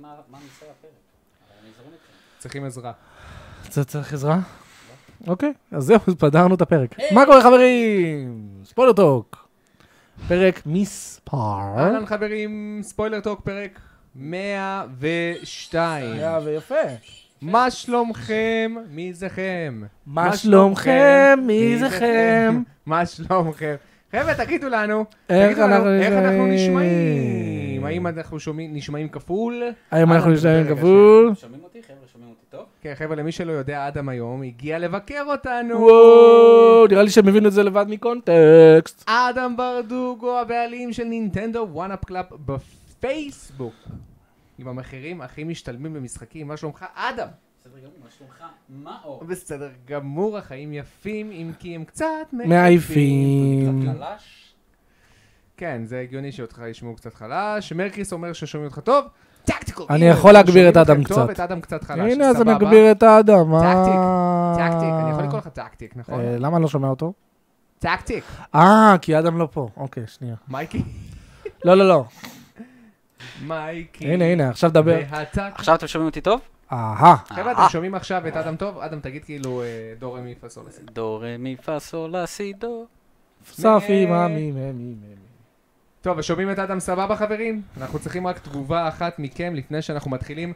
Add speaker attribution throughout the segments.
Speaker 1: מה מה נושא הפרק. אבל אני זורם איתכם.
Speaker 2: צריכים עזרה.
Speaker 3: אתה צריך עזרה? אוקיי, אז זהו, אז פתרנו את הפרק. מה קורה חברים? ספוילר טוק. פרק מספר.
Speaker 2: אהלן חברים, ספוילר טוק פרק 102.
Speaker 3: היה ויפה.
Speaker 2: מה שלומכם? מי זכם?
Speaker 3: מה שלומכם? מי זכם?
Speaker 2: מה שלומכם? חבר'ה, תגידו לנו,
Speaker 3: איך
Speaker 2: תגידו לנו
Speaker 3: אנחנו
Speaker 2: איך אנחנו
Speaker 3: נשמעים?
Speaker 2: נשמעים. האם אנחנו שומעים- נשמעים כפול?
Speaker 3: היום אנחנו
Speaker 2: אהלן,
Speaker 3: נשארים
Speaker 2: בפרק
Speaker 3: כפול.
Speaker 1: שומעים אותי? חבר'ה, שומעים אותי טוב?
Speaker 2: כן, חבר'ה, למי שלא יודע, אדם היום הגיע לבקר אותנו.
Speaker 3: וואו, נראה לי שהם הבינו את זה לבד מקונטקסט.
Speaker 2: אדם ברדוגו, הבעלים של נינטנדו וואנאפ קלאפ בפייסבוק. עם המחירים הכי משתלמים במשחקים, מה שלומך, אדם?
Speaker 1: בסדר גמור, מה שלומך? מה אור?
Speaker 2: בסדר גמור, החיים יפים, אם כי הם קצת
Speaker 3: מעייפים.
Speaker 1: קצת חלש?
Speaker 2: כן, זה הגיוני שאותך ישמעו קצת חלש. מרקיס אומר ששומעים אותך טוב. טקטיקל.
Speaker 3: אני
Speaker 2: הנה,
Speaker 3: יכול להגביר את
Speaker 2: שומעים
Speaker 3: אדם
Speaker 2: אתכם טוב,
Speaker 3: קצת.
Speaker 2: את אדם קצת חלש,
Speaker 3: הנה, אז אני
Speaker 2: סבבה.
Speaker 3: מגביר את האדם. אה.
Speaker 2: טקטיק, טקטיק, אני יכול לקרוא לך טקטיק, נכון?
Speaker 3: אה, למה אני לא שומע אותו?
Speaker 2: טקטיק,
Speaker 3: אה, כי אדם לא פה. אוקיי, שנייה.
Speaker 2: מייקי.
Speaker 3: לא, לא, לא.
Speaker 2: מייקי.
Speaker 3: הנה, הנה, עכשיו דבר.
Speaker 2: והטקטיק.
Speaker 1: עכשיו אתם שומעים אותי טוב?
Speaker 3: אהה.
Speaker 2: חבר'ה, אתם שומעים עכשיו את אדם טוב? אדם, תגיד כאילו אה, דורם מפסולס.
Speaker 1: דו רה מי פה סול לה סי דו.
Speaker 3: ספי, מאמי, מאמי, מאמי.
Speaker 2: טוב, אז שומעים את אדם סבבה חברים? אנחנו צריכים רק תגובה אחת מכם לפני שאנחנו מתחילים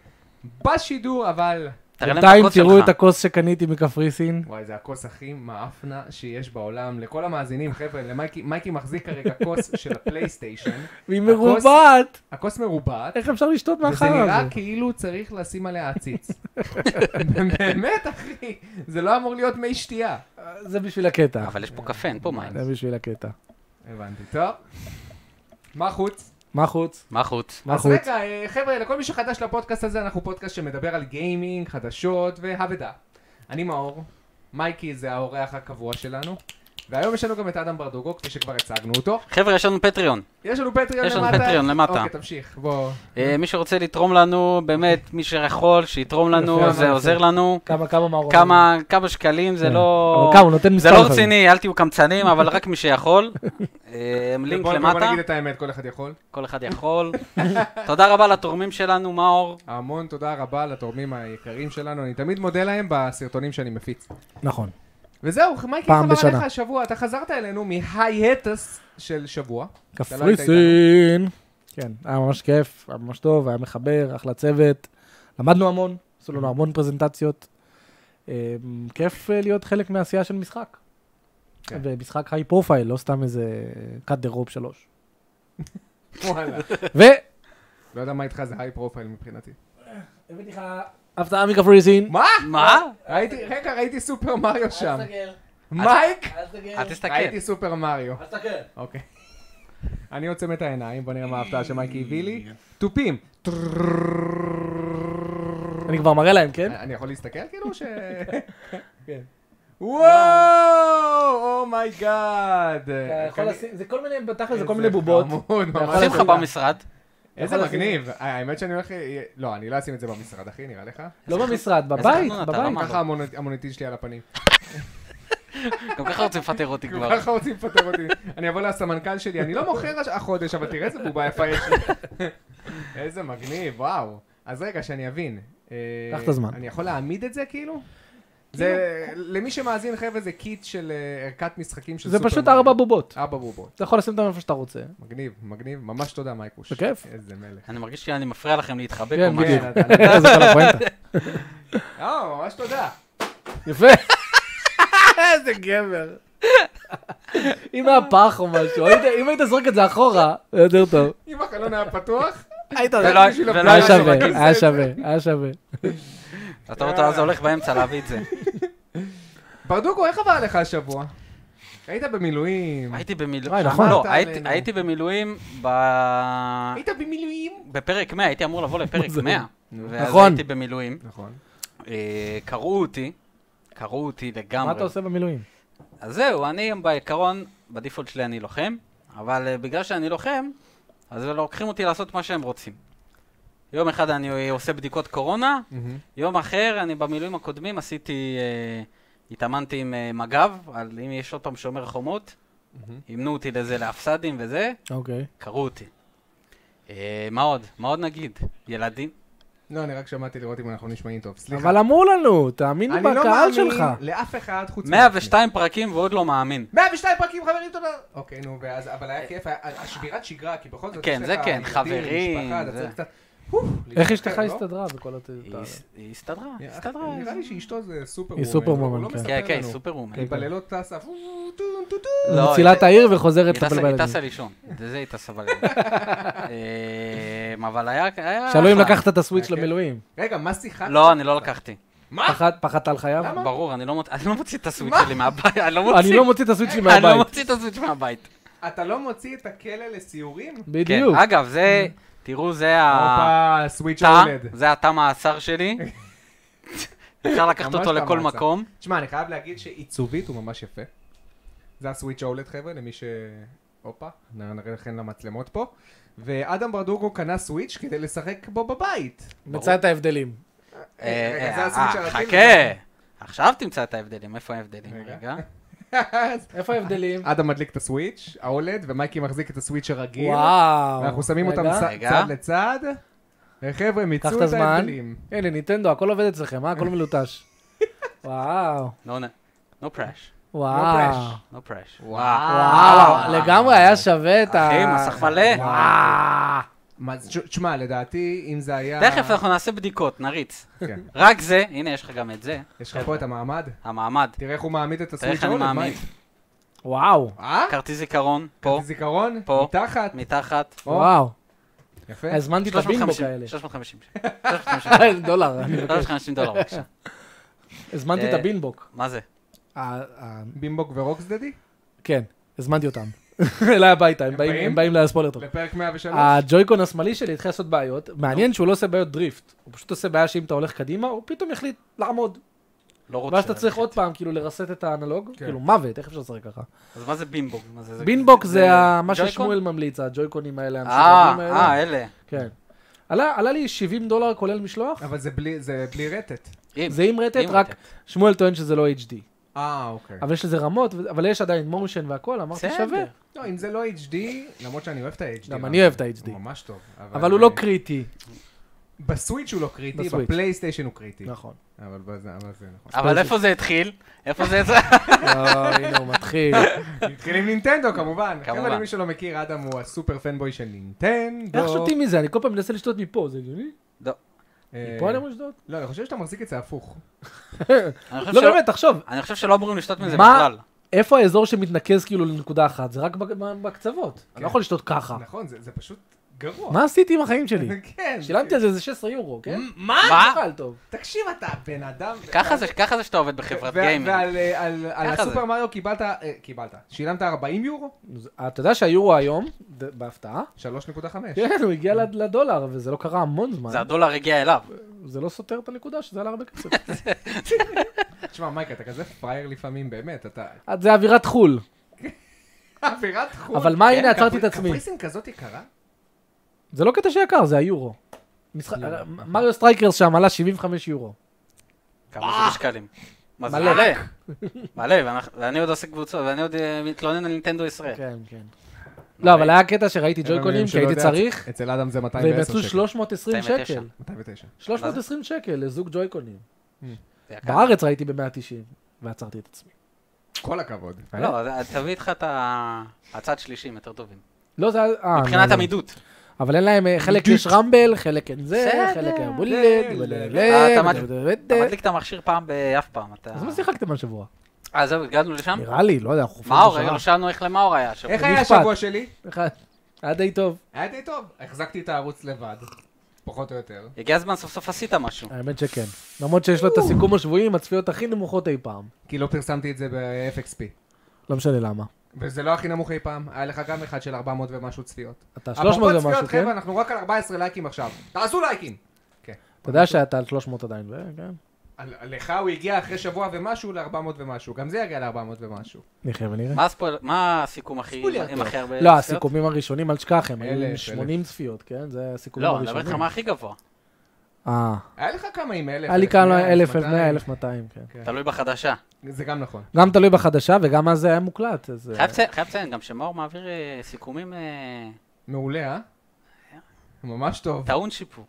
Speaker 2: בשידור, אבל...
Speaker 1: תראה להם את
Speaker 3: בינתיים
Speaker 1: הקוד
Speaker 3: תראו
Speaker 1: שלך.
Speaker 3: את הכוס שקניתי מקפריסין.
Speaker 2: וואי, זה הכוס הכי מאפנה שיש בעולם. לכל המאזינים, חבר'ה, למייקי מייקי מחזיק כרגע כוס של הפלייסטיישן.
Speaker 3: והיא
Speaker 2: הכוס-
Speaker 3: מרובעת!
Speaker 2: הכוס מרובעת,
Speaker 3: איך אפשר לשתות
Speaker 2: וזה
Speaker 3: מהחרא
Speaker 2: נראה
Speaker 3: הזה?
Speaker 2: כאילו צריך לשים עליה עציץ. באמת, אחי, זה לא אמור להיות מי שתייה.
Speaker 3: זה בשביל הקטע.
Speaker 1: אבל יש פה קפה, אין פה מים.
Speaker 3: זה בשביל הקטע.
Speaker 2: הבנתי, טוב. מה חוץ?
Speaker 3: מה חוץ?
Speaker 1: מה חוץ?
Speaker 3: מה
Speaker 2: אז
Speaker 3: חוץ?
Speaker 2: רגע, אה, חבר'ה, לכל מי שחדש לפודקאסט הזה, אנחנו פודקאסט שמדבר על גיימינג, חדשות והאבדה. אני מאור, מייקי זה האורח הקבוע שלנו, והיום יש לנו גם את אדם ברדוגו, כפי שכבר הצגנו אותו.
Speaker 1: חבר'ה, יש לנו פטריון.
Speaker 2: יש לנו פטריון למטה.
Speaker 1: יש לנו פטריון למטה.
Speaker 2: אוקיי, תמשיך, בוא.
Speaker 1: אה, מי שרוצה לתרום לנו, באמת, מי שיכול, שיתרום לנו,
Speaker 3: יפה,
Speaker 1: זה
Speaker 3: יפה.
Speaker 1: עוזר לנו.
Speaker 3: כמה, כמה מעורבים?
Speaker 1: כמה, כמה שקלים, זה
Speaker 3: כן.
Speaker 1: לא...
Speaker 3: אבל כמה, הוא נותן מספר
Speaker 1: זה לא
Speaker 3: לפעמים.
Speaker 1: רציני, אל תהיו קמצנים, אבל רק מי שיכול. אה, לינק
Speaker 2: בוא- בוא
Speaker 1: למטה,
Speaker 2: נגיד את האמת, כל אחד יכול.
Speaker 1: כל אחד יכול. תודה רבה לתורמים שלנו, מאור.
Speaker 2: המון תודה רבה לתורמים היקרים שלנו, אני תמיד מודה להם בסרטונים שאני מפיץ.
Speaker 3: נכון.
Speaker 2: וזהו, מייקי,
Speaker 3: פעם
Speaker 2: חבר עליך
Speaker 3: בשנה.
Speaker 2: השבוע, אתה חזרת אלינו מהייטס של שבוע. אתה לא היית
Speaker 3: קפריסין! כן, היה ממש כיף, היה ממש טוב, היה מחבר, אחלה צוות. למדנו המון, עשו לנו המון פרזנטציות. אמ, כיף אה, להיות חלק מהעשייה של משחק.
Speaker 2: כן.
Speaker 3: ומשחק היי פרופייל, לא סתם איזה cut the rope 3.
Speaker 2: וואלה.
Speaker 3: והבאתי
Speaker 2: לא יודע מה איתך, זה היי פרופייל מבחינתי.
Speaker 3: לך הפתעה מקפריסין.
Speaker 2: מה?
Speaker 1: מה?
Speaker 2: ראיתי, רגע, ראיתי סופר מריו שם. מייק!
Speaker 1: מייק! אל תסתכל.
Speaker 2: ראיתי סופר מריו.
Speaker 1: אל תסתכל.
Speaker 2: אוקיי. אני עוצם את העיניים, בוא נראה מה ההפתעה שמייקי הביא לי. תופים.
Speaker 3: אני כבר מראה להם, כן?
Speaker 2: אני יכול להסתכל כאילו ש... וואו! Oh אומייגאד!
Speaker 3: אתה
Speaker 2: כן.
Speaker 3: יכול לשים, זה כל מיני, בתכל'ס זה כל
Speaker 2: איזה
Speaker 3: מיני בובות.
Speaker 2: חמוד,
Speaker 3: אתה
Speaker 2: ממש.
Speaker 3: יכול
Speaker 1: שמחה
Speaker 3: לשים-
Speaker 1: במשרד.
Speaker 2: איזה
Speaker 3: יכול לשים-
Speaker 2: מגניב. האמת שאני הולך... לא, אני לא אשים את זה במשרד, אחי, נראה לך?
Speaker 3: לא במשרד,
Speaker 1: איזה
Speaker 3: בבית,
Speaker 1: חנון אתה,
Speaker 3: בבית.
Speaker 1: למה?
Speaker 2: ככה המונ- המוניטין שלי על הפנים.
Speaker 1: גם ככה רוצים לפטר אותי כבר.
Speaker 2: ככה לא רוצים לפטר אותי. אני אבוא לסמנכ"ל שלי, אני לא מוכר הש- החודש, אבל תראה איזה בובה יפה יש לי. איזה מגניב, וואו. אז רגע, שאני אבין. אה,
Speaker 3: קח את הזמן. כאילו-
Speaker 2: אני יכול להעמיד את זה כאילו? זה, למי שמאזין חבר'ה זה קיט של אה, ערכת משחקים של
Speaker 3: זה
Speaker 2: סופר
Speaker 3: פשוט
Speaker 2: מריו.
Speaker 3: ארבע בובות.
Speaker 2: ארבע בובות.
Speaker 3: אתה יכול לשים אותם איפה שאתה רוצה.
Speaker 2: מגניב, מגניב, ממש תודה מייקוש.
Speaker 3: בכיף.
Speaker 2: איזה מלך.
Speaker 1: אני מרגיש שאני מפריע לכם להתחבק
Speaker 3: כן,
Speaker 1: או משהו.
Speaker 2: כן,
Speaker 3: בדיוק.
Speaker 2: אתה- אתה-
Speaker 3: זה כל הפואנטה.
Speaker 2: אה, ממש תודה.
Speaker 3: יפה. איזה גבר. אם היה פח או משהו, היית- אם היית זורק את זה אחורה, זה יותר טוב.
Speaker 2: אם החלון היה פתוח,
Speaker 3: היית
Speaker 1: זה לא- זה
Speaker 2: בשביל
Speaker 1: לא
Speaker 2: הפלאי
Speaker 3: היה
Speaker 1: היה
Speaker 3: שווה,
Speaker 1: שווה.
Speaker 3: היה שווה, היה שווה.
Speaker 1: אתה רואה אותו זה הולך באמצע להביא את זה.
Speaker 2: ברדוגו, איך עבר עליך השבוע? היית במילואים.
Speaker 1: הייתי
Speaker 3: וואי,
Speaker 1: במילואים.
Speaker 3: נכון.
Speaker 1: לא,
Speaker 2: אמרת
Speaker 1: הייתי-
Speaker 2: עלינו.
Speaker 1: הייתי במילואים ב...
Speaker 2: היית במילואים?
Speaker 1: בפרק 100, הייתי אמור לבוא לפרק
Speaker 3: זה?
Speaker 1: 100.
Speaker 2: נו.
Speaker 1: ואז
Speaker 3: נכון.
Speaker 1: הייתי במילואים.
Speaker 2: נכון.
Speaker 1: אה, קראו אותי. קראו אותי לגמרי.
Speaker 3: מה אתה עושה במילואים?
Speaker 1: אז זהו, אני בעיקרון, בדיפולט שלי אני לוחם, אבל אה, בגלל שאני לוחם, אז לוקחים אותי לעשות מה שהם רוצים. יום אחד אני עושה בדיקות קורונה,
Speaker 2: מהמם.
Speaker 1: יום אחר, אני במילואים הקודמים עשיתי, אה, התאמנתי עם אה, מג"ב, על אם יש עוד פעם שומר חומות,
Speaker 2: מהמם.
Speaker 1: אימנו אותי לזה להפס"דים וזה,
Speaker 3: אוקיי.
Speaker 1: קראו אותי. אה, מה עוד? מה עוד נגיד? ילדים?
Speaker 2: לא, אני רק שמעתי לראות אם אנחנו נשמעים טוב. סליחה.
Speaker 3: אבל אמרו לנו, תאמין לי
Speaker 2: אני לא
Speaker 3: בקהל
Speaker 2: מאמין
Speaker 3: שלך.
Speaker 2: לאף אחד חוץ מעצמי.
Speaker 1: 102 פרקים ועוד לא מאמין.
Speaker 2: 102 פרקים, חברים, תודה. אוקיי, נו, ואז, אבל היה כיף, היה- השבירת שגרה, כי בכל זאת,
Speaker 1: כן,
Speaker 2: יש
Speaker 1: זה
Speaker 2: לך
Speaker 1: כן,
Speaker 2: ילדים,
Speaker 1: חברים,
Speaker 2: משפחה, אתה
Speaker 1: זה-
Speaker 2: צריך קצת... אוף,
Speaker 3: איך
Speaker 2: להתחבר,
Speaker 3: אשתך
Speaker 2: לא?
Speaker 3: הסתדרה בכל
Speaker 1: היא
Speaker 3: התאריך?
Speaker 1: היא הסתדרה, היא
Speaker 2: נראה-
Speaker 1: הסתדרה.
Speaker 2: נראה לי שאשתו זה סופר
Speaker 3: היא סופר וומן,
Speaker 2: הוא לא
Speaker 3: כן.
Speaker 2: מספר
Speaker 1: כן, כן, היא
Speaker 2: לנו.
Speaker 1: סופר וומן.
Speaker 2: היא בלילות טסה, פו, טו, טו, טו.
Speaker 1: לא,
Speaker 3: מצילה את העיר וחוזרת
Speaker 1: היא
Speaker 3: לטפל
Speaker 1: טסה- היא
Speaker 3: בילדים.
Speaker 1: טסה לישון, זה היא טסה בלילה. אמ, אבל היה... היה
Speaker 3: שאלו אם
Speaker 1: אחלה.
Speaker 3: לקחת את הסוויץ'
Speaker 2: אוקיי.
Speaker 3: למילואים.
Speaker 1: אה?
Speaker 2: רגע, מה שיחקת?
Speaker 1: לא, אני לא לקחתי.
Speaker 2: מה?
Speaker 3: פחד- פחדת על חייו?
Speaker 2: למה?
Speaker 1: ברור, אני לא מוצ- אני לא מוציא את הסוויץ'
Speaker 2: מה?
Speaker 1: שלי מהבית. אני לא
Speaker 3: אני
Speaker 1: מוציא-
Speaker 3: לא מוציא את הסוויץ' שלי
Speaker 1: אני לא
Speaker 3: מהבית.
Speaker 1: מוציא את הסוויץ' מהבית.
Speaker 2: אתה לא מוציא את הכלא לסיורים?
Speaker 1: כן,
Speaker 3: בדיוק. Mm.
Speaker 1: אגב, זה... תראו, זה ה...
Speaker 2: הופה, סוויץ'
Speaker 1: תא,
Speaker 2: הולד.
Speaker 1: זה התא מאסר שלי. אפשר לקחת
Speaker 2: ממש
Speaker 1: אותו
Speaker 2: תא
Speaker 1: לכל
Speaker 2: מעצר.
Speaker 1: מקום.
Speaker 2: תשמע, אני חייב להגיד שעיצובית הוא ממש יפה. זה הסוויץ' הולד, חבר'ה, למי ש... הופה, נ- נראה לכם למצלמות פה. ואדם ברדוגו קנה סוויץ' כדי לשחק בו בבית.
Speaker 3: מצא את ההבדלים.
Speaker 1: אה,
Speaker 2: רגע,
Speaker 1: אה,
Speaker 2: זה
Speaker 1: אה,
Speaker 2: הסוויץ' הרגיל.
Speaker 1: חכה, עכשיו תמצא את ההבדלים. איפה ההבדלים?
Speaker 2: נכון? רגע.
Speaker 1: רגע.
Speaker 3: איפה ההבדלים?
Speaker 1: אה,
Speaker 2: אדם מדליק את הסוויץ', ההולד, ומייקי מחזיק את הסוויץ' הרגיל.
Speaker 3: וואו.
Speaker 2: ואנחנו שמים אותם
Speaker 3: רגע.
Speaker 2: צ-
Speaker 1: רגע.
Speaker 2: צד לצד. וחבר'ה,
Speaker 3: קח
Speaker 2: מיצו
Speaker 3: את
Speaker 2: את
Speaker 3: הזמן.
Speaker 2: ההבדלים.
Speaker 3: הנה, ניטנדו, הכל עובד אצלכם, אה? הכל מלוטש. וואו.
Speaker 1: No no לא pressure.
Speaker 3: וואו.
Speaker 2: pressure.
Speaker 1: no pressure.
Speaker 3: וואו. לגמרי היה שווה את ה...
Speaker 1: אחי, מסך מלא.
Speaker 3: וואו.
Speaker 2: מה זה- תשמע, לדעתי, אם זה היה...
Speaker 1: תכף אנחנו נעשה בדיקות, נריץ.
Speaker 2: כן.
Speaker 1: רק זה, הנה יש לך גם את זה,
Speaker 2: יש לך פה את המעמד?
Speaker 1: המעמד.
Speaker 2: תראה איך הוא מעמיד את
Speaker 1: תראה
Speaker 2: הסוויץ'
Speaker 1: איך אני
Speaker 2: ההולד.
Speaker 1: מעמיד.
Speaker 2: מייק.
Speaker 3: וואו.
Speaker 2: אה?
Speaker 1: כרטיס זיכרון, פה,
Speaker 2: זיכרון?
Speaker 1: פה.
Speaker 2: מתחת?
Speaker 1: מתחת.
Speaker 2: או, כן.
Speaker 3: וואו.
Speaker 2: יפה.
Speaker 3: הזמנתי את הבינגו
Speaker 1: 350,
Speaker 3: כאלה.
Speaker 1: 350,
Speaker 3: דולר.
Speaker 1: 350 דולר בבקשה.
Speaker 3: הזמנתי את
Speaker 1: אה,
Speaker 3: הבינבוק.
Speaker 1: מה זה?
Speaker 3: ה- ה-
Speaker 2: בימבוק ורוקסדדי?
Speaker 3: כן, הזמנתי אותם. אליי הביתה, הם
Speaker 2: הם
Speaker 3: באים-
Speaker 2: באים?
Speaker 3: הם באים לספול אותו.
Speaker 2: לפרק 103?
Speaker 3: הג'ויקון השמאלי שלי התחיל לעשות בעיות, מעניין שהוא לא עושה בעיות דריפט, הוא פשוט עושה בעיה שאם אתה הולך קדימה, הוא פתאום יחליט לעמוד,
Speaker 1: לא רוצה.
Speaker 3: ואז אתה צריך עוד פעם כאילו לרסט את האנלוג,
Speaker 2: כן.
Speaker 3: כאילו מוות, איך אפשר לשחק ככה?
Speaker 1: אז מה זה בינבוק? מה זה- זה-
Speaker 3: בינבוק זה ה- מה
Speaker 1: ג'ויקון?
Speaker 3: ששמואל ממליץ, הג'ויקונים האלה,
Speaker 1: אה,
Speaker 3: המשוגעים האלה,
Speaker 1: אה, אלה.
Speaker 3: כן. עלה עלה לי 70 דולר כולל משלוח,
Speaker 2: אבל זה בלי- זה בלי רטט.
Speaker 1: אם.
Speaker 3: זה עם רטט,
Speaker 1: עם
Speaker 3: רק
Speaker 1: רטט.
Speaker 3: שמואל טוען שזה לא HD,
Speaker 2: אה, אוקיי.
Speaker 3: אבל יש לזה רמות, ו- אבל יש עדיין מושן והכל, אמרתי
Speaker 1: בסדר.
Speaker 3: שווה,
Speaker 2: לא, אם זה לא HD, למרות שאני אוהב את ה-HD.
Speaker 3: גם
Speaker 2: אבל-
Speaker 3: אני אוהב את ה-HD.
Speaker 2: הוא ממש טוב.
Speaker 3: אבל הוא לא קריטי,
Speaker 2: בסוויץ' הוא לא קריטי,
Speaker 3: בסוויץ'.
Speaker 2: בפלייסטיישן הוא קריטי.
Speaker 3: נכון.
Speaker 2: אבל בזה- אבל זה נכון.
Speaker 1: אבל איפה זה התחיל? איפה זה...
Speaker 3: אה, הנה הוא מתחיל.
Speaker 2: נתחיל עם נינטנדו כמובן.
Speaker 1: כמובן.
Speaker 2: חבר'ה, למי שלא מכיר, אדם הוא הסופר פנבוי של נינטנדו.
Speaker 3: איך שותים מזה? אני כל פעם מנסה לשתות מפה, זה הגיוני?
Speaker 2: אה,
Speaker 3: מפה אני אמור לשתות?
Speaker 2: לא, אני חושב שאתה מחזיק את זה הפוך.
Speaker 1: אני חושב
Speaker 3: לא
Speaker 1: שלא-
Speaker 3: באמת, תחשוב,
Speaker 1: אני חושב שלא אמורים לשתות מזה
Speaker 3: מה?
Speaker 1: בכלל.
Speaker 3: איפה האזור שמתנקז כאילו לנקודה אחת? זה רק בק- ב- בקצוות. אני
Speaker 2: כן.
Speaker 3: לא יכול לשתות ככה.
Speaker 2: נכון, זה זה פשוט גרוע.
Speaker 3: מה עשיתי עם החיים שלי?
Speaker 2: כן.
Speaker 3: שילמתי על זה איזה 16 יורו, כן?
Speaker 2: מה?
Speaker 1: מה?
Speaker 3: לא אכל טוב.
Speaker 2: תקשיב, אתה בן אדם...
Speaker 1: ככה זה- ככה זה שאתה עובד בחברת
Speaker 2: ו-
Speaker 1: גיימינג.
Speaker 2: ועל אה, על- על
Speaker 1: ככה
Speaker 2: הסופר
Speaker 1: זה.
Speaker 2: מריו קיבלת, אה, קיבלת, שילמת 40 יורו?
Speaker 3: אז אה, אתה יודע שהיורו היום, ד- בהפתעה,
Speaker 2: 3.5.
Speaker 3: כן, הוא הגיע לד- לדולר, וזה לא קרה המון זמן.
Speaker 1: זה הדולר הגיע אליו.
Speaker 3: זה לא סותר את הנקודה שזה עלה הרבה כסף.
Speaker 2: תשמע, מייק, אתה כזה פראייר לפעמים, באמת, אתה...
Speaker 3: אז אה, זה אווירת חו"ל.
Speaker 2: אווירת חו"ל.
Speaker 3: אבל מה,
Speaker 1: כן,
Speaker 3: הנה עצרתי
Speaker 2: קפריס-
Speaker 3: את עצמי.
Speaker 2: קפריסין כזאת
Speaker 1: אה,
Speaker 2: יקרה?
Speaker 3: זה לא קטע שיקר, זה היורו. משחק- אה, מריו סטרייקרס שם עלה 75 יורו.
Speaker 1: כמה זה בשקלים. מה זה
Speaker 3: אה! מלא.
Speaker 1: מלא? מלא, ואנחנו- ואני עוד עושה קבוצות, ואני עוד אה, מתלונן על נינטנדו ישראל.
Speaker 3: כן, כן. לא, אבל היה קטע שראיתי ג'ויקונים
Speaker 2: אלוהים שלא
Speaker 3: שהייתי
Speaker 2: יודע,
Speaker 3: צריך,
Speaker 2: אצל אדם זה
Speaker 3: והם
Speaker 2: 210
Speaker 3: יצאו
Speaker 2: שקל.
Speaker 3: 320
Speaker 1: 209.
Speaker 3: שקל.
Speaker 2: 209.
Speaker 3: 320 שקל לזוג ג'ויקונים.
Speaker 1: זה יקר.
Speaker 3: בארץ ראיתי ב-190, ועצרתי את עצמי.
Speaker 2: כל הכבוד.
Speaker 3: אה?
Speaker 1: לא, אז תביא איתך את ה- הצד שלישים, יותר טובים.
Speaker 3: לא, זה היה... אה,
Speaker 1: מבחינת
Speaker 3: לא, לא.
Speaker 1: עמידות.
Speaker 3: אבל אין להם, אה, חלק יש רמבל, חלק אין זה,
Speaker 1: בסדר.
Speaker 3: חלק אין בולד,
Speaker 2: אתה
Speaker 1: מדליק- אתה מדליק את המכשיר פעם באף פעם, אתה...
Speaker 3: אז מה שיחקתם השבוע?
Speaker 1: אה, זהו, הגענו לשם?
Speaker 3: נראה לי, לא יודע, אנחנו חופרים
Speaker 1: מאור,
Speaker 3: בשעה.
Speaker 1: רגע, לא שאלנו איך למאור היה עכשיו.
Speaker 2: איך
Speaker 3: מי
Speaker 2: היה
Speaker 3: אכפת?
Speaker 2: השבוע שלי?
Speaker 3: אחד. היה די טוב.
Speaker 2: היה די טוב. החזקתי את הערוץ לבד, פחות או יותר.
Speaker 1: הגיע הזמן, סוף סוף עשית משהו.
Speaker 3: האמת שכן. למרות שיש לו את הסיכום השבועי עם הצפיות הכי נמוכות אי פעם.
Speaker 2: כי לא פרסמתי את זה ב-FXP.
Speaker 3: לא משנה למה.
Speaker 2: וזה לא הכי נמוך אי פעם, היה לך גם אחד של 400 ומשהו צפיות.
Speaker 3: אתה 300
Speaker 2: אפרופו
Speaker 3: ומשהו,
Speaker 2: צפיות, חבר'ה,
Speaker 3: כן?
Speaker 2: אנחנו רק על 14 לייקים עכשיו. תעשו לייקים! כן.
Speaker 3: אתה יודע שאתה על 300 עדיין, ו- כן?
Speaker 2: על- לך הוא הגיע אחרי שבוע ומשהו ל-400 ומשהו, גם זה יגיע ל-400 ומשהו.
Speaker 3: נחיה ונראה.
Speaker 1: מה הספוילר- מה הסיכום הכי...
Speaker 2: ספוילר,
Speaker 1: עם
Speaker 2: טוב.
Speaker 1: הכי הרבה...
Speaker 3: לא,
Speaker 1: צפיות?
Speaker 3: הסיכומים הראשונים, אל תשכח, הם היו עם
Speaker 2: אלף,
Speaker 3: 80 צפיות, כן? זה הסיכומים
Speaker 1: לא, אני מדבר
Speaker 3: הראשונים.
Speaker 1: איתך מה הכי גבוה.
Speaker 3: כן. אה,
Speaker 2: היה לך כמה עם 1,000?
Speaker 3: היה לי כמה
Speaker 2: 1,100,
Speaker 3: 1,100, 1,200, כן.
Speaker 1: תלוי בחדשה.
Speaker 2: זה גם נכון.
Speaker 3: גם תלוי בחדשה וגם אז זה היה מוקלט, אז... אה,
Speaker 1: חייב לציין- חייב לציין, גם שמאור מעביר אה, סיכומים אה,
Speaker 2: מעולה, אה? ממש טוב.
Speaker 1: טעון שיפור.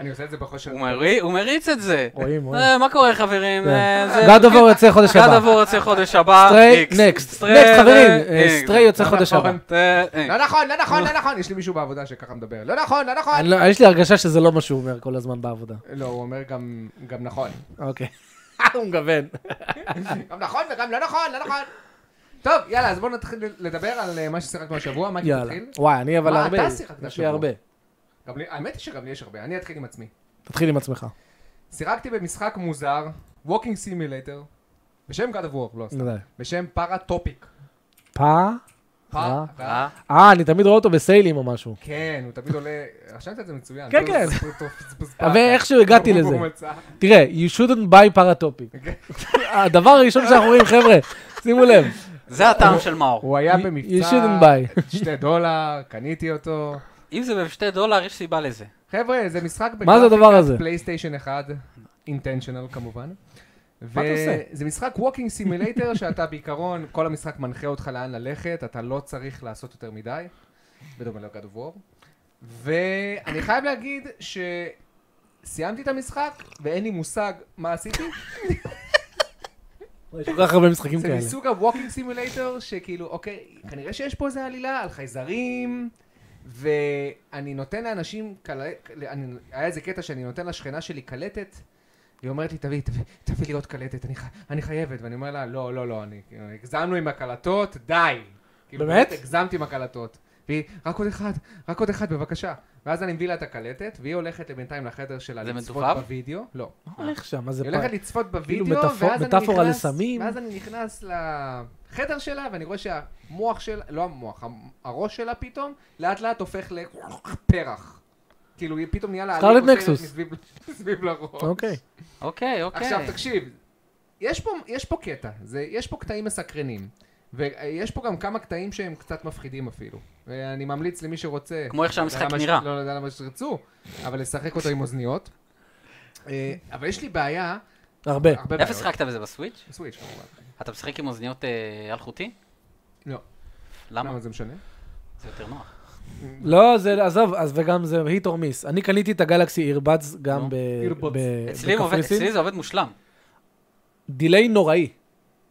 Speaker 2: אני עושה את זה בחושר.
Speaker 1: הוא מרי- הוא מריץ את זה.
Speaker 3: רואים, רואים.
Speaker 1: אה, מה קורה חברים?
Speaker 3: כן.
Speaker 1: אה, זה-
Speaker 3: God of War יוצא חודש הבא.
Speaker 1: God of War יוצא חודש הבא.
Speaker 3: סטריי,
Speaker 1: X.
Speaker 3: נקסט.
Speaker 1: Stray,
Speaker 3: נקסט, חברים.
Speaker 1: אה, X.
Speaker 3: סטריי יוצא
Speaker 2: לא
Speaker 3: חודש
Speaker 2: נכון.
Speaker 3: הבא.
Speaker 1: אה, אה.
Speaker 2: לא נכון, לא נכון, לא נכון, יש לי מישהו בעבודה שככה מדבר. לא נכון, לא נכון.
Speaker 3: אני לא- יש לי הרגשה שזה לא מה שהוא אומר כל הזמן בעבודה.
Speaker 2: לא, הוא אומר גם גם נכון.
Speaker 3: אוקיי.
Speaker 1: אה,
Speaker 3: הוא מגוון.
Speaker 2: גם נכון וגם לא נכון, לא נכון. טוב, יאללה, אז בואו נתחיל לדבר על אה, מה ששיחקנו השבוע, מה
Speaker 3: יאללה.
Speaker 2: תתחיל?
Speaker 3: וואי, אני אבל
Speaker 2: מה,
Speaker 3: הרבה.
Speaker 2: אתה שיחקת
Speaker 3: יש לי
Speaker 2: השבוע?
Speaker 3: הרבה.
Speaker 2: גם לי- האמת היא שגם לי יש הרבה, אני אתחיל עם עצמי.
Speaker 3: תתחיל עם עצמך.
Speaker 2: שיחקתי במשחק מוזר, Walking Simulator, בשם God of War, לא סתם,
Speaker 3: די.
Speaker 2: בשם פארטופיק.
Speaker 3: פא?
Speaker 2: פא-
Speaker 1: אה,
Speaker 3: אה, אני תמיד רואה אותו בסיילים או משהו.
Speaker 2: כן, הוא תמיד עולה, רשמת את זה מצוין.
Speaker 3: כן, כן.
Speaker 2: כן.
Speaker 3: אבל איכשהו הגעתי לזה. תראה, you shouldn't buy paratopic. הדבר הראשון שאנחנו רואים, חבר'ה, שימו לב.
Speaker 1: זה הטעם של מאור.
Speaker 2: הוא היה
Speaker 3: You- you
Speaker 2: במבצע,
Speaker 3: shouldn't buy.
Speaker 2: שתי דולר, קניתי אותו.
Speaker 1: אם זה בשתי דולר, יש סיבה לזה.
Speaker 2: חבר'ה, זה משחק
Speaker 3: מה זה הדבר הזה?
Speaker 2: פלייסטיישן 1, אינטנשיונל כמובן.
Speaker 3: אתה עושה?
Speaker 2: וזה משחק ווקינג סימילייטר שאתה בעיקרון, כל המשחק מנחה אותך לאן ללכת, אתה לא צריך לעשות יותר מדי, בדומה לגד וור. ואני חייב להגיד שסיימתי את המשחק ואין לי מושג מה עשיתי.
Speaker 3: יש כל כך הרבה משחקים
Speaker 2: זה
Speaker 3: כאלה.
Speaker 2: מסוג הווקינג סימולטור שכאילו, אוקיי, כנראה שיש פה איזה עלילה על חייזרים, ואני נותן לאנשים, קל- אני- היה איזה קטע שאני נותן לשכנה שלי קלטת, והיא אומרת לי, תביא, תביא, תביא לי עוד קלטת, אני, ח... אני חייבת, ואני אומר לה, לא, לא, לא, אני, כאילו, הגזמנו עם הקלטות, די. כאילו,
Speaker 3: באמת?
Speaker 2: הגזמתי עם הקלטות. והיא, רק עוד אחד, רק עוד אחד, בבקשה. ואז אני מביא לה את הקלטת, והיא הולכת בינתיים לחדר שלה
Speaker 1: זה
Speaker 2: לצפות
Speaker 1: מתוחף?
Speaker 2: בווידאו. לא.
Speaker 3: מה הולך שם? מה זה
Speaker 2: היא
Speaker 3: פא?
Speaker 2: הולכת לצפות
Speaker 3: כאילו
Speaker 2: בווידאו,
Speaker 3: מטאפור-
Speaker 2: ואז אני
Speaker 3: מטאפורה
Speaker 2: נכנס-
Speaker 3: לסמים?
Speaker 2: ואז אני נכנס לחדר שלה, ואני רואה שהמוח שלה, לא המוח, המ- הראש שלה פתאום, לאט לאט הופך לפרח. כאילו, היא פתאום נהיה לה...
Speaker 3: סקרלט
Speaker 2: עלים
Speaker 3: נקסוס.
Speaker 2: מסביב- מסביב לראש.
Speaker 3: אוקיי.
Speaker 1: אוקיי, אוקיי.
Speaker 2: עכשיו, תקשיב, יש פה, יש פה קטע, זה, יש פה קטעים מסקרנים. ויש פה גם כמה קטעים שהם קצת מפחידים אפילו. ואני ממליץ למי שרוצה...
Speaker 1: כמו איך שהמשחק
Speaker 2: למה ש-
Speaker 1: נראה.
Speaker 2: לא יודע למה שתרצו, אבל לשחק אותו עם אוזניות. אה, אבל יש לי בעיה,
Speaker 3: הרבה.
Speaker 2: הרבה בעיות.
Speaker 1: איפה שיחקת בזה בסוויץ'?
Speaker 2: בסוויץ' כמובן.
Speaker 1: אתה משחק עם אוזניות אה, אלחוטי?
Speaker 2: לא.
Speaker 1: למה?
Speaker 2: למה זה משנה?
Speaker 1: זה יותר נוח.
Speaker 3: לא, זה, עזוב, אז וגם זה hit or miss. אני קניתי את הגלקסי אירבדס גם
Speaker 1: נו.
Speaker 3: ב-
Speaker 2: Earbuds.
Speaker 3: ב-
Speaker 1: אצלי עובד- אצלי זה עובד מושלם.
Speaker 3: דיליי נוראי.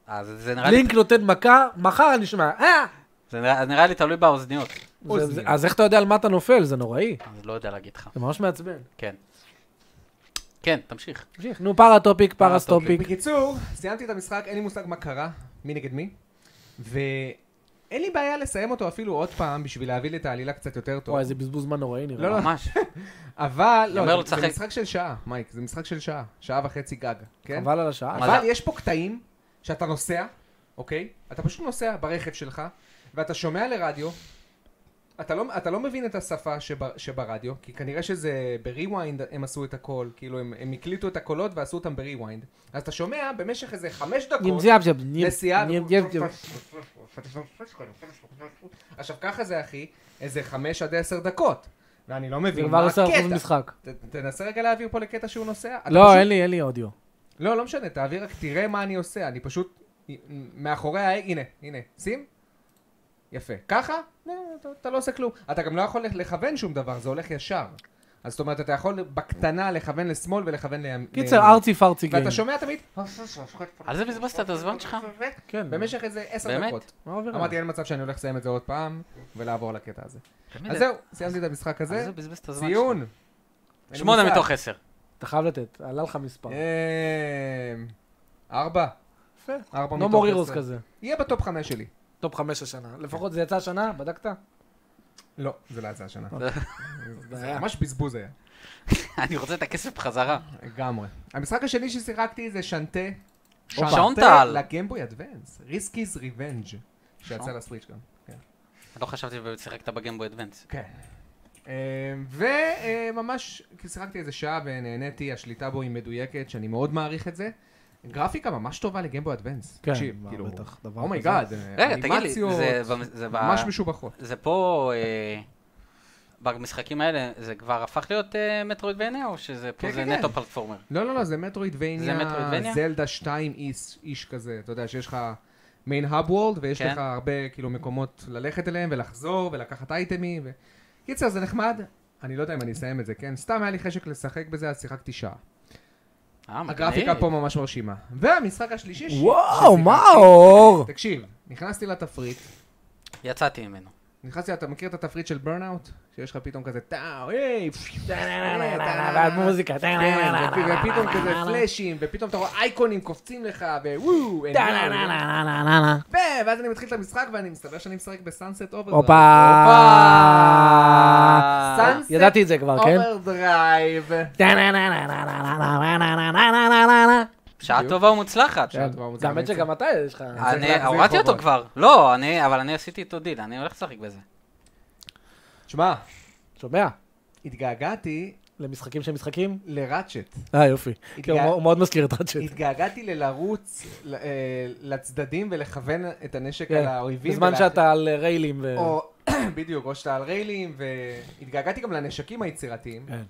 Speaker 1: אז זה נראה לי-
Speaker 3: לינק נותן מכה, מחר אני שומע, אה!
Speaker 1: זה נראה- נראה לי תלוי באוזניות.
Speaker 3: זה-
Speaker 2: אוזניות.
Speaker 3: זה- אז איך אתה יודע על מה אתה נופל? זה נוראי.
Speaker 1: אני לא יודע להגיד לך.
Speaker 3: זה ממש מעצבן.
Speaker 1: כן. כן, תמשיך.
Speaker 3: תמשיך. נו, פארה טופיק, פארה
Speaker 1: פארטופיק.
Speaker 3: סטופיק.
Speaker 2: אוקיי. בקיצור, סיימתי את המשחק, אין לי מושג מה קרה, מי נגד מי, ואין לי בעיה לסיים אותו אפילו עוד פעם בשביל להביא לי את העלילה קצת יותר טוב.
Speaker 3: וואי, איזה בזבוז זמן נוראי נראה.
Speaker 2: לא, לא.
Speaker 1: ממש.
Speaker 2: אבל,
Speaker 1: אני אומר
Speaker 2: לא,
Speaker 1: לו,
Speaker 2: זה- זה
Speaker 1: "תשחק".
Speaker 2: משחק של שעה, מייק, זה משחק של שעה, שעה וחצי גג, כן?
Speaker 3: חבל על השעה.
Speaker 1: מה
Speaker 2: אבל
Speaker 1: זה?
Speaker 2: יש פה קטעים שאתה נוסע, אוקיי? אתה פשוט נוסע ברכב שלך, ואתה שומע לרדיו. אתה לא, אתה לא מבין את השפה שב, שברדיו, כי כנראה שזה בריוויינד הם עשו את הכל, כאילו הם, הם הקליטו את הקולות ועשו אותם בריוויינד. אז אתה שומע במשך איזה חמש
Speaker 3: ים
Speaker 2: דקות
Speaker 3: זיאב זיאב, ים-
Speaker 2: נסיעה.
Speaker 3: ים זיאב זיאב.
Speaker 2: עכשיו ככה זה אחי, איזה חמש עד עשר דקות. ואני לא
Speaker 3: זה
Speaker 2: מבין
Speaker 3: כבר
Speaker 2: מה
Speaker 3: 10%
Speaker 2: הקטע.
Speaker 3: משחק.
Speaker 2: ת- תנסה רגע להעביר פה לקטע שהוא נוסע. אתה
Speaker 3: לא,
Speaker 2: פשוט
Speaker 3: אין לי, אין לי אודיו.
Speaker 2: לא, לא משנה, תעביר רק, תראה מה אני עושה, אני פשוט מאחורי ה... הנה, הנה, שים. יפה. ככה? לא, אתה, אתה לא עושה כלום. אתה גם לא יכול לכוון שום דבר, זה הולך ישר. אז זאת אומרת, אתה יכול בקטנה לכוון לשמאל ולכוון לימין.
Speaker 3: קיצר, ארצי פרצי גיים.
Speaker 2: ואתה שומע תמיד,
Speaker 1: על זה בזבזת את הזמן שלך?
Speaker 3: כן.
Speaker 2: במשך איזה עשר
Speaker 1: באמת?
Speaker 2: דקות.
Speaker 3: מה עובר?
Speaker 2: אמרתי, אין מצב שאני הולך לסיים את זה עוד פעם, ולעבור לקטע הזה.
Speaker 1: תמיד
Speaker 2: אז
Speaker 1: זה-
Speaker 2: זהו, סיימתי את המשחק
Speaker 1: על
Speaker 2: הזה.
Speaker 1: זה בזבז את הזמן
Speaker 2: ציון. אין לי
Speaker 1: שמונה
Speaker 2: מושג.
Speaker 1: מתוך עשר.
Speaker 3: אתה חייב לתת, עלה לך מספר.
Speaker 2: אה, ארבע.
Speaker 3: יפה.
Speaker 2: ארבע
Speaker 3: נו
Speaker 2: מתוך
Speaker 3: מור הירוס
Speaker 2: עשר.
Speaker 3: כזה.
Speaker 2: יהיה בטופ חמש שלי.
Speaker 3: לא טופ חמש השנה. לפחות זה יצא השנה, בדקת?
Speaker 2: לא, זה לא יצא השנה.
Speaker 3: בעיה.
Speaker 2: ממש בזבוז היה.
Speaker 1: אני רוצה את הכסף בחזרה.
Speaker 2: לגמרי. המשחק השני ששיחקתי זה שנטה.
Speaker 1: הופה. שעונטל.
Speaker 2: לגמבוי אדוונס. ריסקיז ריבנג' שיצא
Speaker 1: שעונ-
Speaker 2: לסוויץ' גם. כן.
Speaker 1: לא חשבתי שבאמת שיחקת בגמבו אדוונס.
Speaker 2: כן. אה, וממש שיחקתי איזה שעה ונהניתי, השליטה בו היא מדויקת, שאני מאוד מעריך את זה. גרפיקה ממש טובה לגמבוי אדוונס.
Speaker 3: כן,
Speaker 2: תקשיב,
Speaker 3: מה,
Speaker 2: כאילו,
Speaker 3: בטח, דבר
Speaker 2: אומייגאד,
Speaker 1: רגע, תגיד לי, זה
Speaker 2: אה, אנימציות,
Speaker 1: במ- זה ב-
Speaker 2: ממש משובחות.
Speaker 1: זה פה... אה, במשחקים האלה זה כבר הפך להיות אה, מטרוידבניה או שזה פה
Speaker 2: כן,
Speaker 1: זה
Speaker 2: כן, כן.
Speaker 1: נטו פלטפורמר?
Speaker 2: לא, לא, לא, זה מטרואידבניה,
Speaker 1: זה מטרואידבניה?
Speaker 2: זלדה 2 איש, איש כזה, אתה יודע שיש לך מיין האב וולד, ויש
Speaker 1: כן.
Speaker 2: לך הרבה כאילו מקומות ללכת אליהם ולחזור ולקחת אייטמים, ו... קיצר, זה נחמד, אני לא יודע אם אני אסיים את זה, כן? סתם היה לי חשק לשחק בזה, אז שיחקתי שעה.
Speaker 1: אה, מגניב.
Speaker 2: הגרפיקה פה ממש מרשימה. והמשחק השלישי... ש-
Speaker 3: וואו,
Speaker 2: ששיחקתי-
Speaker 3: מה אור?
Speaker 2: תקשיב, נכנסתי לתפריט,
Speaker 1: יצאתי ממנו.
Speaker 2: נכנסתי, אתה מכיר את התפריט של ברנאוט? שיש לך פתאום כזה טאו, היי, פש, טה, נה, נה, נה, נה, נה.
Speaker 3: מוזיקה.
Speaker 2: כן, ופ- ופתאום כזה פלאשים, ופתאום אתה רואה אייקונים קופצים לך, ווו, and now. ו- ואז אני מתחיל את המשחק, ואני מסתבר שאני משחק בסאנסט אוברדרייב.
Speaker 3: הופה.
Speaker 2: אה,
Speaker 1: אה,
Speaker 2: סאנסט
Speaker 3: ידעתי את זה כבר, כן?
Speaker 2: אוברדרייב.
Speaker 1: שעה
Speaker 2: בדיוק.
Speaker 1: טובה ומוצלחת.
Speaker 2: שעה טובה ומוצלחת.
Speaker 3: כן. האמת שגם אתה יש לך.
Speaker 2: צריך
Speaker 1: אני
Speaker 2: להחזיר
Speaker 1: הורדתי אותו
Speaker 2: חובות.
Speaker 1: כבר. לא, אני, אבל אני עשיתי איתו דיל, אני הולך לשחק בזה.
Speaker 2: תשמע,
Speaker 3: שומע?
Speaker 2: התגעגעתי
Speaker 3: למשחקים של משחקים?
Speaker 2: לראצ'ט.
Speaker 3: אה, יופי.
Speaker 2: התגע-
Speaker 3: כן, הוא הוא מאוד מזכיר את ראצ'ט.
Speaker 2: התגעגעתי ללרוץ ל- אה, לצדדים ולכוון את הנשק
Speaker 3: כן.
Speaker 2: על האויבים.
Speaker 3: בזמן
Speaker 2: ולה-
Speaker 3: שאתה על אה, ריילים. ו-
Speaker 2: או, בדיוק, או שאתה על ריילים, והתגעגעתי גם לנשקים היצירתיים.
Speaker 3: כן.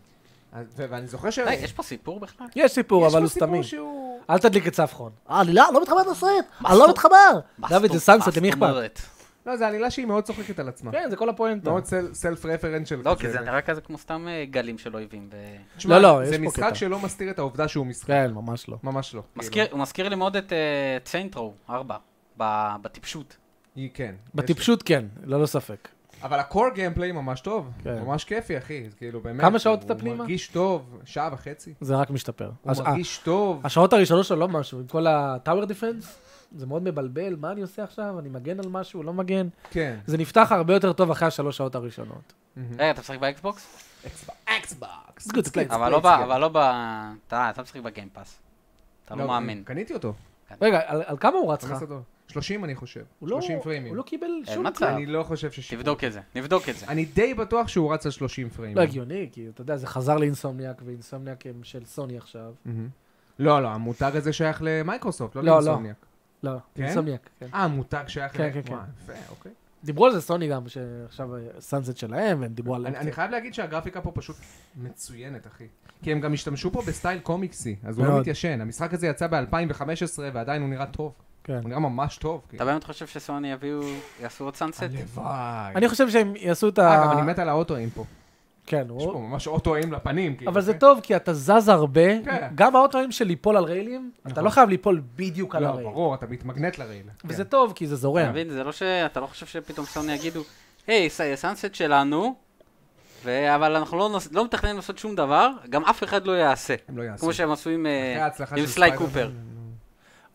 Speaker 2: אז- ו- ואני זוכר ש...
Speaker 1: די, יש פה סיפור בכלל?
Speaker 3: יש סיפור, אבל הוא סתמי.
Speaker 2: יש פה סיפור שהוא...
Speaker 3: אל תדליק את ספחון. אני לא מתחבר לסרט, אני לא מתחבר. דוד, זה סאנסט, למי אכפת?
Speaker 2: לא, זו עלילה שהיא מאוד צוחקת על עצמה.
Speaker 3: כן, זה כל הפואנטה.
Speaker 2: מאוד סלף רפרנט של
Speaker 1: לא, כי זה נראה כזה כמו סתם אה, גלים של אויבים. ו-
Speaker 2: תשמע,
Speaker 3: לא, לא, יש
Speaker 2: זה
Speaker 3: פה
Speaker 2: משחק
Speaker 3: קטע.
Speaker 2: שלא מסתיר את העובדה שהוא משחק.
Speaker 3: כן, ממש לא.
Speaker 2: ממש לא.
Speaker 1: מזכיר- הוא מזכיר לי מאוד את אה, ציינטרו, 4, ב- בטיפשות.
Speaker 2: כאילו, היא כן. יש
Speaker 3: בטיפשות כן, ללא ספק.
Speaker 2: לה. אבל הקור גיימפליי ממש טוב.
Speaker 3: כן.
Speaker 2: ממש כיפי, אחי. זה כאילו, באמת.
Speaker 3: כמה שעות
Speaker 2: הוא-
Speaker 3: אתה פנימה?
Speaker 2: הוא מרגיש טוב, שעה וחצי.
Speaker 3: זה רק משתפר.
Speaker 2: הוא
Speaker 3: הש- אה,
Speaker 2: מרגיש טוב.
Speaker 3: השעות הראשונות שלו לא משהו, עם כל הטאוור דיפנס, זה מאוד מבלבל, מה אני עושה עכשיו? אני מגן על משהו, לא מגן?
Speaker 2: כן.
Speaker 3: זה נפתח הרבה יותר טוב אחרי השלוש שעות הראשונות.
Speaker 1: רגע, אתה משחק באקסבוקס?
Speaker 2: אקסבוקס.
Speaker 3: It's good to play.
Speaker 1: אבל לא ב... אבל לא ב... אתה אתה משחק בגיימפאס. אתה לא מאמין.
Speaker 2: קניתי אותו. לא
Speaker 3: רגע, על על כמה הוא רץ לך?
Speaker 2: 15 דולר. 30 אני חושב.
Speaker 3: הוא לא-
Speaker 2: 30 פריימים.
Speaker 3: הוא לא קיבל
Speaker 1: אין
Speaker 3: שום...
Speaker 1: מצב.
Speaker 2: אני לא חושב ששיפור.
Speaker 1: תבדוק את זה, נבדוק את זה.
Speaker 2: אני די בטוח שהוא רץ על 30 פריימים.
Speaker 3: לא הגיוני, כי אתה יודע, זה חזר לאינסומניאק, ואינסומניאק הם של סוני עכשיו.
Speaker 2: מהמם. לא, לא, המותג הזה שייך למייקרוסופט, לא
Speaker 3: לא, לא.
Speaker 2: לאינסומניאק.
Speaker 3: לא,
Speaker 2: כן?
Speaker 3: אינסומניאק, כן.
Speaker 2: אה, המותג שייך ל...
Speaker 3: כן, כן,
Speaker 2: וואי, יפה, אוקיי.
Speaker 3: דיברו על זה סוני גם, שעכשיו סאנסט שלהם, והם דיברו על...
Speaker 2: אני אני חייב להגיד שהגרפיקה פה פשוט מצוינת, אחי. כי הם גם השתמשו פה בסטייל קומיקסי, אז הוא לא
Speaker 3: מאוד.
Speaker 2: מתיישן. המשחק הזה יצא ב-2015, ועדיין הוא נראה טוב.
Speaker 3: כן.
Speaker 2: הוא נראה ממש טוב. כאילו.
Speaker 1: אתה באמת חושב שסוני יביאו, יעשו עוד סאנסט?
Speaker 2: הלוואי.
Speaker 3: אני חושב שהם יעשו את
Speaker 2: אה,
Speaker 3: ה...
Speaker 2: גם אני מת על האוטואים פה.
Speaker 3: כן,
Speaker 2: יש פה
Speaker 3: הוא...
Speaker 2: ממש אוטואים לפנים, כאילו.
Speaker 3: אבל זה
Speaker 2: אוקיי?
Speaker 3: טוב, כי אתה זז הרבה.
Speaker 2: כן.
Speaker 3: גם האוטואים של ליפול על ריילים, אתה
Speaker 2: נכון.
Speaker 3: לא חייב ליפול בדיוק על
Speaker 2: לא,
Speaker 3: הרייל.
Speaker 2: ברור, כן. אתה מתמגנט לרעיל.
Speaker 3: וזה טוב, כי זה
Speaker 1: אתה
Speaker 3: זורם.
Speaker 1: מבין? זה לא ש... אתה לא חושב שפתאום סוני יגידו, היי, ס- סאנסט שלנו, ו- אבל אנחנו לא נוס- לא מתכננים לעשות שום דבר, גם אף אחד לא יעשה.
Speaker 2: הם לא יעשו.
Speaker 1: כמו שהם עשו עם אה,
Speaker 2: אחרי ההצלחה
Speaker 1: עם
Speaker 2: של
Speaker 1: סליי
Speaker 2: ספיידרמן.
Speaker 1: קופר.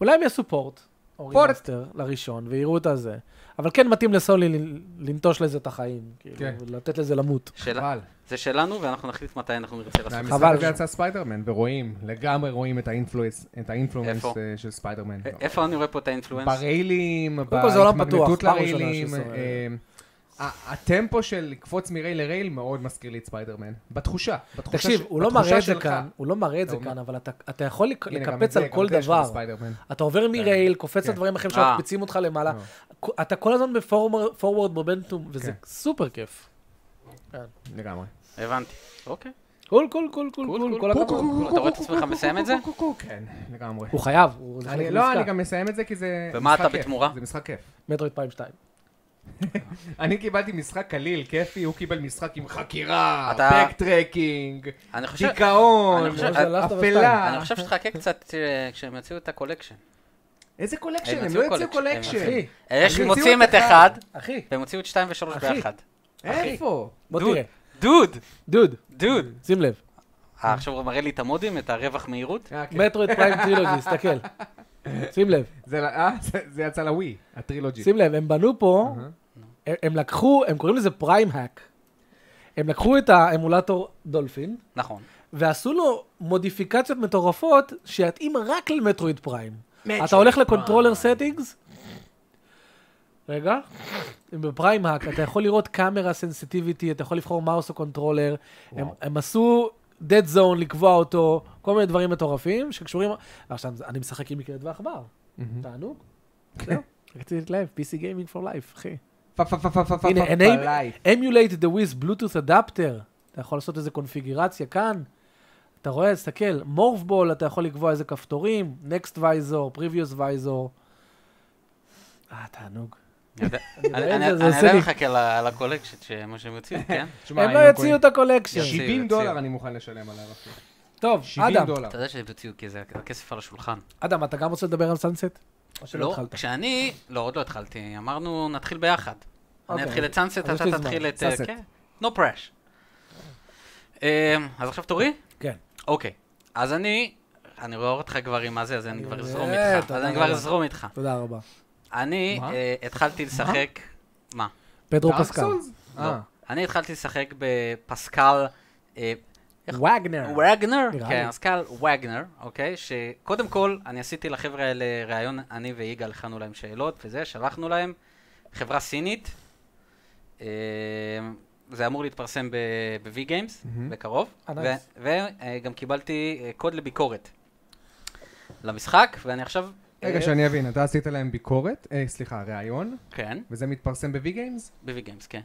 Speaker 3: אולי הם יעשו פורט, או
Speaker 2: פורט.
Speaker 3: רימאסטר לראשון, ויראו את הזה. אבל כן מתאים לסולי ל- לנטוש לזה את החיים,
Speaker 2: כן.
Speaker 3: כאילו, לתת לזה למות.
Speaker 1: של-
Speaker 2: אבל.
Speaker 1: זה שלנו, ואנחנו נחליט מתי אנחנו נרצה לעשות.
Speaker 2: מהמשחק
Speaker 3: חבל.
Speaker 2: הזה יצא ספיידרמן, ורואים, לגמרי רואים את האינפלואנס, את האינפלואנס
Speaker 1: איפה?
Speaker 2: אה, של ספיידרמן.
Speaker 1: א- איפה אני רואה פה את האינפלואנס?
Speaker 2: בריילים,
Speaker 3: קודם כל זה עולם
Speaker 2: בהתמגנתות
Speaker 3: פתוח, פעם ראשונה
Speaker 2: לריילים,
Speaker 3: שהוא סובל.
Speaker 2: אה, ה- הטמפו של לקפוץ מרייל לרייל מאוד מזכיר לי את ספיידרמן. בתחושה, בתחושה
Speaker 3: תקשיב,
Speaker 2: של-
Speaker 3: הוא לא
Speaker 2: בתחושה
Speaker 3: מראה את זה
Speaker 2: שלך.
Speaker 3: כאן, הוא לא מראה את
Speaker 2: אתה
Speaker 3: זה
Speaker 2: אומר-
Speaker 3: כאן, אבל אתה- אתה יכול לק-
Speaker 2: הנה, גם
Speaker 3: לקפץ
Speaker 2: את זה-
Speaker 3: על
Speaker 2: גם
Speaker 3: כל
Speaker 2: את זה יש לך
Speaker 3: דבר.
Speaker 2: בספיידרמן.
Speaker 3: אתה עובר מרייל, קופץ
Speaker 2: כן.
Speaker 3: לדברים אחרים
Speaker 1: אה.
Speaker 3: שמקפיצים אותך למעלה. כ- אתה כל הזמן בפורוורד מומנטום, וזה
Speaker 2: כן.
Speaker 3: סופר כיף.
Speaker 2: לגמרי.
Speaker 1: הבנתי. אוקיי.
Speaker 3: קול, קול, קול, קול,
Speaker 1: קול,
Speaker 3: קול,
Speaker 1: קול,
Speaker 3: כל
Speaker 1: קול,
Speaker 3: הכבוד.
Speaker 1: קול. אתה רואה את עצמך מסיים את זה?
Speaker 2: כן, לגמרי.
Speaker 3: הוא חייב, הוא
Speaker 2: אני-
Speaker 3: חלק
Speaker 2: לא, אני
Speaker 3: מעסקה.
Speaker 2: גם מסיים את זה כי זה
Speaker 1: ומה
Speaker 2: משחק
Speaker 1: אתה
Speaker 2: כיף.
Speaker 1: בתמורה?
Speaker 2: זה משחק כיף.
Speaker 3: מטרויד פריים 2.
Speaker 2: אני קיבלתי משחק קליל, כיפי, הוא קיבל משחק עם חקירה,
Speaker 1: אתה-
Speaker 2: בקטרקינג,
Speaker 1: אני חושב...
Speaker 2: דיכאון,
Speaker 1: אני חושב-
Speaker 2: אפלה.
Speaker 1: אני חושב שתחכה קצת אה, כשהם יוציאו את הקולקשן.
Speaker 2: איזה קולקשן?
Speaker 1: הם
Speaker 2: הם
Speaker 1: יצאו
Speaker 2: לא יצאו
Speaker 1: קולקשן,
Speaker 2: קולקשן.
Speaker 1: הם
Speaker 3: אחי,
Speaker 1: איך
Speaker 2: יוציאו
Speaker 1: מוציאים
Speaker 2: את
Speaker 1: את אחד,
Speaker 3: אחי,
Speaker 1: והם יוציאו את שתיים ושלוש
Speaker 3: אחי.
Speaker 1: ביחד.
Speaker 2: איפה?
Speaker 3: בוא
Speaker 1: דוד.
Speaker 3: תראה.
Speaker 1: דוד!
Speaker 3: דוד,
Speaker 1: דוד!
Speaker 3: שים לב.
Speaker 1: אה, עכשיו הוא מראה לי את המודים, את הרווח מהירות?
Speaker 2: אה, כן.
Speaker 3: מטרויד פריים טרילוגי, הסתכל. שים לב,
Speaker 2: זה ל- אה, זה- זה יצא לווי, הטרילוגי.
Speaker 3: שים לב, הם בנו פה,
Speaker 2: אהה.
Speaker 3: הם- הם לקחו, הם קוראים לזה פריים האק. הם לקחו את האמולטור דולפין,
Speaker 1: נכון.
Speaker 3: ועשו לו מודיפיקציות מטורפות שיתאים רק למטרויד פריים.
Speaker 2: מטרויד
Speaker 3: אתה הולך לקונטרולר סטינגס, רגע, בפריים האק אתה יכול לראות קאמרה סנסיטיביטי, אתה יכול לבחור מאוס או קונטרולר, הם, הם עשו dead zone לקבוע אותו, כל מיני דברים מטורפים שקשורים, עכשיו אני משחק עם מקלט ועכבר, תענוג, זהו, רציתי להתלהב, PC Gaming for Life, אחי.
Speaker 2: פה פה פה פה פה פה
Speaker 3: הנה,
Speaker 2: פה
Speaker 3: enable- emulate the with Bluetooth adapter, אתה יכול לעשות איזה קונפיגרציה כאן, אתה רואה, תסתכל, מורפבול, אתה יכול לקבוע איזה כפתורים, Next Visor, Previous Visor. אה, תענוג.
Speaker 1: אני יודע-
Speaker 3: אני רואה
Speaker 1: אני אני-
Speaker 3: את זה, זה
Speaker 1: אני
Speaker 3: עושה לי-
Speaker 1: עדיין מחכה ל- לקולקשן, שמה שהם יוציאו, כן?
Speaker 2: תשמע,
Speaker 3: הם
Speaker 2: היינו
Speaker 3: לא
Speaker 2: קונים-
Speaker 3: יוציאו את הקולקשן.
Speaker 1: יש-
Speaker 2: 70
Speaker 1: יוציאו,
Speaker 2: דולר
Speaker 1: יוציאו.
Speaker 2: אני מוכן לשלם עליו. אחי.
Speaker 3: טוב,
Speaker 2: 70
Speaker 3: אדם,
Speaker 2: דולר.
Speaker 1: אתה יודע שהם יוציאו, כי זה הכסף על השולחן.
Speaker 3: אדם, אתה גם רוצה לדבר על סאנסט? או שלא
Speaker 1: לא,
Speaker 3: התחלת?
Speaker 1: כשאני... לא, עוד לא התחלתי. אמרנו, נתחיל ביחד. אני
Speaker 3: אוקיי.
Speaker 1: אתחיל את סאנסט,
Speaker 3: אז יש
Speaker 1: אתה
Speaker 3: לי זמן.
Speaker 1: תתחיל את... אה,
Speaker 2: Sunset.
Speaker 1: כן, no pressure. אה, אז עכשיו תורי?
Speaker 3: כן.
Speaker 1: אוקיי. אז אני... אני רואה אותך כבר עם הזה, אז אני
Speaker 3: אני
Speaker 1: כבר
Speaker 3: רואה,
Speaker 1: אזרום איתך.
Speaker 3: תודה
Speaker 1: אז אני
Speaker 3: רבה.
Speaker 1: כבר אזרום איתך.
Speaker 3: תודה רבה.
Speaker 1: אני
Speaker 2: מה?
Speaker 1: אה, התחלתי לשחק... מה?
Speaker 3: פדרו
Speaker 2: Dark
Speaker 3: פסקל.
Speaker 2: Souls?
Speaker 1: לא.
Speaker 2: אה.
Speaker 1: אני התחלתי לשחק בפסקל אה, איך-
Speaker 3: וגנר.
Speaker 1: וגנר,
Speaker 3: נראה
Speaker 1: כן,
Speaker 3: לי.
Speaker 1: פסקל וגנר, אוקיי? שקודם כל, אני עשיתי לחבר'ה האלה ראיון, אני ויגאל הכנו להם שאלות וזה, שלחנו להם, חברה סינית, אה, זה אמור להתפרסם ב-V Games,
Speaker 2: מהמם.
Speaker 1: בקרוב,
Speaker 3: אה, nice.
Speaker 1: וגם קיבלתי אה, קוד לביקורת למשחק, ואני עכשיו...
Speaker 2: רגע,
Speaker 1: אה,
Speaker 2: שאני אבין, אתה עשית להם ביקורת, אה, סליחה, ראיון,
Speaker 1: כן,
Speaker 2: וזה מתפרסם בווי גיימס?
Speaker 1: ב-V Games, כן.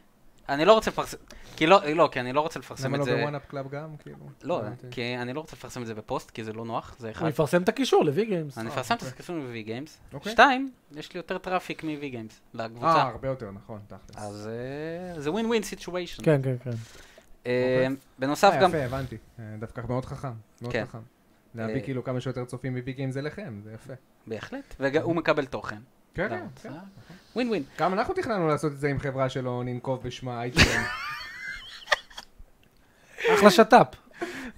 Speaker 1: אני לא רוצה לפרסם, כי לא, לא, כי אני לא רוצה לפרסם
Speaker 2: למה
Speaker 1: את
Speaker 2: לא
Speaker 1: זה...
Speaker 2: בוואנאפ קלאב גם, כאילו?
Speaker 1: לא,
Speaker 2: הבנתי.
Speaker 1: כי אני לא רוצה לפרסם את זה בפוסט, כי זה לא נוח, זה אחד.
Speaker 3: אני אפרסם את הקישור לוי גיימס.
Speaker 1: אני אפרסם את הסקסים ב-V Games.
Speaker 2: אוקיי.
Speaker 1: שתיים, יש לי יותר טראפיק מ-V Games
Speaker 2: אה,
Speaker 1: לקבוצה.
Speaker 2: הרבה יותר, נכון, תכלס.
Speaker 1: אז אה, זה ווין ווין סיטואשן.
Speaker 3: כן, כן, כן.
Speaker 1: בנוסף
Speaker 2: אה,
Speaker 1: גם...
Speaker 2: יפה, הבנתי. אה, דווקא מאוד חכם, מאוד
Speaker 1: כן.
Speaker 2: חכם. להביא
Speaker 1: אה,
Speaker 2: כאילו כמה שיותר צופים מווי גיימס אליכם, זה יפה.
Speaker 1: בהחלט. והוא מקבל תוכן.
Speaker 2: כן,
Speaker 1: גם,
Speaker 2: כן, כן.
Speaker 1: אה, ווין ווין.
Speaker 2: גם אנחנו תכננו לעשות את זה עם חברה שלא ננקוב בשמה, IGN.
Speaker 3: אחלה שת"פ.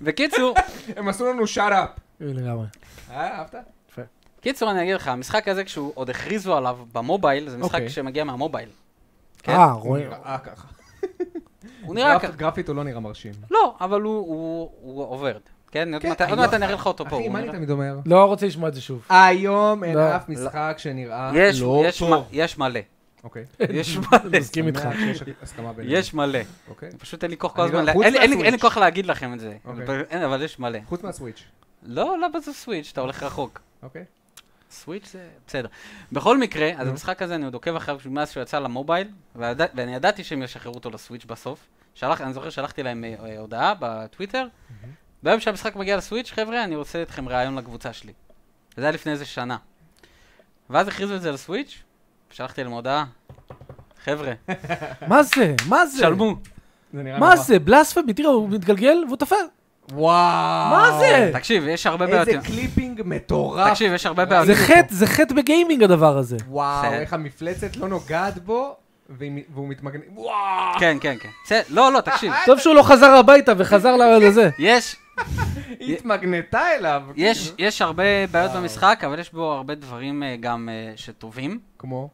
Speaker 1: בקיצור,
Speaker 2: הם עשו לנו שאט אפ.
Speaker 3: לגמרי.
Speaker 2: אה, אהבת?
Speaker 1: קיצור אני אגיד לך, המשחק הזה כשהוא עוד הכריזו עליו במובייל, זה משחק
Speaker 2: אוקיי.
Speaker 1: שמגיע מהמובייל. כן.
Speaker 3: אה, רואים.
Speaker 2: אה, ככה.
Speaker 1: הוא נראה
Speaker 2: גרפ-
Speaker 1: ככה.
Speaker 2: גרפית הוא לא נראה מרשים.
Speaker 1: לא, אבל הוא- הוא הוא עובר. כן, עוד
Speaker 2: כן,
Speaker 1: מעט- עוד
Speaker 2: היום-
Speaker 1: מעט אני אראה לך אותו פה.
Speaker 2: אחי,
Speaker 1: הוא
Speaker 2: מה אני
Speaker 1: נראה-
Speaker 2: תמיד אומר?
Speaker 3: לא רוצה לשמוע את זה שוב.
Speaker 2: היום אין
Speaker 3: לא.
Speaker 2: אף משחק שנראה
Speaker 1: יש-
Speaker 2: לא
Speaker 1: יש
Speaker 2: טוב.
Speaker 1: מ- יש מלא.
Speaker 2: אוקיי.
Speaker 1: יש מלא.
Speaker 3: מסכים איתך.
Speaker 2: שמח שיש הסכמה בינינו.
Speaker 1: יש מלא.
Speaker 2: אוקיי.
Speaker 1: פשוט אין לי כוח כל
Speaker 2: אני
Speaker 1: הזמן,
Speaker 2: לא-
Speaker 1: לה-
Speaker 2: חוץ
Speaker 1: אין לי- אין לי-
Speaker 2: מהסוויץ'.
Speaker 1: אין לי כוח להגיד לכם את זה.
Speaker 2: אוקיי.
Speaker 1: אבל- אין, אבל יש מלא.
Speaker 2: חוץ מהסוויץ',
Speaker 1: לא, לא בסוף סוויץ', אתה הולך רחוק.
Speaker 2: אוקיי?
Speaker 1: סוויץ' זה בסדר. בכל מקרה, אז
Speaker 2: נו.
Speaker 1: המשחק הזה אני עוד עוקב אחריו מאז שהוא יצא למובייל, וידע- ואני ידעתי שהם ישחררו אותו לסוויץ' בסוף. שלח, אני זוכר שלחתי להם אה, אה, הודעה בטוויטר.
Speaker 2: Mm-hmm.
Speaker 1: ביום שהמשחק מגיע לסוויץ', חבר'ה, אני רוצה אתכם רעיון לקבוצה שלי. זה היה לפני איזה שנה. ואז הכריזו את זה לסוויץ', שלחתי להם הודעה. חבר'ה,
Speaker 3: מה זה? מה זה?
Speaker 1: שלמו.
Speaker 2: זה נראה נורא.
Speaker 3: מה זה? בלספמי, תראה, הוא מתגלגל והוא תופס.
Speaker 2: וואו.
Speaker 3: מה זה?
Speaker 1: תקשיב, יש הרבה בעיות.
Speaker 2: איזה אה,
Speaker 1: עם-
Speaker 2: קליפינג מטורף.
Speaker 1: תקשיב, יש הרבה
Speaker 2: ראיתי
Speaker 1: בעיות.
Speaker 3: זה
Speaker 2: אותו.
Speaker 3: חטא, זה חטא בגיימינג הדבר הזה.
Speaker 2: וואו,
Speaker 1: בסדר.
Speaker 2: איך המפלצת לא נוגעת בו, והיא- והוא מתמגנן. וואו.
Speaker 1: כן, כן, כן. בסדר, לא, לא, תקשיב.
Speaker 3: טוב שהוא לא חזר הביתה וחזר ל- לזה.
Speaker 1: יש,
Speaker 2: היא התמגנתה אליו.
Speaker 1: יש,
Speaker 2: כאילו.
Speaker 1: יש הרבה בעיות במשחק, אבל יש בו הרבה דברים אה, גם אה, שטובים.
Speaker 2: כמו?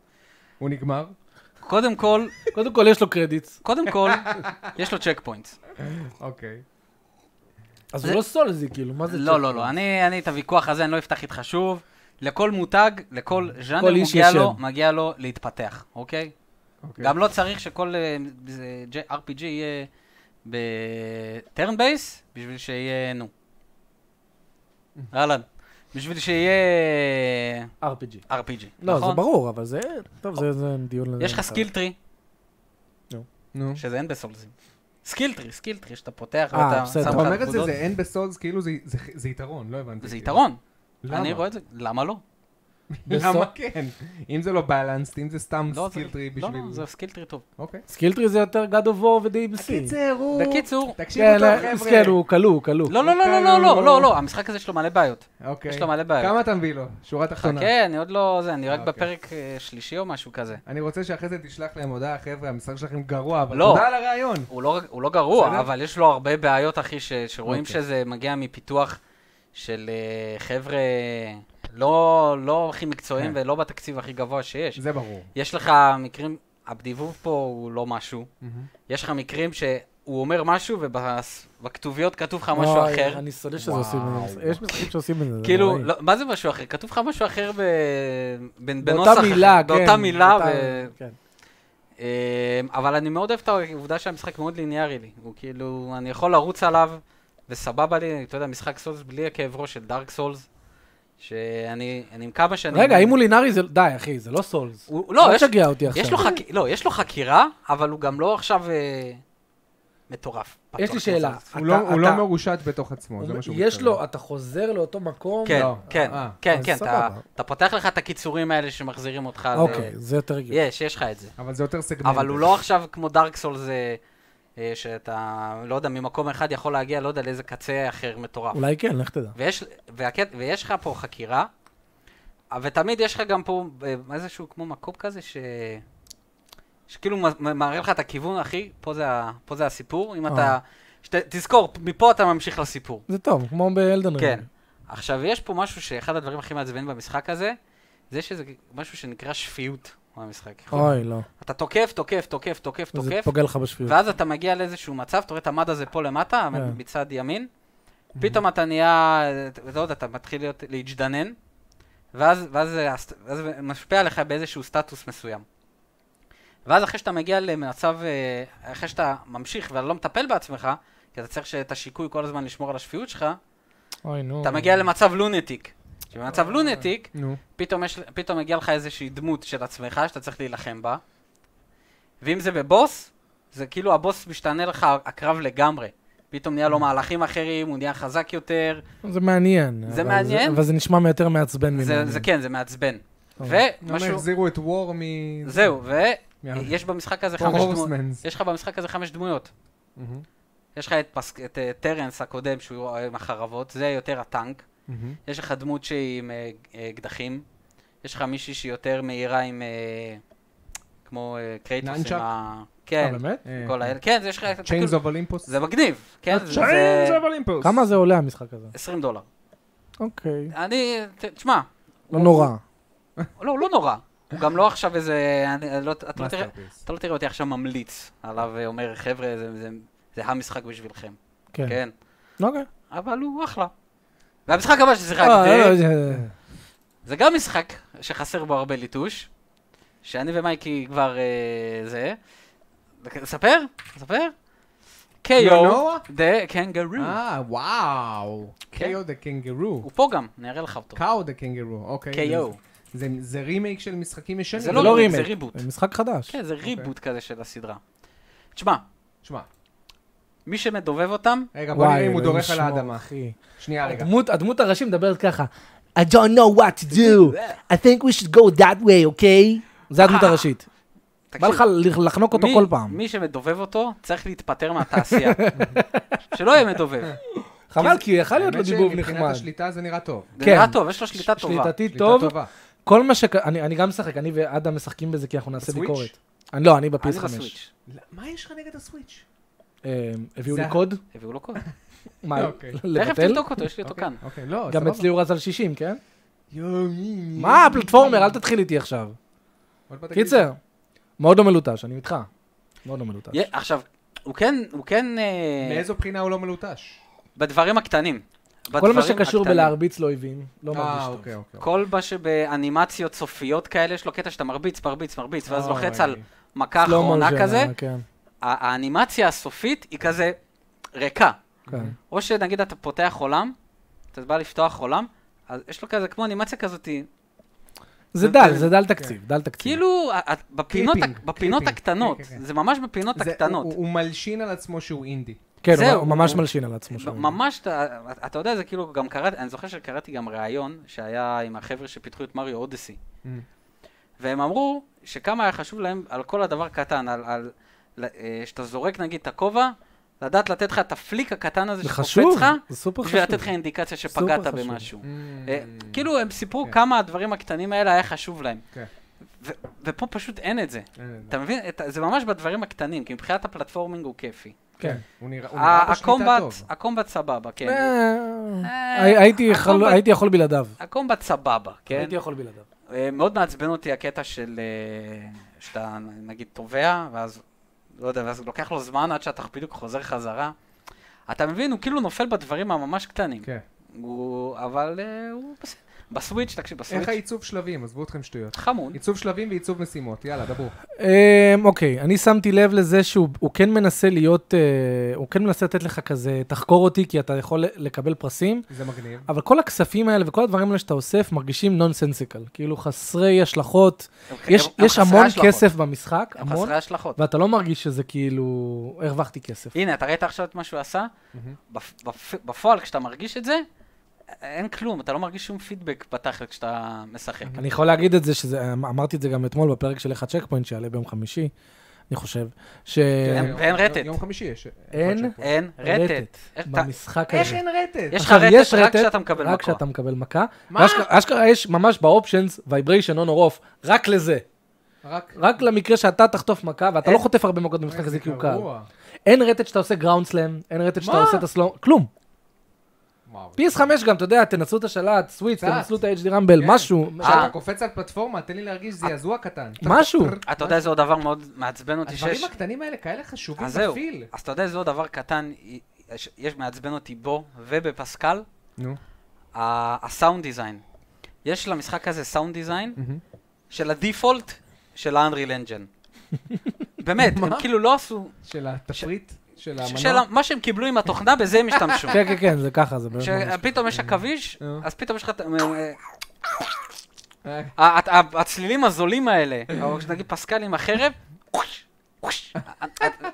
Speaker 2: הוא נגמר?
Speaker 1: קודם כל,
Speaker 3: קודם כל, יש לו קרדיטס.
Speaker 1: קודם כל, יש לו צ'ק פוינט.
Speaker 2: אוקיי.
Speaker 3: אז
Speaker 1: זה-
Speaker 3: הוא לא סולזי, כאילו, מה זה?
Speaker 1: לא,
Speaker 3: צ'ק?
Speaker 1: לא, לא, אני, אני את הוויכוח הזה, אני לא אפתח איתך שוב. לכל מותג, לכל ז'אנר
Speaker 3: כל איש
Speaker 1: מגיע
Speaker 3: יש
Speaker 1: לו,
Speaker 3: שם. כן.
Speaker 1: מגיע לו להתפתח, אוקיי?
Speaker 2: אוקיי.
Speaker 1: גם לא צריך שכל אה, זה- J- RPG יהיה בטרן בייס, בשביל שיהיה, נו. אהלן. בשביל שיהיה
Speaker 3: RPG.
Speaker 1: RPG,
Speaker 3: לא, זה
Speaker 1: נכון?
Speaker 3: ברור, אבל זה... טוב, זה זה דיון... לזה.
Speaker 1: יש
Speaker 2: אה,
Speaker 1: לך סקיל טרי,
Speaker 2: נו.
Speaker 1: שזה אין בסולזים. סקיל טרי, סקיל טרי, שאתה פותח
Speaker 3: אה,
Speaker 1: ואתה שם
Speaker 3: בסדר.
Speaker 1: לך
Speaker 2: אתה אומר את זה,
Speaker 1: נקודות.
Speaker 2: זה אין בסולס, כאילו זה- זה- זה יתרון, לא הבנתי.
Speaker 1: זה
Speaker 2: כאילו.
Speaker 1: יתרון.
Speaker 2: למה?
Speaker 1: אני רואה את זה, למה לא?
Speaker 2: למה
Speaker 3: בסוף-
Speaker 2: כן? אם זה לא בלנסט, אם זה סתם
Speaker 1: לא, זה-
Speaker 2: סקיל טרי
Speaker 1: לא,
Speaker 2: בשביל...
Speaker 1: לא, זה סקיל טרי טוב.
Speaker 2: אוקיי.
Speaker 3: סקיל טרי זה יותר God of War ו-DMC.
Speaker 2: קיצר, הוא...
Speaker 1: בקיצור,
Speaker 2: תקשיבו
Speaker 3: כן,
Speaker 2: טוב,
Speaker 3: לא,
Speaker 2: חבר'ה.
Speaker 3: כן, הוא כלוא, הוא כלוא.
Speaker 1: לא, לא, לא, לא, לא, לא, לא, לא, המשחק הזה יש לו מלא בעיות.
Speaker 2: אוקיי.
Speaker 1: יש לו מלא בעיות.
Speaker 2: כמה אתה מביא לו? שורה תחתונה.
Speaker 1: חכה, אני עוד לא, זה, אני רק
Speaker 2: אוקיי.
Speaker 1: בפרק אה, שלישי או משהו כזה.
Speaker 2: אני רוצה שאחרי זה תשלח להם הודעה, חבר'ה, המשחק שלכם גרוע, אבל
Speaker 1: לא.
Speaker 2: תודה על הרעיון.
Speaker 1: הוא לא, הוא לא גרוע,
Speaker 2: בסדר.
Speaker 1: אבל יש לו הרבה בעיות, אחי, ש, שרואים
Speaker 2: אוקיי.
Speaker 1: שזה מגיע מפיתוח של אה, חבר'ה לא, לא הכי מקצועיים
Speaker 2: כן.
Speaker 1: ולא בתקציב הכי גבוה שיש.
Speaker 2: זה ברור.
Speaker 1: יש לך מקרים, הבדיבוב פה הוא לא משהו. יש לך מקרים שהוא אומר משהו ובכתוביות כתוב לך משהו
Speaker 3: אוי,
Speaker 1: אחר.
Speaker 3: אני שונא שזה
Speaker 2: וואו.
Speaker 3: עושים את זה. יש משחקים שעושים את זה. זה
Speaker 1: כאילו,
Speaker 3: נוראי.
Speaker 1: לא, מה זה משהו אחר? כתוב לך משהו אחר ב... בנ-
Speaker 3: באותה
Speaker 1: בנוסח אחר.
Speaker 3: מילה, כן.
Speaker 1: באותה מילה,
Speaker 3: באותה-
Speaker 1: ו...
Speaker 3: כן.
Speaker 1: אמ, אבל אני מאוד אוהב את העובדה שהמשחק מאוד ליניארי לי. הוא כאילו, אני יכול לרוץ עליו, וסבבה לי, אתה יודע, משחק סולס בלי הכאב ראש של דארק סולס, שאני, אני עם כמה שאני...
Speaker 3: רגע, אם הוא לינארי זה... די, אחי, זה לא סולס.
Speaker 1: הוא- לא,
Speaker 3: אל
Speaker 1: יש-
Speaker 3: תשגע אותי עכשיו.
Speaker 1: יש לו, חק... לא, יש לו חקירה, אבל הוא גם לא עכשיו אה, מטורף.
Speaker 3: יש לי
Speaker 1: פתוח
Speaker 3: שאלה.
Speaker 1: כמו
Speaker 2: הוא לא-
Speaker 3: אתה-
Speaker 2: הוא לא
Speaker 3: אתה-
Speaker 2: מרושת בתוך עצמו,
Speaker 3: הוא-
Speaker 2: זה מה שהוא
Speaker 3: יש לו, אתה חוזר לאותו מקום?
Speaker 1: כן,
Speaker 2: לא.
Speaker 1: כן,
Speaker 2: אה,
Speaker 1: כן,
Speaker 3: אז
Speaker 1: כן, אתה-
Speaker 3: סבבה.
Speaker 1: אתה פותח לך את הקיצורים האלה שמחזירים אותך. ל-
Speaker 3: אוקיי, זה יותר הגיוני.
Speaker 1: יש, יש לך את זה.
Speaker 2: אבל זה יותר סגמנט.
Speaker 1: אבל הוא לא עכשיו כמו דארק סול זה, אה, שאתה, לא יודע, ממקום אחד יכול להגיע, לא יודע, לאיזה קצה אחר מטורף.
Speaker 3: אולי כן, לך תדע.
Speaker 1: ויש, והקט, ויש לך פה חקירה, אה, ותמיד יש לך גם פה אה, איזשהו כמו מקום כזה ש... שכאילו מ- מ- מראה לך את הכיוון, אחי, פה זה, ה- פה זה הסיפור, אם
Speaker 3: אה.
Speaker 1: אתה... שת, תזכור, מפה אתה ממשיך לסיפור.
Speaker 3: זה טוב, כמו באלדן
Speaker 1: כן.
Speaker 3: רינג.
Speaker 1: עכשיו, יש פה משהו שאחד הדברים הכי מעצבנים במשחק הזה, זה שזה משהו שנקרא שפיות במשחק.
Speaker 3: אוי, לא.
Speaker 1: אתה תוקף, תוקף, תוקף, תוקף,
Speaker 3: זה
Speaker 1: תוקף,
Speaker 3: פוגע לך בשפיות.
Speaker 1: ואז אתה מגיע לאיזשהו מצב, אתה רואה את המד הזה פה למטה,
Speaker 3: כן. Mhm.
Speaker 1: מצד ימין, פתאום אתה נהיה, אתה לא יודע, אתה מתחיל להיות, להג'דנן, ואז, ואז, זה הסט- ואז זה משפיע עליך באיזשהו סטטוס מסוים. ואז אחרי שאתה מגיע למצב, אה, אחרי שאתה ממשיך ואתה לא מטפל בעצמך, כי אתה צריך את השיקוי כל הזמן לשמור על השפיות שלך,
Speaker 3: אוי, נו.
Speaker 1: אתה מגיע למצב לונטיק. שבמצב לונטיק,
Speaker 2: נו,
Speaker 1: פתאום, יש, פתאום מגיע לך איזושהי דמות של עצמך שאתה צריך להילחם בה. ואם זה בבוס, זה כאילו הבוס משתנה לך הקרב לגמרי. פתאום נהיה לו מהלכים אחרים, הוא נהיה חזק יותר.
Speaker 3: זה מעניין.
Speaker 1: זה
Speaker 3: אבל
Speaker 1: מעניין?
Speaker 3: אבל זה נשמע יותר מעצבן
Speaker 1: זה,
Speaker 3: ממנו.
Speaker 1: זה כן, זה מעצבן.
Speaker 3: אוקיי.
Speaker 2: למה
Speaker 1: ומשהו...
Speaker 2: החזירו את וור מ...
Speaker 1: זהו,
Speaker 2: יאללה.
Speaker 1: ויש במשחק הזה
Speaker 2: Four
Speaker 1: חמש דמויות.
Speaker 2: Horsemen.
Speaker 1: יש לך במשחק הזה חמש דמויות.
Speaker 2: מהמם,
Speaker 1: יש לך את, פס... את אה, טרנס הקודם שהוא אה, עם החרבות, זה יותר הטנק.
Speaker 2: מהמם.
Speaker 1: יש לך דמות שהיא עם אה, אה, אקדחים. יש לך מישהי שהיא יותר מהירה עם... אה, כמו אה, קרייטוס עם
Speaker 2: ננצ'אק?
Speaker 1: ה...
Speaker 3: אה,
Speaker 1: כן,
Speaker 3: באמת?
Speaker 2: אה,
Speaker 1: כל האלה. כן, זה יש לך... אתה
Speaker 2: Chains
Speaker 1: כאילו-
Speaker 2: of Olympus.
Speaker 1: זה מגניב. כן, זה- זה...
Speaker 2: Chains of Olympus.
Speaker 3: כמה זה עולה המשחק הזה?
Speaker 1: 20 דולר.
Speaker 3: אוקיי.
Speaker 1: אני... ת- תשמע,
Speaker 3: לא נורא.
Speaker 1: לא, הוא לא נורא. הוא גם לא עכשיו איזה... אני- אני לא- אתה לא תראה-
Speaker 2: Masterpiece.
Speaker 1: אתה לא תראה אותי עכשיו ממליץ עליו ואומר, חבר'ה, זה- זה- זה המשחק בשבילכם.
Speaker 3: כן.
Speaker 1: כן.
Speaker 3: אוקיי.
Speaker 1: אבל הוא אחלה. והמשחק הבא
Speaker 3: אה, לא,
Speaker 1: ששיחקתי,
Speaker 3: זה-
Speaker 1: זה גם משחק שחסר בו הרבה ליטוש, שאני ומייקי כבר אה, זה. ספר? ספר? KO,
Speaker 2: Noah?
Speaker 1: the kangaroo.
Speaker 2: אה, וואו.
Speaker 1: כן.
Speaker 2: KO the Kangaroo.
Speaker 1: הוא פה גם, אני אראה לך אותו.
Speaker 2: קאו דה קנגרו, אוקיי.
Speaker 1: KO.
Speaker 2: זה- זה רימייק של משחקים ישנים.
Speaker 1: זה
Speaker 3: כן, זה
Speaker 1: לא
Speaker 3: לא
Speaker 1: רימייק, זה
Speaker 3: רימייק. אוקיי.
Speaker 1: ריבוט.
Speaker 3: זה משחק חדש.
Speaker 1: כן, זה ריבוט כזה של הסדרה. תשמע,
Speaker 2: שמע,
Speaker 1: מי שמדובב אותם,
Speaker 2: רגע, בוא נראה אם הוא
Speaker 3: אלוהים
Speaker 2: דורך על
Speaker 3: ישמור,
Speaker 2: האדמה.
Speaker 3: אחי.
Speaker 2: שנייה, רגע.
Speaker 3: הדמות- הדמות הראשית מדברת ככה.
Speaker 4: I don't know what to do. I think we should go that way, okay?
Speaker 3: זה הדמות הראשית.
Speaker 1: תקשיב,
Speaker 3: בא לך ל- לחנוק אותו
Speaker 1: מי-
Speaker 3: כל פעם.
Speaker 1: מי שמדובב אותו, צריך להתפטר מהתעשייה. שלא יהיה מדובב.
Speaker 3: חבל, כי יכל להיות לו
Speaker 2: האמת
Speaker 3: דיבוב
Speaker 2: שמבחינת
Speaker 3: נחמד.
Speaker 2: השליטה זה נראה טוב.
Speaker 1: זה
Speaker 3: כן.
Speaker 1: נראה טוב, יש לו שליטה טובה.
Speaker 3: שליטתי
Speaker 2: שליטה
Speaker 3: טוב.
Speaker 2: טובה.
Speaker 3: כל מה ש... אני אני גם משחק, אני ואדם משחקים בזה כי אנחנו נעשה
Speaker 2: בסוויץ'?
Speaker 3: ביקורת. אני- לא, אני
Speaker 1: אני
Speaker 3: בפיס 5.
Speaker 1: בסוויץ'.
Speaker 2: לא, מה יש לך נגד הסוויץ'?
Speaker 3: אה, הביאו
Speaker 2: זה
Speaker 3: לי
Speaker 2: ה-
Speaker 3: קוד?
Speaker 1: הביאו לו קוד.
Speaker 3: מה,
Speaker 2: אוקיי.
Speaker 1: תכף
Speaker 3: לבטל?
Speaker 1: תבדוק אותו, יש לי אותו
Speaker 2: אוקיי,
Speaker 1: כאן.
Speaker 2: אוקיי, לא,
Speaker 3: גם
Speaker 2: סבבה.
Speaker 3: אצלי הוא רץ על 60, כן?
Speaker 2: יואו, מי, מי,
Speaker 3: מה,
Speaker 2: מי,
Speaker 3: פלטפורמר,
Speaker 2: מי.
Speaker 3: אל תתחיל איתי עכשיו.
Speaker 2: עוד מעט תגיד.
Speaker 3: קיצר, מאוד לא מלוטש, אני איתך. מאוד לא מלוטש.
Speaker 1: יה- עכשיו, הוא כן, הוא כן, אה,
Speaker 2: מאיזו בחינה הוא לא מלוטש?
Speaker 1: בדברים הקטנים.
Speaker 3: כל
Speaker 1: בדברים
Speaker 3: מה שקשור
Speaker 1: הקטנים.
Speaker 3: בלהרביץ לאויבים, לא
Speaker 2: אה,
Speaker 3: מרגיש
Speaker 2: אוקיי,
Speaker 3: טוב.
Speaker 2: אוקיי.
Speaker 1: כל מה שבאנימציות סופיות כאלה, יש לו קטע שאתה מרביץ, מרביץ, מרביץ, ואז
Speaker 2: אוי.
Speaker 1: לוחץ על מכה
Speaker 3: לא
Speaker 1: אחרונה
Speaker 3: מרגיש,
Speaker 1: כזה,
Speaker 3: אה, כן,
Speaker 1: ה- האנימציה הסופית היא כזה ריקה.
Speaker 3: כן.
Speaker 1: או שנגיד אתה פותח עולם, אתה בא לפתוח עולם, אז יש לו כזה כמו אנימציה כזאת,
Speaker 2: כן.
Speaker 3: זה דל, זה דל תקציב, דל תקציב.
Speaker 1: כן. כאילו ה- ה- בפינות,
Speaker 2: קליפינג,
Speaker 1: ה- בפינות
Speaker 2: קליפינג,
Speaker 1: הקטנות,
Speaker 2: כן, כן, כן.
Speaker 1: זה ממש בפינות
Speaker 2: זה-
Speaker 1: הקטנות.
Speaker 2: הוא- הוא מלשין על עצמו שהוא אינדי.
Speaker 3: כן,
Speaker 1: זהו,
Speaker 3: הוא ממש
Speaker 1: הוא-
Speaker 3: מלשין על עצמו. שם.
Speaker 1: ממש, אתה- אתה יודע, זה כאילו גם קראתי, אני זוכר שקראתי גם ראיון שהיה עם החבר'ה שפיתחו את מריו אודסי.
Speaker 2: Mm.
Speaker 1: והם אמרו שכמה היה חשוב להם על כל הדבר קטן, על, על ל- אה, שאתה זורק נגיד את הכובע, לדעת לתת לך את הפליק הקטן הזה
Speaker 3: זה
Speaker 1: שקופץ
Speaker 3: חשוב,
Speaker 1: לך,
Speaker 3: זה סופר חשוב.
Speaker 1: בשביל לתת לך אינדיקציה שפגעת
Speaker 3: סופר חשוב.
Speaker 1: במשהו.
Speaker 2: Mm.
Speaker 1: אה, כאילו הם סיפרו
Speaker 2: כן.
Speaker 1: כמה הדברים הקטנים האלה היה חשוב להם.
Speaker 2: כן.
Speaker 1: ו- ופה פשוט אין את זה.
Speaker 2: אה,
Speaker 1: אתה מבין? את- זה ממש בדברים הקטנים, כי מבחינת הפלטפורמינג הוא כיפי.
Speaker 3: כן.
Speaker 2: הוא נראה הוא נראה
Speaker 1: ה-
Speaker 2: בשליטה
Speaker 1: הקומבט,
Speaker 2: טוב.
Speaker 1: הקומבט סבבה, כן.
Speaker 3: אה, הי- הייתי יכול-
Speaker 1: הקומבט-
Speaker 3: הייתי יכול בלעדיו.
Speaker 1: הקומבט סבבה, כן?
Speaker 3: הייתי יכול בלעדיו.
Speaker 1: אה, מאוד מעצבן אותי הקטע של אה, שאתה נגיד תובע, ואז, לא יודע, ואז לוקח לו זמן עד שאתה בדיוק חוזר חזרה. אתה מבין, הוא כאילו נופל בדברים הממש קטנים.
Speaker 2: כן.
Speaker 1: הוא, אבל אה, הוא בסדר. בסוויץ', תקשיב, בסוויץ',
Speaker 2: איך העיצוב שלבים? עזבו אתכם שטויות.
Speaker 1: חמוד.
Speaker 2: עיצוב שלבים ועיצוב משימות, יאללה, דברו.
Speaker 3: אמ, אוקיי, אני שמתי לב לזה שהוא הוא כן מנסה להיות, אה, הוא כן מנסה לתת לך כזה, תחקור אותי כי אתה יכול לקבל פרסים,
Speaker 2: זה מגניב.
Speaker 1: אה,
Speaker 3: אבל כל הכספים האלה וכל הדברים האלה שאתה אוסף מרגישים נונסנסיקל, כאילו חסרי השלכות.
Speaker 1: הם-
Speaker 3: יש,
Speaker 1: הם- הם
Speaker 3: יש
Speaker 1: אוקיי, חסרי
Speaker 3: המון
Speaker 1: השלכות.
Speaker 3: כסף במשחק,
Speaker 1: הם
Speaker 3: המון,
Speaker 1: חסרי השלכות.
Speaker 3: ואתה לא מרגיש שזה כאילו, הרווחתי כסף.
Speaker 1: הנה, אתה ראית עכשיו את מה שהוא עשה? בפ- בפ- בפועל, כשאתה מרגיש את זה, אין כלום, אתה לא מרגיש שום פידבק בתכל'ס כשאתה משחק.
Speaker 3: אני יכול להגיד את זה, שזה, אמרתי את זה גם אתמול בפרק של איך הצ'ק פוינט שיעלה ביום חמישי, אני חושב,
Speaker 1: כן,
Speaker 3: שאין
Speaker 1: ואין
Speaker 2: יום-
Speaker 1: רטט.
Speaker 2: יום חמישי יש.
Speaker 3: אין?
Speaker 2: אחד
Speaker 1: אין רטט. איך אתה-
Speaker 3: במשחק
Speaker 2: איך
Speaker 3: הזה.
Speaker 2: אין רטט?
Speaker 1: יש לך
Speaker 3: עכשיו, יש
Speaker 1: רטט רק
Speaker 3: רטט,
Speaker 1: כשאתה מקבל
Speaker 3: רק
Speaker 1: מקום.
Speaker 3: כשאתה מקבל מכה.
Speaker 2: מה?
Speaker 3: ואשכרה- אשכרה יש ממש באופשנס וייבריישן און אור אוף, רק לזה.
Speaker 2: רק...
Speaker 3: רק למקרה שאתה תחטוף מכה, ואתה לא
Speaker 1: אין-
Speaker 3: חוטף הרבה מכות במשחק
Speaker 2: איך
Speaker 3: הזה
Speaker 2: זה
Speaker 3: כי הוא קל.
Speaker 2: גרוע.
Speaker 3: אין רטט שאתה עושה גראונד סלאם, אין רטט שאתה
Speaker 2: מה?
Speaker 3: עושה את הסלום, כלום.
Speaker 2: וואו.
Speaker 3: PS5 גם, אתה יודע, תנצלו את השלט, סוויץ',
Speaker 2: קצת.
Speaker 3: תנצלו את ה-HD רמבל,
Speaker 2: כן.
Speaker 3: משהו.
Speaker 2: כשאתה
Speaker 1: אה.
Speaker 2: קופץ על פלטפורמה, תן לי להרגיש זעזוע קטן.
Speaker 3: משהו.
Speaker 1: אתה יודע, זה עוד דבר מאוד מעצבן אותי שיש...
Speaker 2: הדברים הקטנים האלה כאלה חשובים
Speaker 1: אז זהו,
Speaker 2: בפיל.
Speaker 1: אז אתה יודע, זה עוד דבר קטן, יש- יש מעצבן אותי בו ובפסקל,
Speaker 2: נו.
Speaker 1: ה- הסאונד דיזיין. יש למשחק הזה סאונד דיזיין של הדיפולט של ה-Unreal Engine. באמת, הם
Speaker 2: מה?
Speaker 1: כאילו לא עשו...
Speaker 2: של התפריט, של
Speaker 1: ש-
Speaker 2: המנוע.
Speaker 1: של ה- מה שהם קיבלו עם התוכנה, בזה הם השתמשו.
Speaker 3: כן, כן, כן, זה ככה, זה באמת ממש.
Speaker 1: שפתאום יש עכביש,
Speaker 2: אה.
Speaker 1: אז פתאום יש לך... את- אה,
Speaker 2: אה,
Speaker 1: אה, ה- ה- הצלילים הזולים האלה, או נגיד פסקל עם החרב, אה,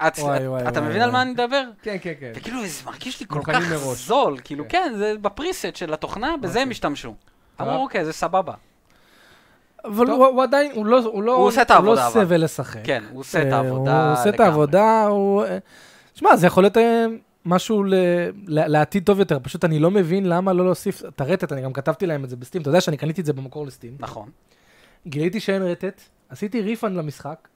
Speaker 1: הצ-
Speaker 3: וואי, וואי,
Speaker 1: אתה
Speaker 3: וואי,
Speaker 1: מבין על מה
Speaker 3: וואי.
Speaker 1: אני מדבר?
Speaker 2: כן, כן, כן.
Speaker 1: וכאילו זה מרגיש לי כל
Speaker 2: מוכנים
Speaker 1: כך
Speaker 2: מראש.
Speaker 1: זול, כאילו
Speaker 2: כן.
Speaker 1: כן, זה בפריסט של התוכנה, בזה
Speaker 3: אוקיי.
Speaker 1: הם השתמשו. אמרו אוקיי, זה סבבה.
Speaker 3: אבל הוא הוא עדיין, הוא לא, הוא לא,
Speaker 1: הוא עושה את העבודה,
Speaker 3: לא
Speaker 1: אבל.
Speaker 3: סבל לשחק.
Speaker 1: כן, הוא עושה את
Speaker 3: אה,
Speaker 1: העבודה
Speaker 3: הוא עושה את
Speaker 1: לגמרי.
Speaker 3: העבודה, הוא... אה, שמע, זה יכול להיות אה, משהו ל- ל- לעתיד טוב יותר, פשוט אני לא מבין למה לא להוסיף את הרטט, אני גם כתבתי להם את זה בסטים, אתה יודע שאני קניתי את זה במקור לסטים.
Speaker 1: נכון.
Speaker 3: גיליתי שאין רטט, עשיתי ריפאנד למשחק,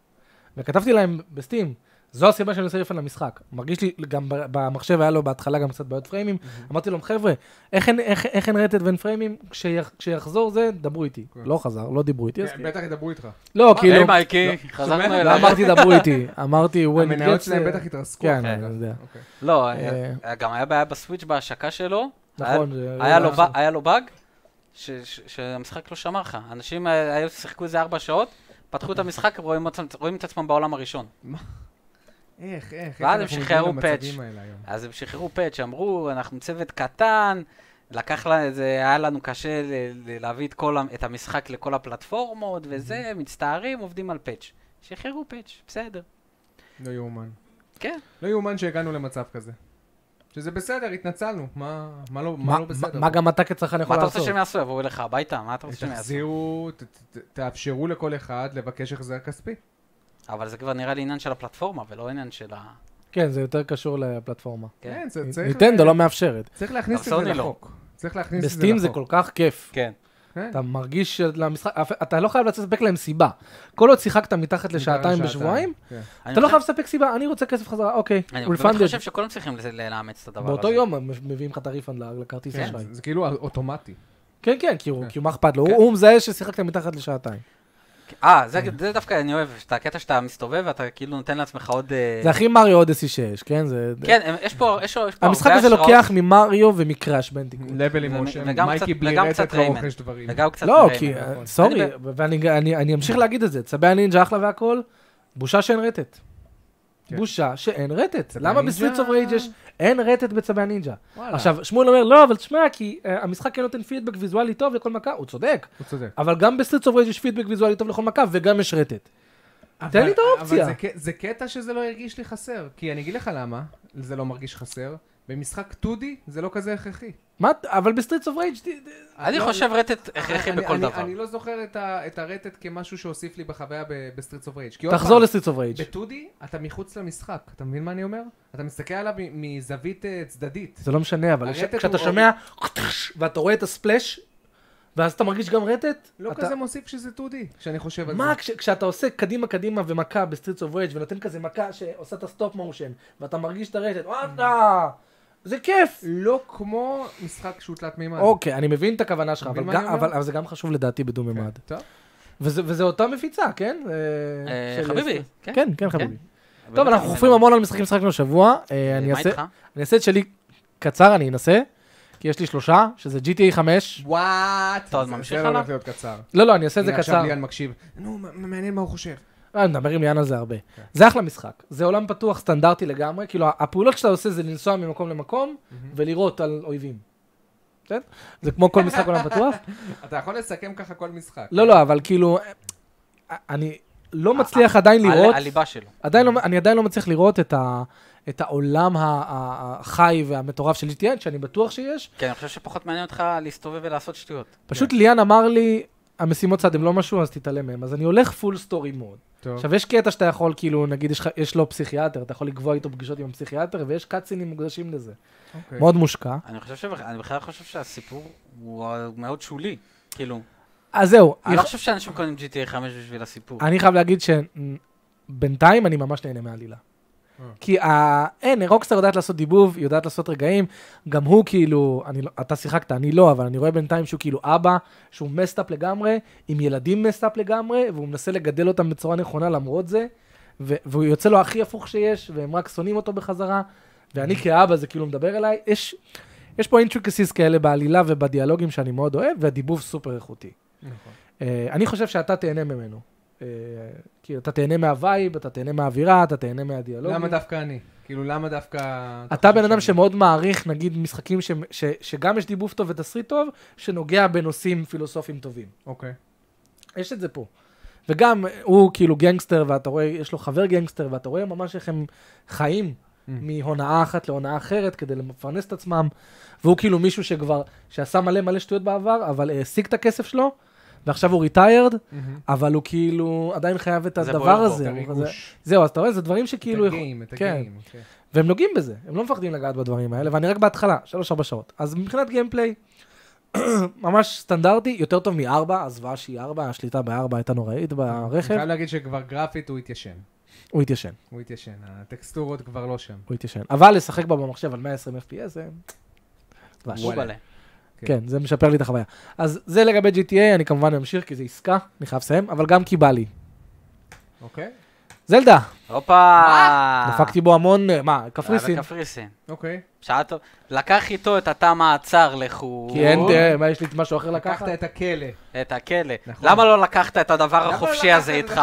Speaker 3: וכתבתי להם בסטים, זו הסיבה שאני עושה ריפאנד למשחק. מרגיש לי, גם ב- במחשב היה לו בהתחלה גם קצת בעיות פריימים, אמרתי להם, חבר'ה, איך אין- איך- איך אין רטט ואין פריימים? כשיח- כשיחזור זה, דברו איתי.
Speaker 2: כן.
Speaker 3: לא חזר, לא דיברו איתי, אז
Speaker 2: כן, בטח ידברו איתך.
Speaker 3: לא, כאילו...
Speaker 1: אה, היי מייקי, חזרנו
Speaker 2: שומע?
Speaker 3: לא
Speaker 1: אליו.
Speaker 3: אמרתי דברו איתי, אמרתי when it
Speaker 2: המניות
Speaker 3: gets-
Speaker 2: שלהם
Speaker 1: אה,
Speaker 2: בטח יתרסקו.
Speaker 3: כן,
Speaker 2: אחר
Speaker 3: אני
Speaker 2: כך.
Speaker 3: יודע.
Speaker 2: אוקיי.
Speaker 1: לא,
Speaker 3: אה.
Speaker 1: אה, גם היה בעיה בסוויץ' בהשקה שלו.
Speaker 3: נכון,
Speaker 1: היה-
Speaker 3: זה-
Speaker 1: היה לו
Speaker 3: זה-
Speaker 1: ב- היה לו באג, ש- ש- שהמשחק לא שמר לך. אנשים אה, היו שיחקו איזה ארבע שעות, פתחו את
Speaker 3: אוקיי.
Speaker 1: המשחק, רואים עצמם- רואים את עצמם בעולם הראשון.
Speaker 2: איך, איך, איך
Speaker 1: ואז הם
Speaker 2: אנחנו
Speaker 1: שחררו
Speaker 2: מגיעים למצבים
Speaker 1: patch.
Speaker 2: האלה היום.
Speaker 1: אז הם שחררו פאט שאמרו, אנחנו צוות קטן, לקח לה איזה, היה לנו קשה ל- ל- להביא את, כל, ה- את המשחק לכל הפלטפורמות וזה, מצטערים, עובדים על פאץ'. שחררו פאץ', בסדר.
Speaker 2: לא יאומן.
Speaker 1: כן.
Speaker 2: לא יאומן שהגענו למצב כזה. שזה בסדר, התנצלנו. מה מה לא
Speaker 3: מה-
Speaker 2: מה לא בסדר?
Speaker 3: מה גם אתה כצרכן
Speaker 1: מה
Speaker 3: יכול
Speaker 1: אתה רוצה
Speaker 3: לעשות?
Speaker 1: שהם יעשו? יבואו אליך הביתה? מה אתה רוצה שהם יעשו?
Speaker 2: תחזירו, ת- ת- ת- תאפשרו לכל אחד לבקש החזר כספי.
Speaker 1: כן. אבל זה כבר נראה לי עניין של הפלטפורמה ולא עניין של ה...
Speaker 3: כן, זה יותר קשור לפלטפורמה.
Speaker 1: כן.
Speaker 2: כן, זה- צריך
Speaker 3: ניטנדו
Speaker 2: ל-
Speaker 3: לא מאפשרת.
Speaker 2: צריך להכניס את
Speaker 1: סוני
Speaker 2: זה
Speaker 1: לא.
Speaker 2: לחוק. צריך להכניס את זה לחוק.
Speaker 3: בסטים זה כל כך כיף.
Speaker 1: כן.
Speaker 2: כן.
Speaker 3: אתה מרגיש שלמשחק, אף- אתה לא חייב לספק להם סיבה. כל עוד שיחקת מתחת לשעתיים
Speaker 2: מתאמן
Speaker 3: בשבועיים,
Speaker 2: כן.
Speaker 1: אני
Speaker 3: אתה לא
Speaker 1: חושב-
Speaker 3: חייב לספק סיבה, אני רוצה כסף חזרה, אוקיי,
Speaker 1: אני
Speaker 3: הוא
Speaker 1: באמת
Speaker 3: refunded.
Speaker 1: חושב שכולם צריכים לזה- לאמץ את הדבר הזה.
Speaker 3: באותו יום הם מביאים לך את הריפאנד לכרטיס
Speaker 2: כן,
Speaker 3: אשראי.
Speaker 2: זה- זה כאילו אוטומטי.
Speaker 3: כן, כן, כי הוא-
Speaker 2: כן.
Speaker 3: כי הוא מה אכפת לו, הוא- הוא מזהה ששיחקת מתחת לשעתיים.
Speaker 1: אה, זה
Speaker 3: כן.
Speaker 1: זה דווקא אני אוהב, את הקטע שאתה מסתובב ואתה כאילו נותן לעצמך עוד... אה,
Speaker 3: זה הכי מריו אודסי שיש, כן? זה...
Speaker 1: כן, הם- יש פה יש פה- יש
Speaker 2: לא,
Speaker 1: פה הרבה
Speaker 3: המשחק הזה
Speaker 1: השראות.
Speaker 3: לוקח ממריו ומקראש בנדיקוט.
Speaker 2: לבל עם
Speaker 1: ו-
Speaker 2: מושם,
Speaker 1: וגם
Speaker 2: מייקי
Speaker 1: קצת-
Speaker 2: בלי
Speaker 1: וגם
Speaker 2: רטט
Speaker 1: קצת
Speaker 2: לא
Speaker 1: ריימן.
Speaker 2: רוכש דברים.
Speaker 1: וגם קצת...
Speaker 3: לא,
Speaker 1: רעים.
Speaker 3: כי, אה,
Speaker 2: נכון.
Speaker 3: סורי,
Speaker 1: אני
Speaker 3: ואני ג- אני אני אמשיך להגיד את זה, צבי הנינג'ה אחלה והכל, בושה שאין רטט.
Speaker 2: כן.
Speaker 3: בושה שאין רטט.
Speaker 2: צבי
Speaker 3: למה
Speaker 2: הנינג'ה?
Speaker 3: בסוויץ אוף רייג' יש אין רטט בצבי הנינג'ה?
Speaker 2: וואלה.
Speaker 3: עכשיו, שמואל אומר, לא, אבל תשמע, כי אה, המשחק כן נותן פידבק ויזואלי טוב לכל מכה, הוא צודק,
Speaker 2: הוא צודק.
Speaker 3: אבל גם בסוויץ אוף רייג' יש פידבק ויזואלי טוב לכל מכה, וגם יש רטט. תן לי את האופציה.
Speaker 2: אבל זה ק- זה קטע שזה לא הרגיש לי חסר. כי אני אגיד לך למה זה לא מרגיש חסר. במשחק 2D זה לא כזה הכרחי.
Speaker 3: מה, אבל בסטריטס אוף רייג',
Speaker 1: אני
Speaker 2: לא-
Speaker 1: חושב רטט הכרחי
Speaker 2: אני-
Speaker 1: בכל
Speaker 2: אני-
Speaker 1: דבר.
Speaker 2: אני לא זוכר את ה- את הרטט כמשהו שהוסיף לי בחוויה בסטריטס אוף רייג'.
Speaker 3: תחזור לסטריטס אוף רייג'.
Speaker 2: ב-2D אתה מחוץ למשחק, אתה מבין מה אני אומר? אתה מסתכל עליו מ- מזווית אה, צדדית.
Speaker 3: זה לא משנה, אבל
Speaker 2: הרטט
Speaker 3: כש- כשאתה
Speaker 2: הוא-
Speaker 3: שומע, ואתה רואה את הספלאש, ואז אתה מרגיש גם רטט,
Speaker 2: לא
Speaker 3: אתה-
Speaker 2: כזה מוסיף שזה 2D, כשאני חושב על זה.
Speaker 3: מה, כש, כשאתה עושה קדימה קדימה ומכה בסטריטס אוף רג' ונותן כזה מכה שעושה את הסטופ מושן, ואתה מרגיש את הרשת, וואלה, זה כיף.
Speaker 2: Mm. לא כמו משחק שהוא תלת מימד.
Speaker 3: אוקיי, אני מבין את הכוונה שלך,
Speaker 2: מבין מה
Speaker 3: אבל, גם,
Speaker 2: אני אומר?
Speaker 3: אבל, אבל זה גם חשוב לדעתי בדו
Speaker 2: כן,
Speaker 3: ממד.
Speaker 2: טוב.
Speaker 3: וזה, וזה אותה מפיצה, כן? אה,
Speaker 1: אה,
Speaker 3: של-
Speaker 1: חביבי, כן.
Speaker 3: כן, כן, חביבי.
Speaker 1: באמת,
Speaker 3: טוב, אנחנו
Speaker 1: אני-
Speaker 3: חופרים המון על משחקים ששחקנו השבוע. אה, אני
Speaker 1: מה
Speaker 3: אעשה-
Speaker 1: איתך?
Speaker 3: אני אעשה את שלי קצר, אני אנסה. כי יש לי שלושה, שזה GTA 5.
Speaker 2: וואט!
Speaker 1: אתה עוד
Speaker 2: זה-
Speaker 1: ממשיך
Speaker 2: זה
Speaker 1: הלאה?
Speaker 2: הולך להיות קצר.
Speaker 3: לא, לא, אני אעשה את זה
Speaker 2: הנה, עכשיו
Speaker 3: קצר. אה,
Speaker 2: ליאן מקשיב. נו, מ- מ- מעניין מה הוא חושב.
Speaker 3: אני מדבר עם ליאן על זה הרבה. זה אחלה משחק. זה עולם פתוח סטנדרטי לגמרי, כאילו הפעולות שאתה עושה זה לנסוע ממקום למקום ולירות על אויבים. כן? זה כמו כל משחק עולם פתוח.
Speaker 2: אתה יכול לסכם ככה כל משחק.
Speaker 3: לא, לא, אבל כאילו, אה, אני לא מצליח עדיין
Speaker 1: על-
Speaker 3: לראות,
Speaker 1: הליבה שלו.
Speaker 3: עדיין לא- אני עדיין לא מצליח לראות את ה- את העולם ה- ה- החי והמטורף של GTN, שאני בטוח שיש.
Speaker 1: כן, אני חושב שפחות מעניין אותך להסתובב ולעשות שטויות.
Speaker 3: פשוט ליאן אמר לי, המשימות צד הם לא משהו, אז תתעלם מהם. אז אני הולך פול סטורי מוד.
Speaker 2: טוב.
Speaker 3: עכשיו, יש קטע שאתה יכול, כאילו, נגיד, יש, לך- יש לו פסיכיאטר, אתה יכול לקבוע איתו פגישות עם הפסיכיאטר, ויש קאצינים מוקדשים לזה.
Speaker 2: אוקיי.
Speaker 3: מאוד מושקע.
Speaker 1: אני חושב שבכ... אני בכלל חושב שהסיפור הוא אה, מאוד שולי. כאילו,
Speaker 3: אז זהו,
Speaker 1: אני לא
Speaker 3: יכ-
Speaker 1: חושב שאנשים קונים GTA 5 בשביל הסיפור.
Speaker 3: אני חייב להגיד שבינתיים אני ממש נהנה מהעלילה.
Speaker 2: אה.
Speaker 3: כי ה... אין, רוקסטר יודעת לעשות דיבוב, היא יודעת לעשות רגעים, גם הוא כאילו, אני, לא- אתה שיחקת, אני לא, אבל אני רואה בינתיים שהוא כאילו אבא, שהוא מסטאפ לגמרי, עם ילדים מסטאפ לגמרי, והוא מנסה לגדל אותם בצורה נכונה למרות זה, ו- והוא יוצא לו הכי הפוך שיש, והם רק שונאים אותו בחזרה, ואני כאבא זה כאילו מדבר אליי, יש, יש פה אינטריקסיס כאלה בעלילה ובדיאלוגים שאני מאוד אוהב, והדיבוב סופר איכותי.
Speaker 2: נכון.
Speaker 3: אה, אני חושב שאתה תהנה ממנו. אה, כי אתה תהנה מהווייב, אתה תהנה מהאווירה, אתה תהנה מהדיאלוג.
Speaker 2: למה דווקא אני? כאילו, למה דווקא...
Speaker 3: לא אתה בן
Speaker 2: חושב
Speaker 3: אדם
Speaker 2: שאני-
Speaker 3: שמאוד מעריך, נגיד, משחקים ש- ש- שגם יש דיבוב טוב ותסריט טוב, שנוגע בנושאים פילוסופיים טובים.
Speaker 2: אוקיי.
Speaker 3: יש את זה פה. וגם אה, הוא כאילו גנגסטר, ואתה רואה, יש לו חבר גנגסטר, ואתה רואה ממש איך הם חיים
Speaker 2: Mm.
Speaker 3: מהונאה אחת להונאה אחרת כדי לפרנס את עצמם. והוא כאילו מישהו שכבר, שעשה מלא מלא שטויות בעבר, אבל העסיק את הכסף שלו, ועכשיו הוא ריטיירד,
Speaker 2: מהמם.
Speaker 3: אבל הוא כאילו עדיין חייב את
Speaker 1: זה
Speaker 3: הדבר
Speaker 1: בוער בו,
Speaker 3: הזה.
Speaker 2: את
Speaker 3: הוא כזה-
Speaker 2: הריגוש,
Speaker 3: זהו, אז אתה רואה, זה דברים שכאילו...
Speaker 2: את הגיים, את
Speaker 3: כן.
Speaker 2: הגיים. כן.
Speaker 3: והם נוגעים בזה, הם לא מפחדים לגעת בדברים האלה, ואני רק בהתחלה, 3-4 שעות. אז מבחינת גיימפליי, ממש סטנדרטי, יותר טוב מ-4, הזוועה שהיא 4, השליטה ב-4 הייתה נוראית
Speaker 2: אני
Speaker 3: ברכב,
Speaker 2: חייב להגיד שכבר גרפית הוא התיישן.
Speaker 3: הוא התיישן,
Speaker 2: הוא התיישן, הטקסטורות כבר לא שם.
Speaker 3: הוא התיישן. אבל לשחק בה במחשב על 120 FPS זה... דבש.
Speaker 1: הוא
Speaker 2: וואלה.
Speaker 1: בלה.
Speaker 3: כן, זה משפר לי את החוויה. אז זה לגבי GTA, אני כמובן אמשיך כי זה עסקה, אני חייב לסיים, אבל גם כי בא לי.
Speaker 2: אוקיי?
Speaker 3: זלדה,
Speaker 1: הופה!
Speaker 3: דפקתי בו המון, אה, מה,
Speaker 1: קפריסין.
Speaker 3: קפריסין.
Speaker 1: קפריסין.
Speaker 2: אוקיי.
Speaker 1: שעה טוב. לקח איתו את התא מעצר לחו"ל.
Speaker 3: כי אין, אה, מה, יש לי משהו אחר לקחת?
Speaker 2: לקחת את הכלא.
Speaker 1: את הכלא.
Speaker 2: נכון.
Speaker 1: למה לא לקחת את הדבר
Speaker 2: לא
Speaker 1: החופשי
Speaker 2: לקחת
Speaker 1: הזה
Speaker 2: את
Speaker 1: איתך?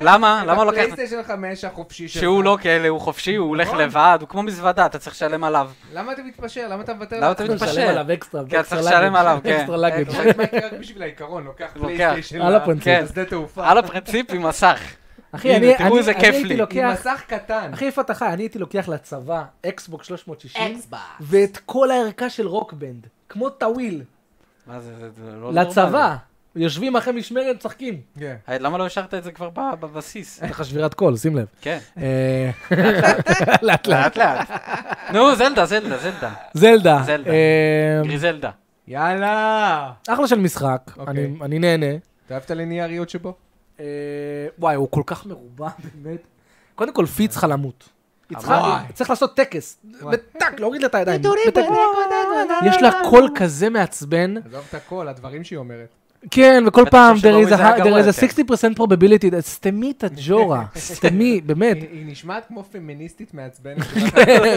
Speaker 1: למה? למה לא לקחת?
Speaker 2: הפלייסטיישן חמש החופשי שלך.
Speaker 3: כן.
Speaker 1: שהוא לא כלא, הוא חופשי, הוא הולך
Speaker 2: נכון.
Speaker 1: לבד, הוא כמו מזוודה, אתה צריך לשלם עליו.
Speaker 2: למה אתה מתפשר? למה אתה מוותר?
Speaker 1: למה
Speaker 2: על
Speaker 1: אתה
Speaker 2: ה-
Speaker 1: מתפשר?
Speaker 3: צריך לשלם עליו אקסטרה,
Speaker 1: כן,
Speaker 3: אקסטרה
Speaker 1: צריך לשלם
Speaker 3: luggage,
Speaker 1: עליו, כן.
Speaker 3: אקסטרה
Speaker 2: אה, אתה
Speaker 3: לאגד.
Speaker 2: רואה את מייקל רק בשביל העיקרון, לוקח
Speaker 1: לוקח.
Speaker 2: פלייסטיישן.
Speaker 3: על הפרינציפ.
Speaker 2: כן. לשדה תעופה.
Speaker 1: על הפרינציפ עם מסך.
Speaker 3: אחי,
Speaker 1: הנה,
Speaker 3: אני,
Speaker 1: תראו
Speaker 3: אני,
Speaker 1: איזה
Speaker 3: אני
Speaker 1: כיף
Speaker 3: הייתי
Speaker 1: לי.
Speaker 2: עם
Speaker 3: לוקח,
Speaker 2: מסך קטן.
Speaker 3: אחי איפה אתה חי, אני הייתי לוקח לצבא אקסבוק 360,
Speaker 2: אקסבאס.
Speaker 3: ואת כל הערכה של רוקבנד, כמו טאוויל,
Speaker 1: מה זה, זה- זה לא נורמלי.
Speaker 3: לצבא, יושבים אחרי משמרת, משחקים.
Speaker 2: כן.
Speaker 1: היי, למה לא השארת את זה כבר ב- בבסיס?
Speaker 3: יש לך שבירת קול, שים לב.
Speaker 1: כן.
Speaker 3: אה, לאט לאט.
Speaker 1: לאט לאט. נו, זלדה, זלדה, זלדה.
Speaker 3: זלדה,
Speaker 1: זלדה.
Speaker 3: אה,
Speaker 1: גריזלדה.
Speaker 2: יאללה!
Speaker 3: אחלה של משחק,
Speaker 2: אוקיי.
Speaker 3: אני- אני נהנה.
Speaker 2: אתה אוהב את הליניאריות שבו?
Speaker 3: אה, וואי, הוא כל כך מרובע, באמת. קודם כל, פי צריכה למות. היא צריכה,
Speaker 2: וואי.
Speaker 3: אה, צריך לעשות טקס,
Speaker 2: וואי.
Speaker 3: וטאק, להוריד לה את הידיים. בטק. יש לה קול כזה מעצבן.
Speaker 2: עזוב את הכל, הדברים שהיא אומרת.
Speaker 3: כן, וכל
Speaker 1: בטח
Speaker 3: פעם,
Speaker 1: ששלומי
Speaker 3: there is
Speaker 1: זה
Speaker 3: a,
Speaker 1: היה
Speaker 3: high-
Speaker 1: גרוע
Speaker 3: there is
Speaker 1: יותר.
Speaker 3: a 60% probability, that- סתמי את הג'ורה, סתמי, באמת, כן,
Speaker 2: היא- היא נשמעת כמו פמיניסטית מעצבנת.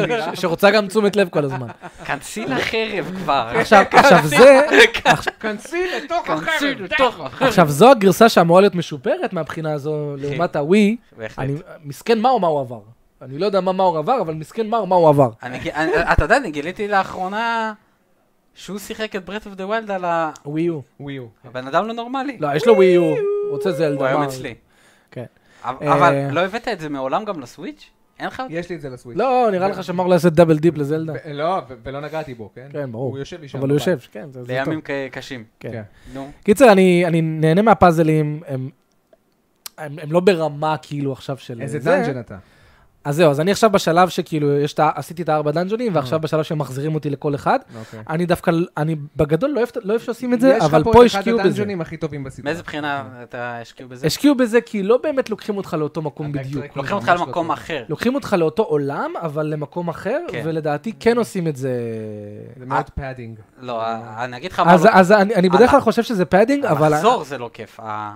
Speaker 2: נראה.
Speaker 3: ש- שרוצה גם תשומת לב כל הזמן.
Speaker 1: כנסי לחרב כבר.
Speaker 3: עכשיו, עכשיו זה, עכש-
Speaker 2: כנסי לתוך
Speaker 1: כנסי
Speaker 2: החרב.
Speaker 1: לתוך החרב.
Speaker 3: עכשיו זו הגרסה שאמורה להיות משופרת מהבחינה הזו לעומת הווי,
Speaker 1: בהחלט.
Speaker 3: אני, מסכן מאו מה הוא עבר. אני לא יודע מה מאו עבר, אבל מסכן מאו מה הוא עבר.
Speaker 1: אני ג- אני- אתה יודע, אני גיליתי לאחרונה שהוא שיחק את ברט אוף דה ווילד על ה...
Speaker 3: ווי יו.
Speaker 2: וויו.
Speaker 1: הבן אדם לא נורמלי.
Speaker 3: לא, יש לו ווי יו, רוצה זלדה.
Speaker 1: הוא היום
Speaker 3: מה-
Speaker 1: אצלי.
Speaker 3: כן.
Speaker 1: אבל
Speaker 3: אה,
Speaker 1: אבל לא הבאת את זה מעולם גם לסוויץ'? אין לך?
Speaker 2: יש לי את זה לסוויץ'.
Speaker 3: לא, נראה לך שמאור לא יעשה דאבל דיפ לזלדה.
Speaker 2: ו- לא, ו- ולא נגעתי בו, כן?
Speaker 3: כן, ברור.
Speaker 2: הוא יושב לי שם.
Speaker 3: אבל הוא
Speaker 2: בבית.
Speaker 3: יושב, כן, זה זה טוב.
Speaker 1: לימים ק- קשים.
Speaker 3: כן.
Speaker 1: נו.
Speaker 3: קיצר, אני, אני נהנה מהפאזלים, הם, הם, הם לא ברמה כאילו עכשיו של...
Speaker 2: איזה
Speaker 3: זה.
Speaker 2: דאנג'ן אתה.
Speaker 3: אז זהו, אז אני עכשיו בשלב שכאילו, יש את, ה- עשיתי את הארבע
Speaker 2: אה.
Speaker 3: דאנג'ונים, ועכשיו בשלב שהם מחזירים אותי לכל אחד.
Speaker 2: אוקיי.
Speaker 3: אני דווקא, אני בגדול לא אוהב לא אוהב שעושים את זה,
Speaker 2: יש לך
Speaker 3: אבל
Speaker 2: פה
Speaker 3: פה
Speaker 2: את אחד
Speaker 3: השקיעו בזה.
Speaker 2: הדאנג'ונים הכי טובים בסדרה.
Speaker 1: מאיזה בחינה אתה השקיעו בזה?
Speaker 3: השקיעו בזה כי לא באמת לוקחים אותך לאותו מקום
Speaker 2: הבקטרק.
Speaker 3: בדיוק.
Speaker 1: לוקחים אותך
Speaker 2: ממש לא
Speaker 1: למקום
Speaker 2: טוב.
Speaker 1: אחר.
Speaker 3: לוקחים אותך לאותו עולם, אבל למקום אחר,
Speaker 1: כן.
Speaker 3: ולדעתי כן עושים את זה.
Speaker 2: זה מאוד פאדינג.
Speaker 1: לא, אני אגיד לך מה...
Speaker 3: אז
Speaker 1: לא-
Speaker 3: אז אני אני בדרך
Speaker 1: על-
Speaker 3: כלל חושב שזה פאדינג, אבל...
Speaker 1: המחזור זה לא כיף. ה- ה-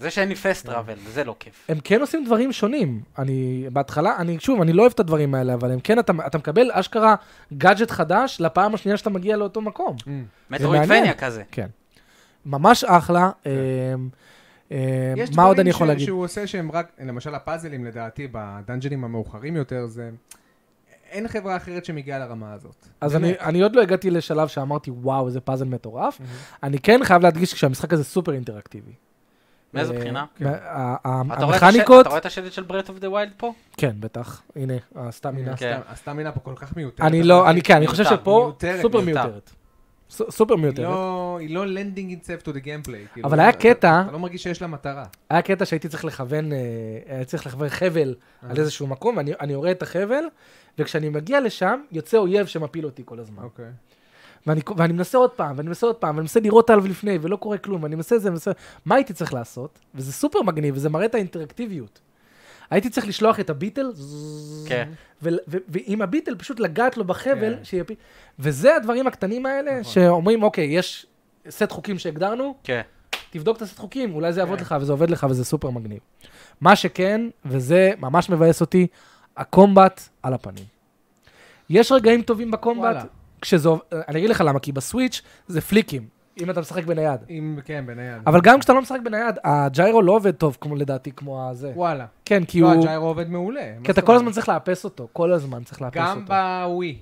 Speaker 1: זה שאין לי פסט טראבל, זה לא כיף.
Speaker 3: הם כן עושים דברים שונים. אני, בהתחלה, אני, שוב, אני לא אוהב את הדברים האלה, אבל הם כן, אתה, אתה מקבל אשכרה גאדג'ט חדש לפעם השנייה שאתה מגיע לאותו מקום.
Speaker 2: Mm.
Speaker 1: מטרואידפניה כזה.
Speaker 3: כן. ממש אחלה.
Speaker 1: כן.
Speaker 3: אמ, אמ, מה עוד אני יכול
Speaker 2: יש דברים ש-
Speaker 3: להגיד?
Speaker 2: שהוא עושה שהם רק, למשל הפאזלים לדעתי, בדאנג'לים המאוחרים יותר, זה... אין חברה אחרת שמגיעה לרמה הזאת.
Speaker 3: אז אני, אני עוד לא הגעתי לשלב שאמרתי, וואו, איזה פאזל מטורף. אני כן חייב להדגיש שהמשחק הזה סופר אינטראקטיבי.
Speaker 1: מאיזה
Speaker 3: אה,
Speaker 1: בחינה? כן.
Speaker 3: מה- ה- ה-
Speaker 1: אתה רואה את השלט-
Speaker 3: המכניקות,
Speaker 1: אתה רואה את השלט של ברט אוף דה ווילד פה?
Speaker 3: כן, בטח. הנה, הסטמינה.
Speaker 1: כן.
Speaker 2: הסתם- הסטמינה פה כל כך מיותרת.
Speaker 3: אני לא, אני כן, אני חושב
Speaker 1: מיותר,
Speaker 3: שפה
Speaker 2: מיותרת,
Speaker 3: סופר
Speaker 1: מיותר.
Speaker 3: מיותרת. ס- סופר
Speaker 2: היא
Speaker 3: מיותרת.
Speaker 2: לא- היא לא לנדינג אינסף טו דה גיימפליי.
Speaker 3: אבל היה קטע-
Speaker 2: כאילו, אתה לא מרגיש שיש לה מטרה.
Speaker 3: היה קטע שהייתי צריך לכוון, אה, היה צריך לכוון חבל
Speaker 2: אה.
Speaker 3: על איזשהו מקום, ואני אני יורה את החבל, וכשאני מגיע לשם, יוצא אויב שמפיל אותי כל הזמן.
Speaker 2: אוקיי.
Speaker 3: ואני, ואני מנסה עוד פעם, ואני מנסה עוד פעם, ואני מנסה לראות עליו לפני, ולא קורה כלום, ואני מנסה את זה, ואני מנסה... מה הייתי צריך לעשות? וזה סופר מגניב, וזה מראה את האינטראקטיביות. הייתי צריך לשלוח את הביטל, זזז,
Speaker 1: כן.
Speaker 3: ו- ו- ועם הביטל פשוט לגעת לו בחבל,
Speaker 2: כן.
Speaker 3: שיפ... וזה הדברים הקטנים האלה,
Speaker 2: נכון.
Speaker 3: שאומרים, אוקיי, יש סט חוקים שהגדרנו,
Speaker 1: כן.
Speaker 3: תבדוק את הסט חוקים, אולי זה יעבוד
Speaker 2: כן.
Speaker 3: לך, וזה עובד לך, וזה סופר מגניב. מה שכן, וזה ממש מבאס אותי, הקומבט על הפנים. יש רגעים טובים
Speaker 2: וואלה.
Speaker 3: בקומבט, כשזה... עוב- אני אגיד לך למה, כי בסוויץ' זה פליקים, אם אתה משחק בנייד.
Speaker 2: אם, כן, בנייד.
Speaker 3: אבל גם כשאתה לא משחק בנייד, הג'יירו לא עובד טוב, כמו לדעתי, כמו הזה.
Speaker 2: וואלה.
Speaker 3: כן, כי
Speaker 2: לא,
Speaker 3: הוא...
Speaker 2: הג'יירו לא עובד מעולה. מה
Speaker 3: כי אתה
Speaker 2: זאת
Speaker 3: כל
Speaker 2: אומרת?
Speaker 3: הזמן צריך לאפס אותו, כל הזמן צריך לאפס
Speaker 2: גם
Speaker 3: אותו.
Speaker 2: בווי.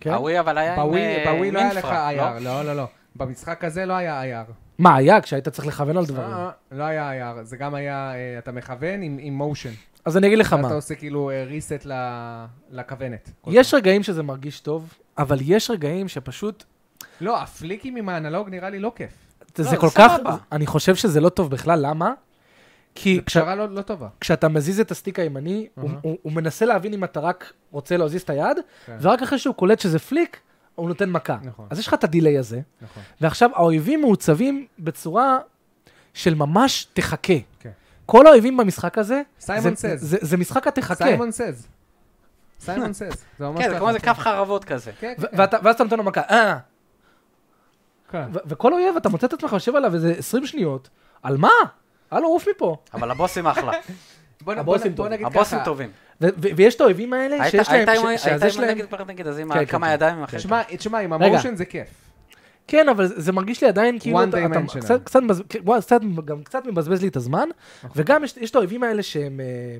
Speaker 3: כן?
Speaker 1: הווי אבל היה עם
Speaker 2: בווי
Speaker 1: אה,
Speaker 2: בווי לא היה לך
Speaker 1: אינפרה,
Speaker 2: IR. לא, לא, לא. במשחק הזה לא היה IR.
Speaker 3: מה, היה כשהיית צריך לכוון על דברים.
Speaker 2: אה, לא היה IR. זה גם היה, אה, אתה מכוון עם עם מושן.
Speaker 3: אז אני אגיד לך מה.
Speaker 2: אתה עושה כאילו ריסט לכוונת. כל
Speaker 3: יש רגעים שזה מרגיש טוב, אבל יש רגעים שפשוט
Speaker 2: פעם. לא, הפליקים עם האנלוג נראה לי לא כיף.
Speaker 3: זה,
Speaker 1: לא,
Speaker 3: זה כל
Speaker 1: סבבה.
Speaker 3: כך, אני חושב שזה לא טוב בכלל, למה? כי
Speaker 2: זו
Speaker 3: כש,
Speaker 2: פשרה לא לא טובה.
Speaker 3: כשאתה מזיז את הסטיק הימני, הוא,
Speaker 2: אהה.
Speaker 3: הוא, הוא מנסה להבין אם אתה רק רוצה להזיז את היד,
Speaker 2: כן.
Speaker 3: ורק אחרי שהוא קולט שזה פליק, הוא נותן מכה.
Speaker 2: נכון.
Speaker 3: אז יש לך את הדיליי הזה,
Speaker 2: נכון.
Speaker 3: ועכשיו האויבים מעוצבים בצורה של ממש תחכה.
Speaker 2: כן.
Speaker 3: כל האויבים במשחק הזה,
Speaker 2: סיימון
Speaker 3: זה,
Speaker 2: סז.
Speaker 3: זה, זה משחק התחכה.
Speaker 2: סיימון סז. סיימון סז. זה ממש
Speaker 1: כן, זה
Speaker 2: ככה.
Speaker 1: כמו איזה כף חרבות כזה.
Speaker 2: כן,
Speaker 3: ו-
Speaker 2: כן,
Speaker 3: ואתה- ואז אתה נותן לו מכה, אה,
Speaker 2: כן.
Speaker 3: ו- וכל אויב, אתה מוצא את עצמך יושב עליו איזה 20 שניות, על מה? הלו, עוף מפה.
Speaker 1: אבל הבוסים אחלה.
Speaker 2: בוא נ- בוא נ-
Speaker 3: הבוסים
Speaker 2: בוא
Speaker 3: טובים.
Speaker 2: נגיד
Speaker 1: הבוסים
Speaker 2: ככה.
Speaker 1: טובים.
Speaker 3: ו- ו- ויש את האויבים האלה
Speaker 1: היית
Speaker 3: שיש
Speaker 1: היית
Speaker 3: להם,
Speaker 1: עם ה-
Speaker 3: ש-
Speaker 1: היית
Speaker 3: שזה
Speaker 1: עם
Speaker 3: שלהם,
Speaker 1: הנגד פרט נגד הזה עם
Speaker 3: כן,
Speaker 1: ה-
Speaker 3: כן,
Speaker 1: כמה
Speaker 3: כן.
Speaker 1: ידיים אחרי
Speaker 2: תשמע, תשמע, עם
Speaker 3: רגע.
Speaker 2: המושן זה כיף.
Speaker 3: כן, אבל זה זה מרגיש לי עדיין כאילו,
Speaker 2: One
Speaker 3: אתה- אתה
Speaker 2: dimensional.
Speaker 3: קצת- קצת מבז- כן, וואי, קצת- גם קצת מבזבז לי את הזמן, וגם יש- יש את האויבים האלה שהם, אה,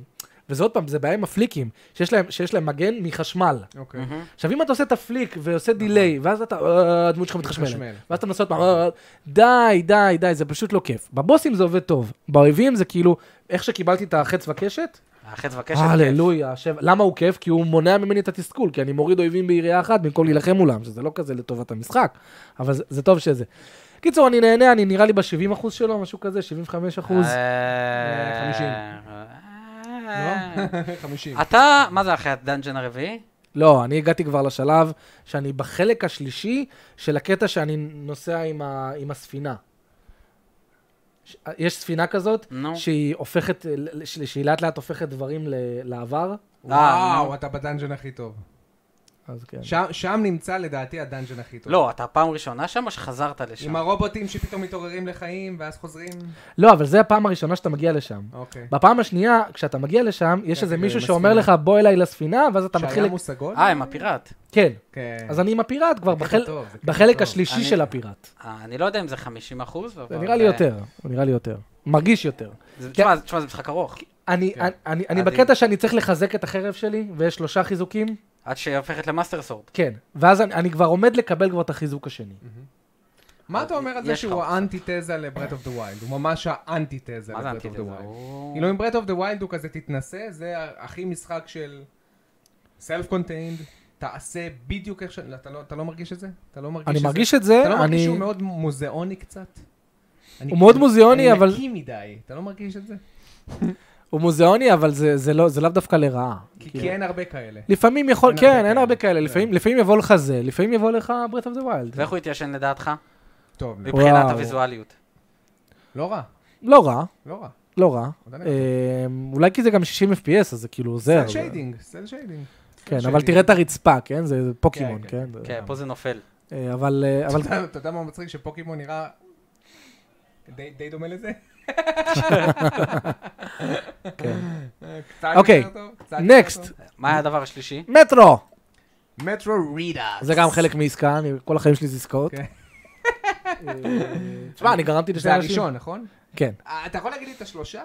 Speaker 3: וזה עוד פעם, זה בעיה עם הפליקים, שיש להם- שיש להם מגן מחשמל.
Speaker 2: אוקיי.
Speaker 3: עכשיו, אם אתה עושה את הפליק ועושה דיליי, ואז אתה, אה, הדמות שלך מתחשמלת,
Speaker 2: מתחשמל.
Speaker 3: ואז אתה מנסה עוד פעם, אה, די, די, די, זה פשוט לא כיף. בבוסים זה עובד טוב, באויבים זה כאילו, איך שקיבלתי את החץ וקשת,
Speaker 1: החץ וקשת.
Speaker 3: הללויה, השב- למה הוא כיף? כי הוא מונע ממני את התסכול, כי אני מוריד אויבים בירייה אחת במקום להילחם מולם, שזה לא כזה לטובת המשחק, אבל זה, זה טוב שזה. קיצור, אני נהנה, אני נראה לי ב-70% שלו, משהו כזה, 75%. אחוז.
Speaker 1: אה,
Speaker 2: חמישים.
Speaker 1: אה,
Speaker 2: לא? 50.
Speaker 1: אתה, מה זה אחרי הדאנג'ן הרביעי?
Speaker 3: לא, אני הגעתי כבר לשלב שאני בחלק השלישי של הקטע שאני נוסע עם, ה, עם הספינה. ש- יש ספינה כזאת,
Speaker 1: נו.
Speaker 3: שהיא הופכת, ל- ש- שהיא לאט לאט הופכת דברים ל- לעבר,
Speaker 2: וואו, אתה בדאנג'ן הכי טוב.
Speaker 3: אז כן.
Speaker 2: שם- שם נמצא לדעתי הדאנג'ן הכי טוב.
Speaker 1: לא, אתה פעם ראשונה שם או שחזרת לשם?
Speaker 2: עם הרובוטים שפתאום מתעוררים לחיים ואז חוזרים.
Speaker 3: לא, אבל זה הפעם הראשונה שאתה מגיע לשם.
Speaker 2: אוקיי.
Speaker 3: בפעם השנייה, כשאתה מגיע לשם, יש
Speaker 2: כן,
Speaker 3: איזה
Speaker 2: כן,
Speaker 3: מישהו
Speaker 2: עם
Speaker 3: שאומר לך,
Speaker 2: הספינה.
Speaker 3: בוא אליי לספינה, ואז אתה מתחיל...
Speaker 2: שהיה
Speaker 3: לק-
Speaker 2: מושגות?
Speaker 1: אה, עם הפיראט.
Speaker 3: כן.
Speaker 2: כן.
Speaker 3: אז אני עם הפיראט כבר
Speaker 2: זה קטע
Speaker 3: בחל-
Speaker 2: טוב, זה קטע
Speaker 3: בחלק
Speaker 2: טוב.
Speaker 3: השלישי
Speaker 1: אני-
Speaker 3: של הפיראט.
Speaker 1: אה, אני לא יודע אם זה 50 אחוז, אבל... אה,
Speaker 3: זה נראה לי יותר, זה נראה לי יותר. מרגיש יותר.
Speaker 1: זה- תשמע, תשמע, זה משחק ארוך.
Speaker 3: אני,
Speaker 2: כן.
Speaker 3: אני, אני
Speaker 1: עדיף.
Speaker 3: בקטע שאני צריך לחזק את החרב שלי, ויש שלושה חיזוקים,
Speaker 1: עד שהיא הופכת למאסטר סורד.
Speaker 3: כן. ואז אני, אני כבר עומד לקבל כבר את החיזוק השני.
Speaker 2: מה אתה אומר על זה
Speaker 1: יש לך
Speaker 2: שהוא
Speaker 1: עוד.
Speaker 2: האנטיתזה לברט אוף דה ווילד? הוא ממש האנטיתזה
Speaker 1: מה זה
Speaker 2: לברט אוף
Speaker 1: אנטיתזה?
Speaker 2: דה ווילד.
Speaker 1: הוא-
Speaker 2: כאילו עם ברט אוף דה ווילד הוא כזה תתנסה, זה ה- הכי משחק של סלף קונטיינד, תעשה בדיוק איך ש... לא, אתה לא- אתה לא מרגיש את זה? אתה לא מרגיש את
Speaker 3: אני
Speaker 2: זה?
Speaker 3: מרגיש את זה,
Speaker 2: אתה לא מרגיש
Speaker 3: אני...
Speaker 2: שהוא מאוד מוזיאוני קצת? אני-
Speaker 3: הוא מאוד
Speaker 2: אני-
Speaker 3: מוזיאוני, אבל-
Speaker 2: אני נקי מדי, אתה לא מרגיש את זה?
Speaker 3: הוא מוזיאוני, אבל זה, זה, לא, זה לאו דווקא לרעה.
Speaker 2: כי-
Speaker 3: כאילו.
Speaker 2: כי אין הרבה כאלה.
Speaker 3: לפעמים יכול,
Speaker 2: אין הרבה
Speaker 3: כן, אין
Speaker 2: כאלה.
Speaker 3: הרבה כאלה,
Speaker 2: כן.
Speaker 3: לפעמים- לפעמים יבוא לך זה, לפעמים יבוא לך ברית אוף דה ווילד.
Speaker 1: ואיך הוא התיישן לדעתך?
Speaker 3: אה,
Speaker 2: טוב,
Speaker 1: מבחינת
Speaker 3: וואו.
Speaker 1: הוויזואליות.
Speaker 2: לא רע,
Speaker 3: לא רע,
Speaker 2: לא רע.
Speaker 3: לא רע.
Speaker 2: עדיין
Speaker 3: אמ, אולי כי זה גם 60 FPS, אז זה כאילו עוזר.
Speaker 2: סל שיידינג, סל שיידינג.
Speaker 3: כן,
Speaker 2: סל
Speaker 3: אבל
Speaker 2: שיידינג.
Speaker 3: תראה את הרצפה, כן? זה פוקימון,
Speaker 2: כן,
Speaker 3: כן?
Speaker 1: כן, פה זה נופל.
Speaker 3: אה, אבל... אה, אבל
Speaker 2: אתה יודע- אתה יודע מה מצחיק? שפוקימון נראה די די דומה לזה?
Speaker 3: כן.
Speaker 2: קצת
Speaker 3: אוקיי,
Speaker 2: יותר טוב, קצת יותר
Speaker 3: נקסט,
Speaker 2: טוב.
Speaker 1: מה היה הדבר השלישי?
Speaker 3: מטרו.
Speaker 2: מטרו רידאס.
Speaker 3: זה גם חלק מעסקה, אני- כל החיים שלי זה עסקאות.
Speaker 2: כן.
Speaker 3: אה, תשמע, אני גרמתי לשני
Speaker 2: זה
Speaker 3: אנשים.
Speaker 2: הראשון, נכון?
Speaker 3: כן.
Speaker 2: אה, אתה יכול להגיד לי את השלושה?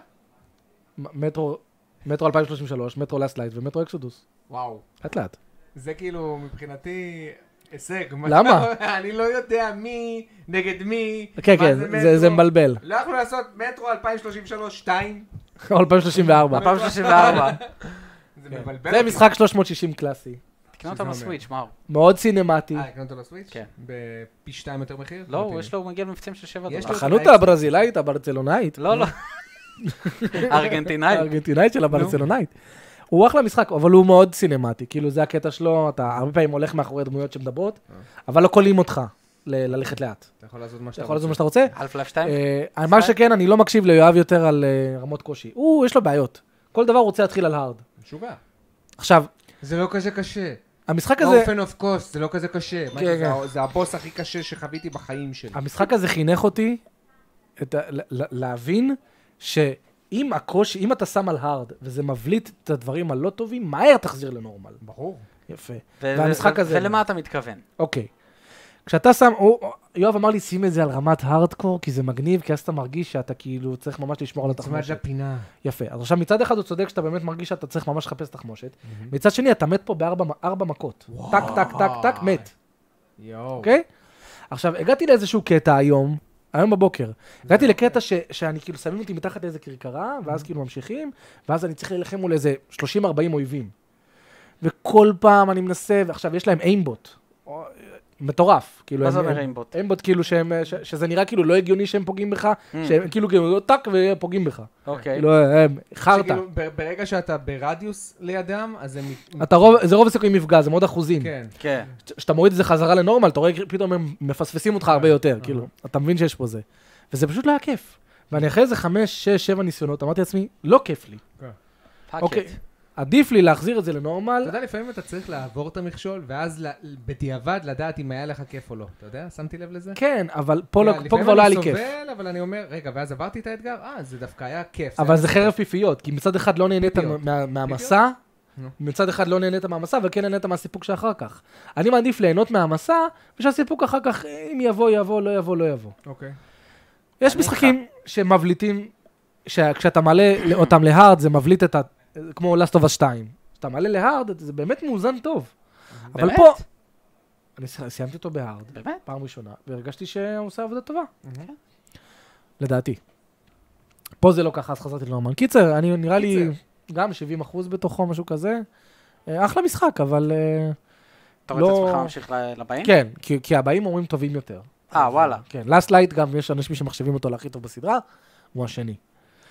Speaker 3: מ- מטרו, מטרו 2033, מטרו לאסט לייט ומטרו אקסודוס.
Speaker 2: וואו.
Speaker 3: לאט לאט.
Speaker 2: זה כאילו מבחינתי הישג.
Speaker 3: למה?
Speaker 2: אני לא יודע מי נגד מי.
Speaker 3: כן,
Speaker 2: מה
Speaker 3: כן,
Speaker 2: זה
Speaker 3: זה- זה
Speaker 2: מטרו.
Speaker 3: מבלבל.
Speaker 2: לא יכולנו לעשות מטרו 2033-2?
Speaker 3: 2034.
Speaker 1: 2034.
Speaker 2: זה
Speaker 3: כן.
Speaker 2: מבלבל.
Speaker 3: זה
Speaker 2: אותי.
Speaker 3: משחק 360 קלאסי.
Speaker 1: תקנה אותו
Speaker 2: שזה
Speaker 1: בסוויץ', מאור.
Speaker 3: מאוד סינמטי.
Speaker 2: אה, הקנות אותו לסוויץ'?
Speaker 1: כן.
Speaker 2: בפי שתיים יותר מחיר?
Speaker 1: לא, הוא יש לו, הוא מגיע למבצעים של 7
Speaker 2: אוקיי. יש
Speaker 1: דולר.
Speaker 2: לו-
Speaker 3: החנות הברזילאית, הברצלונאית,
Speaker 1: לא, לא. ארגנטינאי.
Speaker 3: הארגנטינאית של הברצלונאית. הוא אחלה משחק, אבל הוא מאוד סינמטי. כאילו, זה הקטע שלו, אתה הרבה פעמים הולך מאחורי דמויות שמדברות,
Speaker 1: אה.
Speaker 3: אבל לא קולעים אותך ל- ללכת לאט.
Speaker 2: אתה יכול לעשות מה
Speaker 3: אתה
Speaker 2: שאתה
Speaker 3: יכול לעשות מה
Speaker 2: רוצה.
Speaker 3: שאתה רוצה.
Speaker 1: אלף לייף 2?
Speaker 3: אה, מה שכן, אני לא מקשיב ליואב יותר על אה, רמות קושי. הוא, יש לו בעיות. כל דבר הוא רוצה להתחיל על הארד.
Speaker 2: משוגע.
Speaker 3: עכשיו,
Speaker 2: זה לא כזה קשה.
Speaker 3: המשחק הזה...
Speaker 2: אופן אוף קוסט, זה לא כזה קשה. מה
Speaker 3: כן,
Speaker 2: שזה,
Speaker 3: כן. אמ-
Speaker 2: זה הבוס הכי קשה שחוויתי בחיים שלי.
Speaker 3: המשחק הזה חינך אותי את ה- ל- ל- להבין שאם הקושי, אם אתה שם על הארד וזה מבליט את הדברים הלא טובים, מהר תחזיר לנורמל.
Speaker 2: ברור.
Speaker 3: יפה.
Speaker 1: ו-
Speaker 3: והמשחק
Speaker 1: ו-
Speaker 3: הזה-
Speaker 1: ולמה אתה מתכוון?
Speaker 3: אוקיי. כשאתה שם, הוא, יואב אמר לי, שים את זה על רמת הארדקור, כי זה מגניב, כי אז אתה מרגיש שאתה כאילו צריך ממש לשמור על
Speaker 2: צמד
Speaker 3: התחמושת.
Speaker 2: לפינה.
Speaker 3: יפה. אז עכשיו, מצד אחד הוא צודק שאתה באמת מרגיש שאתה צריך ממש לחפש תחמושת. מצד שני, אתה מת פה בארבע ארבע מכות. טק, טק, טק, טק, מת.
Speaker 2: יואו.
Speaker 3: אוקיי? עכשיו, הגעתי לאיזשהו קטע היום, היום בבוקר.
Speaker 1: לא
Speaker 3: הגעתי לקטע ש, שאני כאילו שמים אותי מתחת לאיזה כרכרה, ואז כאילו ממשיכים, ואז אני צריך להילחם מול איזה 30-40 אויבים. וכל פעם אני מנסה, ועכשיו יש להם איימבוט. או- מטורף. כאילו,
Speaker 1: מה
Speaker 3: הם-
Speaker 1: זה אומר
Speaker 3: הם-
Speaker 1: איימבוט?
Speaker 3: איימבוט כאילו שהם, ש, שזה נראה כאילו לא הגיוני שהם פוגעים בך,
Speaker 2: Mm.
Speaker 3: שהם כאילו כאילו טאק ופוגעים בך.
Speaker 1: אוקיי.
Speaker 3: כאילו, הם- חרטא.
Speaker 2: שכאילו, ב- ברגע שאתה ברדיוס לידם, אז הם... מת-
Speaker 3: אתה רוב, זה רוב הסיכויים מפגע, זה מאוד אחוזים.
Speaker 2: כן.
Speaker 1: כן.
Speaker 3: כשאתה מוריד את זה חזרה לנורמל, אתה רואה פתאום הם מפספסים אותך
Speaker 2: אה,
Speaker 3: הרבה יותר, כאילו, אתה מבין שיש פה זה. וזה פשוט לא היה כיף. ואני אחרי איזה חמש, שש, שבע ניסיונות, אמרתי לעצמי, לא כיף לי. אוקיי.
Speaker 1: פאקט.
Speaker 3: עדיף לי להחזיר את זה
Speaker 2: אה, אתה
Speaker 3: לנורמל.
Speaker 2: יודע, לפעמים אתה צריך לעבור את המכשול, ואז ל- בדיעבד לדעת אם היה לך כיף או לא. אתה יודע? שמתי לב לזה?
Speaker 3: כן, אבל פה לא-
Speaker 2: כן,
Speaker 3: פה
Speaker 2: לפעמים
Speaker 3: כבר לא היה לי
Speaker 2: אני
Speaker 3: כיף.
Speaker 2: סובל, אבל אני אומר, רגע, ואז עברתי את האתגר? אה, זה דווקא היה כיף.
Speaker 3: אבל
Speaker 2: היה-
Speaker 3: זה חרב פיפיות, כי מצד אחד לא נהנית
Speaker 2: פיפיות.
Speaker 3: מה- מהמסע,
Speaker 2: נו.
Speaker 3: מצד אחד לא נהנית מהמסע, וכן נהנית מהסיפוק שאחר כך. אני מעדיף ליהנות מהמסע, ושהסיפוק אחר כך, אם יבוא, יבוא, לא יבוא, לא יבוא.
Speaker 2: אוקיי.
Speaker 3: יש
Speaker 1: אני
Speaker 3: משחקים שמבליטים, שכשאתה מעלה אותם להארד זה מבליט את ה... כמו Last of Us 2. כשאתה מעלה להארד זה באמת מאוזן טוב. אבל
Speaker 1: באמת?
Speaker 3: פה... אני ס- סיימתי אותו בהארד,
Speaker 1: באמת?
Speaker 3: פעם ראשונה, והרגשתי שהוא עושה עבודה טובה.
Speaker 2: כן.
Speaker 3: לדעתי. פה זה לא ככה, אז חזרתי לנורמן. קיצר, אני נראה לי
Speaker 2: קיצר.
Speaker 3: גם 70 אחוז בתוכו, משהו כזה. אה, אחלה משחק, אבל... אה,
Speaker 1: אתה רואה את
Speaker 3: לא-
Speaker 1: עצמך ממשיך ל- לבאים?
Speaker 3: כן, כי- כי הבאים אומרים טובים יותר.
Speaker 1: אה, וואלה.
Speaker 3: כן, Last Light גם יש אנשים שמחשבים אותו להכי טוב בסדרה, הוא השני.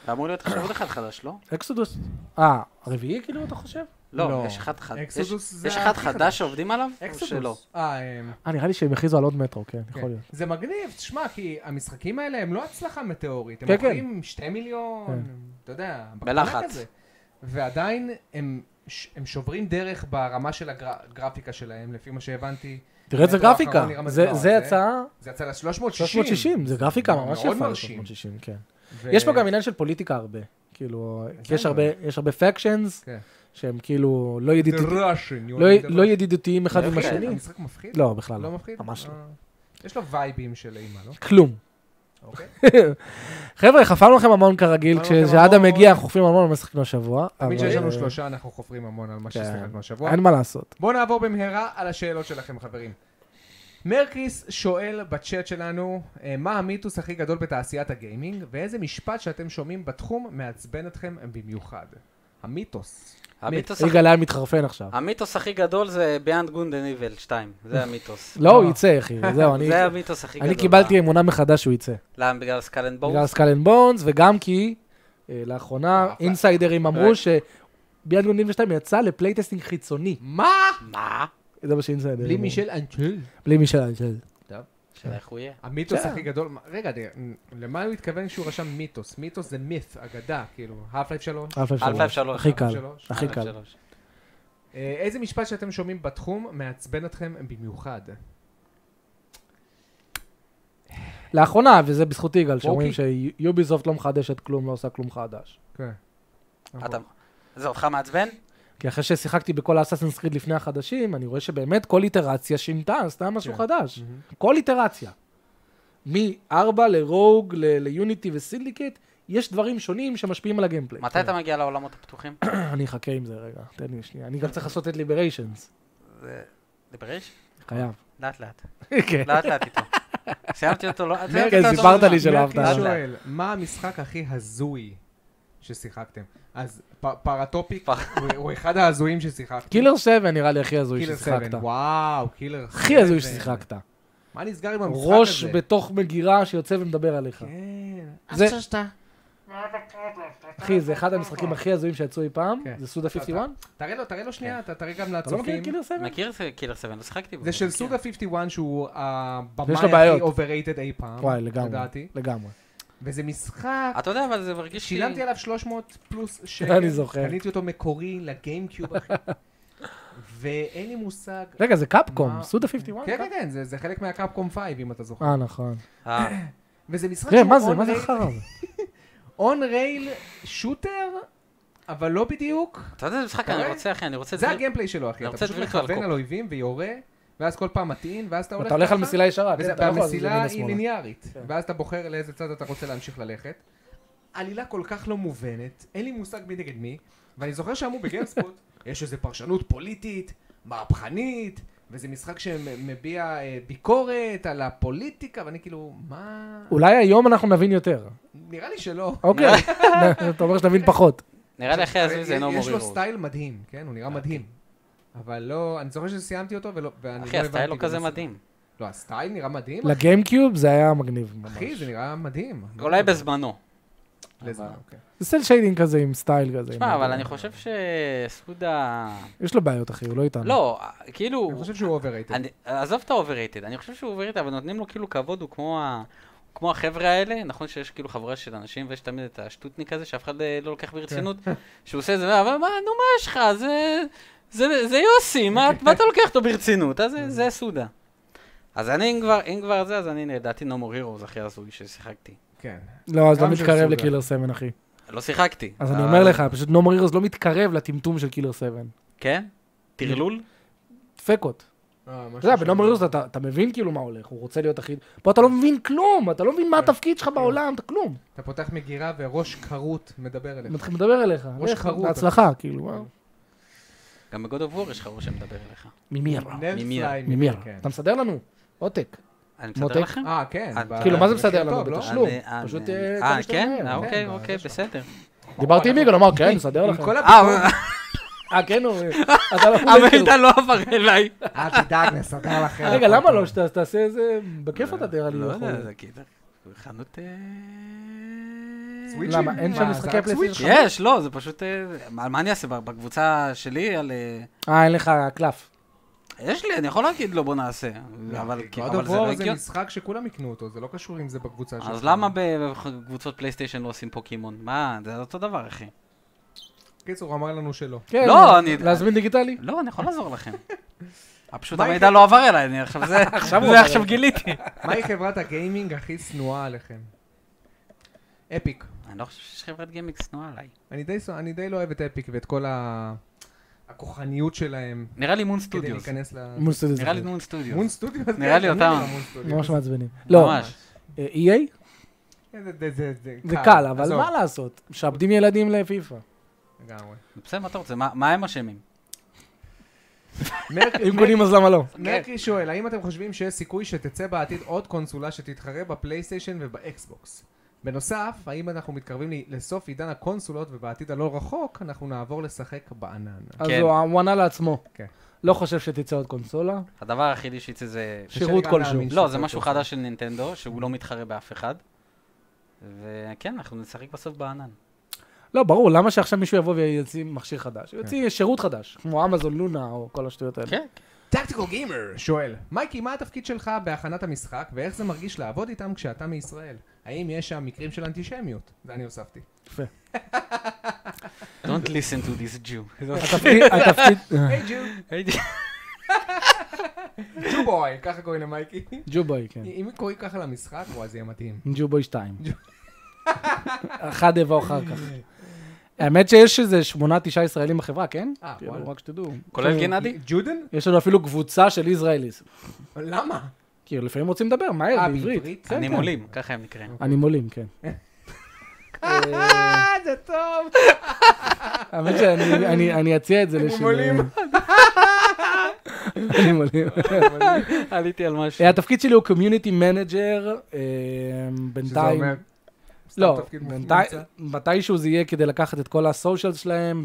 Speaker 1: ואמור להיות עכשיו עוד אחד חדש, לא?
Speaker 3: אקסודוס. אה, הרביעי כאילו אתה חושב?
Speaker 1: לא,
Speaker 2: לא.
Speaker 1: יש אחד חד- יש-
Speaker 2: אקסודוס זה
Speaker 1: יש
Speaker 2: הכי
Speaker 1: אחד
Speaker 2: חדש.
Speaker 1: חדש שעובדים עליו? או שלא?
Speaker 2: אקסודוס. אה, אמ,
Speaker 3: אה, נראה לי שהם הכריזו על עוד מטרו, כן,
Speaker 2: כן.
Speaker 3: יכול להיות.
Speaker 2: זה מגניב, תשמע, כי המשחקים האלה הם לא הצלחה מטאורית. הם
Speaker 3: כן, כן.
Speaker 2: מוכרים שתי מיליון, אתה יודע, בקטנה
Speaker 1: בלחץ.
Speaker 2: כזה. ועדיין הם ש- הם שוברים דרך ברמה של הגרפיקה שלהם, לפי מה שהבנתי.
Speaker 3: תראה, זה
Speaker 2: המטרו
Speaker 3: גרפיקה,
Speaker 2: האחרון נראה
Speaker 3: זה-
Speaker 2: מטורף,
Speaker 3: זה
Speaker 2: זה-
Speaker 3: יצא
Speaker 2: זה יצא ל-360.
Speaker 3: 360, זה גרפיקה ממש יפה.
Speaker 2: מאוד מרשים.
Speaker 3: 360, כן.
Speaker 2: ו-
Speaker 3: יש פה גם עניין של פוליטיקה הרבה. כאילו, כי יש הרבה, יש הרבה פקשנס
Speaker 2: כן.
Speaker 3: שהם כאילו לא
Speaker 2: The
Speaker 3: ידידותיים-
Speaker 2: Russian, you
Speaker 3: לא-
Speaker 2: know, the
Speaker 3: לא
Speaker 2: Russian.
Speaker 3: ידידותיים אחד עם
Speaker 1: איך
Speaker 3: השני.
Speaker 2: המשחק מפחיד?
Speaker 3: לא, בכלל
Speaker 2: לא
Speaker 3: לא.
Speaker 2: מפחיד?
Speaker 3: אה, ממש לא.
Speaker 2: אה, יש לו וייבים של אימה, לא?
Speaker 3: כלום.
Speaker 2: אוקיי.
Speaker 3: חבר'ה, חפרנו לכם המון כרגיל,
Speaker 2: חפרנו לכם
Speaker 3: כשאדם
Speaker 2: המון.
Speaker 3: מגיע, אנחנו חופרים המון על משחקים השבוע.
Speaker 2: תמיד
Speaker 3: אבל-
Speaker 2: כשיש לנו שלושה, אנחנו חופרים המון על מה
Speaker 3: כן.
Speaker 2: שהסתכלנו השבוע.
Speaker 3: אין מה לעשות.
Speaker 2: בואו נעבור במהרה על השאלות שלכם, חברים. מרקיס שואל בצ'אט שלנו, אה, מה המיתוס הכי גדול בתעשיית הגיימינג, ואיזה משפט שאתם שומעים בתחום מעצבן אתכם במיוחד? המיתוס.
Speaker 1: המיתוס הכי-
Speaker 3: יגאל היה מתחרפן עכשיו.
Speaker 1: המיתוס הכי גדול זה ביאנד גונד אנד איבל 2, זה המיתוס.
Speaker 3: לא, הוא יצא, אחי. זהו, אני...
Speaker 1: זה המיתוס הכי גדול.
Speaker 3: אני קיבלתי אמונה מחדש שהוא יצא.
Speaker 1: למה? בגלל סקל אנד
Speaker 3: בגלל
Speaker 1: בונס?
Speaker 3: סקל אנד בונס, וגם כי אה, לאחרונה
Speaker 2: אבל-
Speaker 3: אינסיידרים
Speaker 1: רגע.
Speaker 3: אמרו שביאנד גונד 92 יצא לפלייטסטינג חיצוני.
Speaker 2: מה?
Speaker 1: מה?
Speaker 3: זה מה שאינסיידרים
Speaker 2: בלי
Speaker 3: אמרו.
Speaker 2: מישל אנצ'ל.
Speaker 3: בלי מישל אנג'ל.
Speaker 1: שאלה איך הוא יהיה.
Speaker 2: המיתוס
Speaker 3: כן.
Speaker 2: הכי גדול, מה- רגע, די, למה הוא התכוון כשהוא רשם מיתוס? מיתוס זה מית', אגדה, כאילו, האף לייב שלו.
Speaker 3: אלפיים
Speaker 1: אלפיים
Speaker 3: שלוש.
Speaker 1: שלוש,
Speaker 3: הכי
Speaker 1: אלפיים
Speaker 3: קל.
Speaker 2: שלוש.
Speaker 3: הכי
Speaker 1: אחד,
Speaker 3: קל.
Speaker 1: שלוש.
Speaker 2: אה, איזה משפט שאתם שומעים בתחום מעצבן אתכם במיוחד?
Speaker 3: לאחרונה, וזה בזכות יגאל, שאומרים
Speaker 2: ווקי.
Speaker 3: שיוביסופט לא מחדשת כלום, לא עושה כלום חדש.
Speaker 2: כן.
Speaker 1: אתה... זה אותך מעצבן?
Speaker 3: כי אחרי ששיחקתי בכל האסאסינס קריד לפני החדשים, אני רואה שבאמת כל איטרציה שינתה, עשתה משהו
Speaker 2: כן.
Speaker 3: חדש.
Speaker 1: Mm.
Speaker 3: כל איטרציה. מ-4 לרוג, ל- ליוניטי וסינדיקט, יש דברים שונים שמשפיעים על הגיימפליי. אה,
Speaker 1: מתי אתה מגיע לעולמות הפתוחים?
Speaker 3: אני אחכה עם זה רגע, תן לי שנייה. אני גם צריך לעשות את ליבריישנס.
Speaker 1: זה... ליברייש?
Speaker 3: חייב.
Speaker 1: לאט לאט.
Speaker 3: כן.
Speaker 1: לאט לאט איתו. סיימתי אותו לא... סיימתי
Speaker 2: מרגי,
Speaker 1: אותו לא
Speaker 3: סיפרת
Speaker 1: מזמן.
Speaker 3: לי שלא אהבת.
Speaker 2: מרקי
Speaker 1: לאט,
Speaker 2: שואל, מה המשחק הכי הזוי ששיחקתם? אז פ- פרטופיק
Speaker 1: פר-
Speaker 2: הוא- הוא אחד ההזויים ששיחקתי.
Speaker 3: קילר 7 נראה לי הכי הזוי
Speaker 2: קילר
Speaker 3: ששיחקת.
Speaker 2: 7, וואו, קילר 7.
Speaker 3: הכי הזוי ששיחקת.
Speaker 2: מה נסגר עם המשחק הזה?
Speaker 3: ראש בתוך מגירה שיוצא ומדבר עליך.
Speaker 2: כן.
Speaker 3: זה... אחי, זה אחד המשחקים הכי הזויים שיצאו אי פעם.
Speaker 2: כן.
Speaker 3: זה סודה 51?
Speaker 2: תראה לו, תראה לו שנייה, אתה תראה גם
Speaker 3: אתה לא
Speaker 2: לצופים.
Speaker 3: מכיר קילר 7?
Speaker 1: מכיר את קילר 7? לא שיחקתי בו.
Speaker 2: זה של
Speaker 1: מכיר.
Speaker 2: סודה 51 שהוא אה, הבמאי
Speaker 3: יש לו
Speaker 2: הכי
Speaker 3: בעיות.
Speaker 2: אוברייטד אי פעם.
Speaker 3: וואי, לגמרי.
Speaker 2: לדעתי.
Speaker 3: לגמרי.
Speaker 2: וזה משחק,
Speaker 1: אתה יודע, אבל זה מרגיש לי...
Speaker 2: שילמתי עליו 300 פלוס שקל.
Speaker 3: אני זוכר.
Speaker 2: קניתי אותו מקורי לגיימקיוב, אחי. ואין לי מושג.
Speaker 3: רגע, זה קפקום.
Speaker 2: מה?
Speaker 3: סודה 51?
Speaker 2: כן, כן, כן, זה- זה חלק מהקפקום 5, אם אתה זוכר.
Speaker 3: אה, נכון.
Speaker 1: אה,
Speaker 2: וזה משחק
Speaker 3: תראה,
Speaker 2: שהוא
Speaker 3: כן, מה זה?
Speaker 2: on
Speaker 3: מה זה
Speaker 2: rail-
Speaker 3: החרא הזה?
Speaker 2: און רייל שוטר, אבל לא בדיוק.
Speaker 1: אתה יודע איזה משחק
Speaker 2: אתה
Speaker 1: אני
Speaker 2: רואה?
Speaker 1: רוצה, אחי, אני רוצה...
Speaker 2: אוקיי. זה
Speaker 1: דבר-
Speaker 2: הגיימפליי שלו, אחי.
Speaker 1: אני
Speaker 2: אתה
Speaker 1: רוצה
Speaker 2: פשוט
Speaker 1: דברים כאלה,
Speaker 2: מכוון
Speaker 1: קופ.
Speaker 2: על אויבים ויורה, ואז כל פעם מטעין, ואז אתה הולך...
Speaker 3: אתה הולך על
Speaker 2: ככה,
Speaker 3: מסילה ישרה. כן,
Speaker 2: וזה-
Speaker 3: אתה לא יכול לעשות את זה כן.
Speaker 2: והמסילה
Speaker 3: ימינה,
Speaker 2: היא
Speaker 3: שמאלה.
Speaker 2: ליניארית, ואז אתה בוחר לאיזה צד אתה רוצה להמשיך ללכת. עלילה כל כך לא מובנת, אין לי מושג מי נגד מי, ואני זוכר שאמרו בגיימספוט, יש איזו פרשנות פוליטית, מהפכנית, וזה משחק שמביע אה, ביקורת על הפוליטיקה, ואני כאילו, מה...
Speaker 3: אולי היום אנחנו נבין יותר.
Speaker 2: נראה לי שלא.
Speaker 3: אוקיי. אתה אומר שנבין פחות.
Speaker 1: נראה לי הכי הזוי זה
Speaker 2: יש-
Speaker 1: נורמור
Speaker 2: יש לו
Speaker 1: הירו.
Speaker 2: סטייל מדהים, כן? הוא נראה
Speaker 1: אה,
Speaker 2: מדהים. אבל לא, אני זוכר שסיימתי אותו, ולא- ואני לא הבנתי...
Speaker 1: כן. אחי, הסטייל לא
Speaker 2: את
Speaker 1: כזה
Speaker 2: המסר.
Speaker 1: מדהים.
Speaker 2: לא, הסטייל נראה מדהים,
Speaker 3: לגיימקיוב זה היה מגניב ממש.
Speaker 2: אחי, זה נראה מדהים. לא,
Speaker 1: אולי בזמנו.
Speaker 2: לזמן, אוקיי.
Speaker 3: זה סל שיידינג כזה עם סטייל כזה. עם
Speaker 1: תשמע, אבל
Speaker 3: מדבר.
Speaker 1: אני חושב שסודה...
Speaker 3: יש לו בעיות, אחי, הוא לא איתנו.
Speaker 1: לא, כאילו...
Speaker 2: אני חושב שהוא אוברייטד.
Speaker 1: אני- עזוב את האוברייטד, אני חושב שהוא אוברייטד, אבל נותנים לו כאילו כבוד, הוא כמו ה... כמו החבר'ה האלה, נכון שיש כאילו חבורה של אנשים ויש תמיד את השטוטניק הזה שאף אחד אה, לא לוקח ברצינות,
Speaker 3: כן.
Speaker 1: שהוא עושה את זה, אבל מה, נו מה יש לך, זה, זה, זה יוסי, מה,
Speaker 3: כן.
Speaker 1: מה אתה לוקח אותו ברצינות, אז זה, זה סודה. אז אני, אם כבר, אם כבר זה, אז אני לדעתי No More Heroes אחרי הזוג ששיחקתי.
Speaker 2: כן.
Speaker 3: לא, אז לא
Speaker 2: גם של
Speaker 3: מתקרב
Speaker 2: סודה.
Speaker 3: לקילר 7, אחי.
Speaker 1: לא שיחקתי.
Speaker 3: אז אני אומר לך, פשוט נומר הירוס לא מתקרב לטמטום של קילר 7.
Speaker 1: כן? טרלול?
Speaker 3: דפקות.
Speaker 2: אה,
Speaker 3: אתה יודע, בנומר
Speaker 2: לא-
Speaker 3: הירוס אתה אתה מבין כאילו מה הולך, הוא רוצה להיות אחיד. פה אתה לא מבין כלום, אתה לא מבין מה התפקיד שלך בעולם, אתה כלום.
Speaker 2: אתה פותח מגירה וראש כרות מדבר אליך.
Speaker 3: מתחיל לדבר אליך.
Speaker 2: ראש
Speaker 3: לך,
Speaker 2: חרוט.
Speaker 3: בהצלחה, כאילו. וואו.
Speaker 1: גם בגוד אוף וור יש לך ראש שמדבר אליך.
Speaker 3: מימיר.
Speaker 1: ממיר.
Speaker 2: נבסליין.
Speaker 3: מימיר.
Speaker 2: כן.
Speaker 3: אתה מסדר לנו? עותק.
Speaker 1: אני
Speaker 3: מותק?
Speaker 1: מסדר לכם?
Speaker 2: אה, כן.
Speaker 1: אה,
Speaker 2: ב-
Speaker 3: כאילו, מה זה
Speaker 2: במחיר
Speaker 3: מסדר לנו
Speaker 2: טוב, לא?
Speaker 3: בתשלום?
Speaker 1: אני- אני-
Speaker 3: פשוט,
Speaker 1: אני-
Speaker 3: אה,
Speaker 1: אה,
Speaker 3: כמה שאתה
Speaker 1: כן?
Speaker 3: אומר.
Speaker 1: אה, אוקיי,
Speaker 2: כן, בזה
Speaker 1: אוקיי,
Speaker 2: שם.
Speaker 1: בסדר.
Speaker 3: דיברתי עם יגאל, אמר, כן, נסדר
Speaker 2: עם
Speaker 3: לכם.
Speaker 2: כל
Speaker 1: אה,
Speaker 2: הביקורת.
Speaker 3: אה, כן, הוא... אתה לא מבין.
Speaker 1: המידע לא עבר אליי.
Speaker 2: אל תדאג, נסדר לכם.
Speaker 3: רגע, למה לא? שתעשה איזה... בכיף אתה תראה לי.
Speaker 1: לא
Speaker 3: יכול.
Speaker 1: יודע, זה כאילו חנות... אה,
Speaker 2: סוויץ'?
Speaker 3: למה, אין שם
Speaker 2: מה, זה
Speaker 3: משחקי
Speaker 2: רק סוויץ'?
Speaker 3: פלייסטיישן?
Speaker 1: יש, לא, זה פשוט... אה, מה מה אני אעשה ב- בקבוצה שלי על... אה,
Speaker 3: אה, אין לך קלף.
Speaker 1: יש לי, אני יכול להגיד לו בוא נעשה. אבל
Speaker 2: God
Speaker 1: כי-
Speaker 2: of
Speaker 1: אבל זה
Speaker 2: War
Speaker 1: לא
Speaker 2: זה
Speaker 1: הגיוני.
Speaker 2: משחק שכולם יקנו אותו, זה לא קשור אם זה בקבוצה שלך.
Speaker 1: אז למה בקבוצות פלייסטיישן לא עושים פוקימון? מה, זה אותו דבר, אחי.
Speaker 2: בקיצור, הוא אמר לנו שלא.
Speaker 3: כן,
Speaker 1: לא, אני-
Speaker 3: להזמין דיגיטלי.
Speaker 1: לא, אני יכול לעזור לכם. אה, פשוט
Speaker 2: מה
Speaker 1: המידע לא עבר אליי, אני עכשיו זה...
Speaker 3: עכשיו הוא
Speaker 1: זה
Speaker 3: עבר
Speaker 1: עכשיו
Speaker 3: אליי.
Speaker 1: גיליתי.
Speaker 2: מהי חברת הגיימינג הכי שנואה עליכם? אפיק.
Speaker 1: אני לא חושב שיש חברת גיימינג שנואה עליי.
Speaker 2: אני די, שונא- אני די לא אוהב את אפיק ואת כל ה... הכוחניות שלהם.
Speaker 1: נראה לי מון
Speaker 2: כדי
Speaker 1: סטודיוס.
Speaker 2: להיכנס ל... כן,
Speaker 1: נראה לי מון סטודיוס.
Speaker 2: מון סטודיו?
Speaker 1: נראה לי אותם.
Speaker 3: ממש מעצבנים. לא,
Speaker 1: ממש.
Speaker 3: אה, EA
Speaker 2: כן,
Speaker 3: זה קל, אבל מה לעשות? משעבדים ילדים לפיפא.
Speaker 2: לגמרי.
Speaker 1: בסדר, מה אתה רוצה? מה מה הם אשמים?
Speaker 2: מרק-
Speaker 3: אם קונים אז למה לא?
Speaker 2: מרקי שואל, האם אתם חושבים שיש סיכוי שתצא בעתיד עוד קונסולה שתתחרה בפלייסטיישן ובאקסבוקס? בנוסף, האם אנחנו מתקרבים ל- לסוף עידן הקונסולות ובעתיד הלא רחוק, אנחנו נעבור לשחק בענן.
Speaker 3: אז
Speaker 1: כן.
Speaker 3: הוא הוא ענה לעצמו.
Speaker 2: כן.
Speaker 3: לא חושב שתצא עוד קונסולה.
Speaker 1: הדבר היחידי שיצא זה...
Speaker 2: קשה לי
Speaker 3: שירות
Speaker 2: גם
Speaker 3: כלשהו.
Speaker 2: להאמין
Speaker 1: לא,
Speaker 2: שזה
Speaker 1: זה משהו
Speaker 2: קונסולה.
Speaker 1: חדש של נינטנדו, שהוא לא מתחרה באף אחד. וכן, אנחנו נשחק בסוף בענן.
Speaker 3: לא, ברור, למה שעכשיו מישהו יבוא ויוציא מכשיר חדש? יוציא שירות חדש, כמו אמזון לונה או כל השטויות האלה.
Speaker 1: כן.
Speaker 2: טקטיקל גיימר שואל, מייקי, מה התפקיד שלך בהכנת המשחק, ואיך זה מרגיש לעבוד איתם כשאתה מישראל? האם יש שם מקרים של אנטישמיות? זה אני הוספתי.
Speaker 1: Don't listen to this Jew.
Speaker 3: התפקיד- התפקיד-
Speaker 2: היי ג'ו, ג'ובוי, ככה קוראים למייקי.
Speaker 3: ג'ובוי, כן.
Speaker 2: אם קוראים ככה למשחק, וואי, זה יהיה מתאים.
Speaker 3: ג'ובוי 2. אחד אבא אחר כך. האמת שיש איזה שמונה, תשעה ישראלים בחברה, כן?
Speaker 2: אה,
Speaker 3: כאילו,
Speaker 2: וואלה.
Speaker 3: רק שתדעו.
Speaker 1: כולל
Speaker 3: כאילו,
Speaker 1: גנדי?
Speaker 2: ג'ודן?
Speaker 3: יש לנו אפילו קבוצה של ישראליס.
Speaker 2: למה?
Speaker 3: כאילו, לפעמים רוצים לדבר, מהר,
Speaker 2: אה,
Speaker 3: בעברית.
Speaker 2: בעברית?
Speaker 3: כן, כן.
Speaker 1: הנימולים, ככה הם נקראים.
Speaker 3: הנימולים, כן.
Speaker 2: אה, זה טוב.
Speaker 3: האמת שאני אני- אני אציע את זה לשם.
Speaker 2: הנימולים.
Speaker 3: הנימולים.
Speaker 1: עליתי על משהו.
Speaker 3: אה, התפקיד שלי הוא קומיוניטי מנג'ר,
Speaker 2: שזה
Speaker 3: בינתיים.
Speaker 2: אומר... סתם
Speaker 3: לא,
Speaker 2: תפקיד
Speaker 3: מתי-
Speaker 2: מומצא.
Speaker 3: מתישהו זה יהיה כדי לקחת את כל הסושיאל שלהם,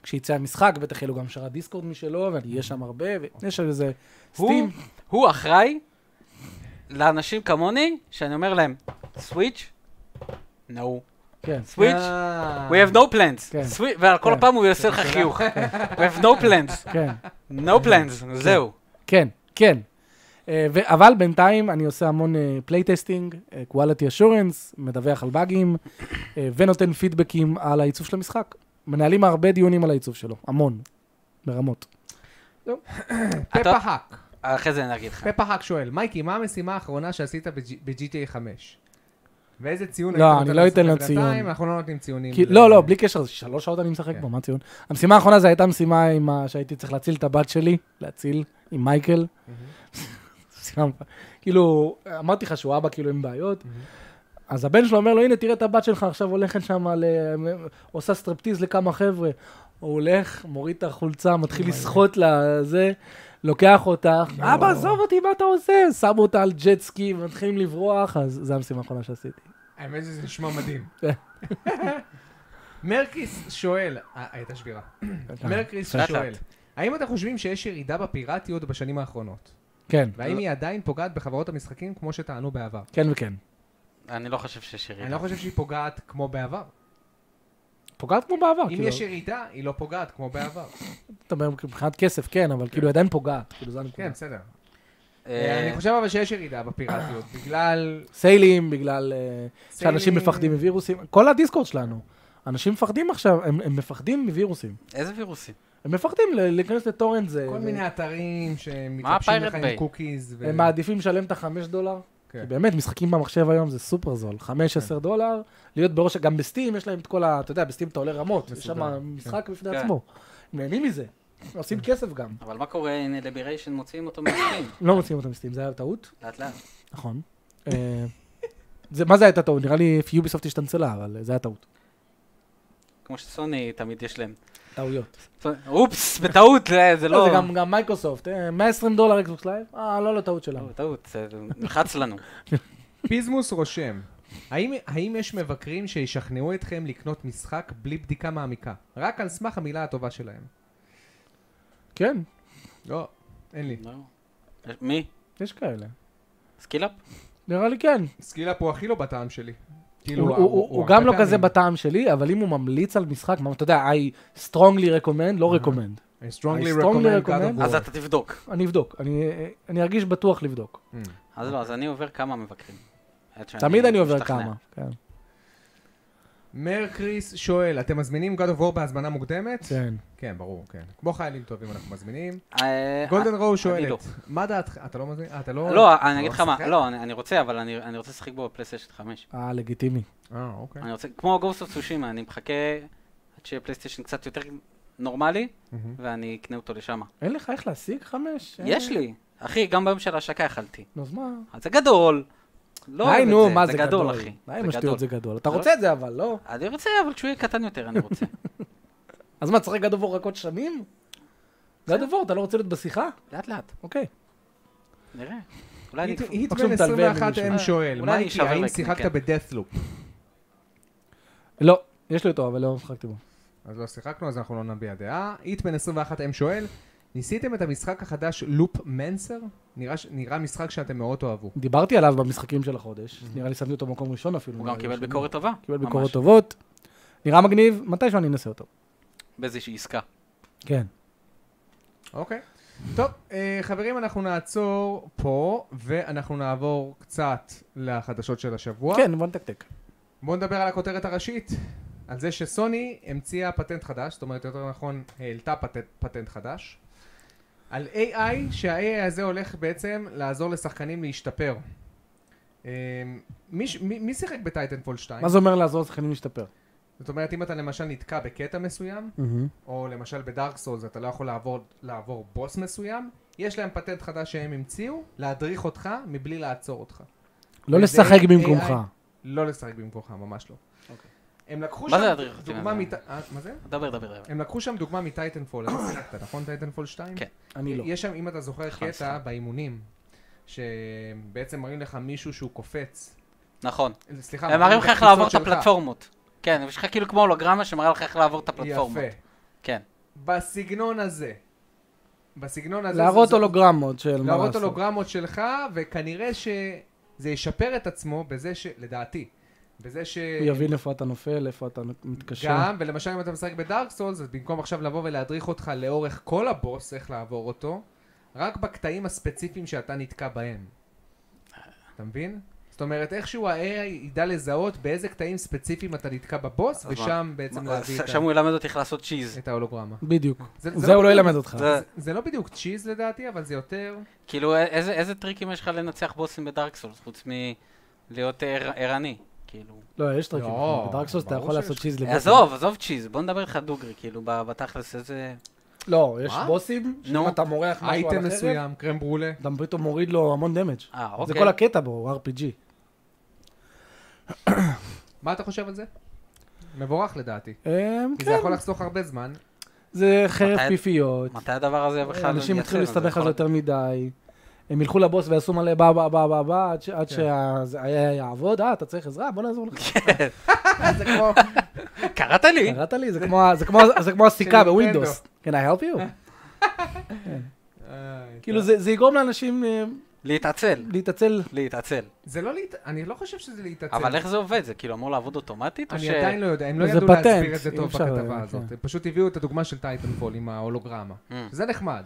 Speaker 3: וכשיצא המשחק, בטח יהיה לו גם שרת דיסקורד משלו, ואני אהיה שם הרבה, ויש על איזה
Speaker 1: הוא-
Speaker 3: סטים.
Speaker 1: הוא אחראי לאנשים כמוני, שאני אומר להם, סוויץ'? נו.
Speaker 3: כן.
Speaker 1: סוויץ'?
Speaker 2: אה.
Speaker 1: We have no plans.
Speaker 3: כן.
Speaker 1: Switch- ועל כל
Speaker 3: כן.
Speaker 1: פעם הוא עושה לך חיוך. We have no plans.
Speaker 3: כן,
Speaker 1: no plans. זהו.
Speaker 3: כן, כן. אה, ו- אבל בינתיים אני עושה המון פלייטסטינג, quality assurance, מדווח על באגים, אה, ונותן פידבקים על העיצוב של המשחק. מנהלים הרבה דיונים על העיצוב שלו, המון, ברמות.
Speaker 2: פפה האק.
Speaker 1: אחרי זה אני אגיד לך.
Speaker 2: פפה האק שואל, מייקי, מה המשימה האחרונה שעשית ב-GTA 5? ואיזה ציון
Speaker 3: לא,
Speaker 2: היית
Speaker 3: אני
Speaker 2: נותן
Speaker 3: לא
Speaker 2: למשחק
Speaker 3: אתן לו
Speaker 2: בינתיים?
Speaker 3: ציון.
Speaker 2: אנחנו לא נותנים ציונים.
Speaker 3: כי,
Speaker 2: ל-
Speaker 3: לא, לא, בלי קשר, זה שלוש שעות אני משחק
Speaker 2: כן.
Speaker 3: בו, מה ציון? המשימה האחרונה זו הייתה משימה עם ה... שהייתי צריך להציל את הבת שלי, להציל, עם מייקל. משימה- כאילו, אמרתי לך שהוא אבא כאילו עם בעיות. אז הבן שלו אומר לו, הנה, תראה את הבת שלך עכשיו הולכת שם, ל... עושה סטרפטיז לכמה חבר'ה. הוא הולך, מוריד את החולצה, מתחיל לסחוט לזה, לוקח אותך, אבא, עזוב אותי, מה אתה עושה? שמו אותה על ג'ט סקי, מתחילים לברוח, אז זו המשימה האחרונה שעשיתי.
Speaker 2: האמת שזה נשמע מדהים.
Speaker 3: כן.
Speaker 2: מרקיס שואל, אה, הייתה שבירה. מרקיס
Speaker 1: לאט
Speaker 2: שואל,
Speaker 1: לאט.
Speaker 2: האם אתם חושבים שיש ירידה בפיראטיות בשנים האחרונות?
Speaker 3: כן,
Speaker 2: והאם היא עדיין פוגעת בחברות המשחקים כמו שטענו בעבר?
Speaker 3: כן וכן.
Speaker 1: אני לא חושב שיש ירידה.
Speaker 2: אני לא חושב שהיא פוגעת כמו בעבר.
Speaker 3: פוגעת כמו בעבר,
Speaker 2: אם
Speaker 3: כאילו.
Speaker 2: יש ירידה, היא לא פוגעת כמו בעבר.
Speaker 3: אתה אומר מבחינת כסף, כן, אבל כאילו עדיין פוגעת, כאילו זה הנקודה.
Speaker 2: כן, בסדר.
Speaker 1: אה,
Speaker 2: אה, אני חושב אבל שיש ירידה בפיראטיות, בגלל...
Speaker 3: סיילים, בגלל אה, שאנשים
Speaker 2: סיילים.
Speaker 3: מפחדים מווירוסים, כל הדיסקורד שלנו. אנשים מפחדים עכשיו, הם הם מפחדים מווירוסים.
Speaker 1: איזה וירוסים?
Speaker 3: הם מפחדים ל- להיכנס לטורנט זה.
Speaker 2: כל
Speaker 3: ו-
Speaker 2: מיני אתרים שמתלבשים
Speaker 1: ה-Pirate
Speaker 2: לך עם
Speaker 1: Bay?
Speaker 2: קוקיז. ו-
Speaker 3: אה, הם מעדיפים לשלם את החמש דולר.
Speaker 2: כן.
Speaker 3: כי באמת, משחקים במחשב היום זה סופר זול. חמש, עשר דולר, להיות בראש, גם בסטים יש להם את כל ה... אתה יודע, בסטים אתה עולה רמות, יש
Speaker 2: מסודר, כן.
Speaker 3: שם משחק בפני
Speaker 1: כן.
Speaker 3: עצמו. הם נהנים מזה. עושים כסף גם.
Speaker 1: אבל מה קורה אם לביריישן מוציאים אותו מהסטים?
Speaker 3: לא מוציאים אותם מסטים, זה היה טעות.
Speaker 1: לאט לאט.
Speaker 3: נכון. אה, זה, מה זה הייתה טעות? נראה לי יוביסופט השתנצלה, אבל זה היה טעות.
Speaker 1: כמו שסוני תמיד יש להם.
Speaker 3: טעויות.
Speaker 1: סוני- אופס, בטעות, זה- זה
Speaker 3: לא,
Speaker 1: לא...
Speaker 3: זה גם, גם מייקרוסופט, אה, 120 דולר אקסבוקס לייב? אה, לא, לא, טעות שלנו.
Speaker 1: לא, טעות, זה נלחץ לנו.
Speaker 2: פיזמוס רושם, האם, האם יש מבקרים שישכנעו אתכם לקנות משחק בלי בדיקה מעמיקה? רק על סמך המילה הטובה שלהם.
Speaker 3: כן,
Speaker 2: לא, אין לי.
Speaker 1: לא. מי?
Speaker 3: יש כאלה.
Speaker 1: סקילאפ?
Speaker 3: נראה לי כן.
Speaker 2: סקילאפ הוא הכי לא בטעם שלי. כאילו,
Speaker 3: הוא, הוא, הוא, הוא, גם
Speaker 2: הרבה
Speaker 3: לא כזה
Speaker 2: פעמים-
Speaker 3: בטעם שלי, אבל אם הוא ממליץ על משחק, מה, אתה יודע, I strongly recommend,
Speaker 1: אה.
Speaker 3: לא recommend.
Speaker 2: I strongly
Speaker 3: I strongly
Speaker 2: recommend God of
Speaker 3: recommend.
Speaker 2: War.
Speaker 1: אז אתה תבדוק.
Speaker 3: אני אבדוק, אני, אני ארגיש בטוח לבדוק.
Speaker 2: Mm.
Speaker 1: אז לא, אז אני עובר כמה מבקרים. עד שאני
Speaker 3: תמיד אני עובר
Speaker 1: משתכנע.
Speaker 3: כמה. כן.
Speaker 2: מרקריס שואל, אתם מזמינים God of War בהזמנה מוקדמת?
Speaker 3: כן.
Speaker 2: כן, ברור, כן. כמו חיילים טובים אנחנו מזמינים.
Speaker 1: אה,
Speaker 2: גולדן
Speaker 1: אה,
Speaker 2: רו
Speaker 1: אני
Speaker 2: שואלת,
Speaker 1: לא.
Speaker 2: מה דעתך? אתה לא מזמין? אה, אתה לא...
Speaker 1: לא,
Speaker 2: אתה
Speaker 1: אני אגיד לך מה,
Speaker 2: משחק?
Speaker 1: לא, אני אני רוצה, אבל אני אני רוצה לשחק בו בפלייסטיישן 5.
Speaker 3: אה, לגיטימי.
Speaker 2: אה, אוקיי.
Speaker 1: אני רוצה, כמו גוסט אוף סושימה, אני מחכה עד שיהיה פלייסטיישן קצת יותר נורמלי,
Speaker 2: מהמם.
Speaker 1: ואני אקנה אותו לשם.
Speaker 3: אין לך איך להשיג חמש? אין-
Speaker 1: יש לי. אחי, גם ביום של ההשקה אכלתי.
Speaker 3: נו, אז מה?
Speaker 1: אז זה גדול. לא
Speaker 3: די,
Speaker 1: אוהב
Speaker 3: נו,
Speaker 1: את
Speaker 3: מה
Speaker 1: זה גדול, אחי.
Speaker 3: די עם
Speaker 1: זה גדול.
Speaker 3: השטויות זה גדול. אתה
Speaker 1: זה לא-
Speaker 3: רוצה את זה אבל, לא?
Speaker 1: אני רוצה, אבל כשהוא יהיה קטן יותר, אני רוצה.
Speaker 3: אז מה, תשחק גד אובור רק עוד שנים? גד אובור, אתה לא רוצה להיות בשיחה?
Speaker 1: לאט לאט,
Speaker 3: אוקיי.
Speaker 1: נראה. אולי אני... אקפוץ.
Speaker 3: עכשיו
Speaker 2: היטמן
Speaker 3: מטלווה
Speaker 2: 21
Speaker 3: למישהו.
Speaker 2: אם שואל,
Speaker 1: אה, אולי אני
Speaker 2: מייקי,
Speaker 1: אשבר
Speaker 2: האם
Speaker 1: לקני,
Speaker 2: שיחקת
Speaker 1: כן.
Speaker 2: בדאט'לופ?
Speaker 3: לא, יש לי אותו, אבל לא משחקתי בו.
Speaker 2: אז לא שיחקנו, אז אנחנו לא נביע דעה. היטמן 21 אם שואל, ניסיתם את המשחק החדש לופ מנסר? נראה ש- נראה משחק שאתם מאוד אוהבו.
Speaker 3: דיברתי עליו במשחקים של החודש, נראה לי שמתי אותו במקום ראשון אפילו.
Speaker 1: הוא
Speaker 3: נראה
Speaker 1: גם
Speaker 3: לי,
Speaker 1: קיבל
Speaker 3: שני.
Speaker 1: ביקורת טובה.
Speaker 3: קיבל
Speaker 1: ממש.
Speaker 3: ביקורות טובות. נראה מגניב, מתישהו אני אנסה אותו.
Speaker 1: באיזושהי עסקה.
Speaker 3: כן.
Speaker 2: אוקיי. טוב, אה, חברים, אנחנו נעצור פה, ואנחנו נעבור קצת לחדשות של השבוע.
Speaker 3: כן, בוא נתקתק.
Speaker 2: בואו נדבר על הכותרת הראשית, על זה שסוני המציאה פטנט חדש, זאת אומרת, יותר נכון, העלתה פטנט, פטנט חדש. על AI, שה-AI הזה הולך בעצם לעזור לשחקנים להשתפר. אמ, מי ש- מי מי שיחק בטייטנפול 2?
Speaker 3: מה זה אומר לעזור לשחקנים להשתפר?
Speaker 2: זאת אומרת, אם אתה למשל נתקע בקטע מסוים, או למשל בדארק סולס אתה לא יכול לעבור, לעבור בוס מסוים, יש להם פטנט חדש שהם המציאו, להדריך אותך מבלי לעצור אותך.
Speaker 3: לא
Speaker 2: וזה
Speaker 3: לשחק
Speaker 2: AI.
Speaker 3: במקומך.
Speaker 2: לא לשחק במקומך, ממש לא.
Speaker 1: אוקיי.
Speaker 2: הם לקחו
Speaker 1: מה
Speaker 2: שם
Speaker 1: זה להדריך אותי?
Speaker 2: דוגמה
Speaker 1: מה-
Speaker 2: מט... אה, מה זה?
Speaker 1: דבר, דבר, דבר.
Speaker 2: הם לקחו שם דוגמה מטייטנפול, אתה שיחקת, נכון? טייטנפול 2?
Speaker 1: כן.
Speaker 3: אני לא.
Speaker 2: יש שם, אם אתה זוכר,
Speaker 1: חס.
Speaker 2: קטע באימונים, שבעצם מראים לך מישהו שהוא קופץ.
Speaker 1: נכון.
Speaker 2: סליחה,
Speaker 1: הם מראים לך איך
Speaker 2: הקפיצות
Speaker 1: לעבור את
Speaker 2: שלך.
Speaker 1: הפלטפורמות. כן, יש לך כאילו כמו הולוגרמה שמראה לך איך לעבור את הפלטפורמות.
Speaker 2: יפה.
Speaker 1: כן.
Speaker 2: בסגנון הזה. בסגנון הזה.
Speaker 3: להראות
Speaker 2: זה-
Speaker 3: הולוגרמות של מה
Speaker 2: להראות
Speaker 3: לעשות.
Speaker 2: הולוגרמות שלך, וכנראה שזה ישפר את עצמו בזה ש... לדעתי. בזה ש...
Speaker 3: הוא יבין איפה אתה נופל, איפה אתה מתקשר.
Speaker 2: גם, ולמשל אם אתה משחק בדארק סולס, אז במקום עכשיו לבוא ולהדריך אותך לאורך כל הבוס איך לעבור אותו, רק בקטעים הספציפיים שאתה נתקע בהם. אתה מבין? זאת אומרת, איכשהו ה-AI ידע לזהות באיזה קטעים ספציפיים אתה נתקע בבוס,
Speaker 1: אז מה?
Speaker 2: ושם בעצם
Speaker 1: מה-
Speaker 2: להביא את ה-
Speaker 1: שם הוא ילמד אותי איך לעשות צ'יז.
Speaker 2: את ההולוגרמה.
Speaker 3: בדיוק.
Speaker 2: זה- זה
Speaker 3: זה
Speaker 2: לא
Speaker 3: הוא לא
Speaker 2: בדיוק-
Speaker 3: ילמד אותך.
Speaker 1: זה-
Speaker 2: זה- זה לא בדיוק צ'יז לדעתי, אבל זה יותר...
Speaker 1: כאילו, א- איזה איזה טריקים יש לך לנצח בוסים בדארק סולס, חוץ מלהיות ער- ערני? כאילו...
Speaker 3: לא, יש טרקים.
Speaker 2: לא,
Speaker 3: בדארק סולס אתה
Speaker 2: ברור
Speaker 3: יכול
Speaker 2: שיש.
Speaker 3: לעשות צ'יז לבוסים.
Speaker 1: עזוב, עזוב צ'יז, בוא נדבר איתך דוגרי, כאילו, ב- בתכלס איזה...
Speaker 3: לא, יש
Speaker 2: מה?
Speaker 3: בוסים, שאם
Speaker 1: נו.
Speaker 3: אתה מורח משהו על
Speaker 2: אייטם
Speaker 3: החרב,
Speaker 2: מסוים, קרם ברולה.
Speaker 3: אתה פתאום מוריד לו המון דמג'.
Speaker 1: אה,
Speaker 3: זה
Speaker 1: אוקיי.
Speaker 3: כל הקטע בו, הוא RPG.
Speaker 2: מה אתה חושב על זה? מבורך לדעתי.
Speaker 3: אמ,
Speaker 2: כי זה
Speaker 3: כן,
Speaker 2: יכול לחסוך הרבה זמן.
Speaker 3: זה חרב
Speaker 1: מתי-
Speaker 3: פיפיות.
Speaker 1: מתי הדבר הזה בכלל...
Speaker 3: אנשים
Speaker 1: יצא?
Speaker 3: התחילו
Speaker 1: זה
Speaker 3: להסתבך על זה
Speaker 1: יכול-
Speaker 3: יותר מדי. הם ילכו לבוס ויעשו מלא בא בא בא בא בא עד ש- עד
Speaker 2: כן.
Speaker 3: שזה יעבוד, אה, אתה צריך עזרה? בוא נעזור לך.
Speaker 2: אה, זה כמו...
Speaker 1: קראת לי?
Speaker 3: קראת לי? זה כמו ה- זה כמו ה- זה כמו הסיכה
Speaker 2: של
Speaker 3: בווינדוס. Can I help you?
Speaker 1: אה,
Speaker 2: איי,
Speaker 3: כאילו
Speaker 2: טוב.
Speaker 3: זה זה יגרום לאנשים אה,
Speaker 1: להתעצל.
Speaker 3: להתעצל.
Speaker 1: להתעצל.
Speaker 2: זה לא להת... אני לא חושב שזה להתעצל.
Speaker 1: אבל איך זה עובד? זה כאילו אמור לעבוד אוטומטית? או
Speaker 2: אני
Speaker 1: ש...
Speaker 2: עדיין לא יודע, הם לא
Speaker 3: זה
Speaker 2: ידעו
Speaker 3: פטנט,
Speaker 2: להסביר את זה
Speaker 3: אי
Speaker 2: טוב
Speaker 3: אפשר,
Speaker 2: בכתבה
Speaker 3: אה,
Speaker 2: הזאת.
Speaker 3: כן.
Speaker 2: הם פשוט הביאו את הדוגמה של טייטנפול עם ההולוגרמה.
Speaker 1: Mm.
Speaker 2: זה נחמד.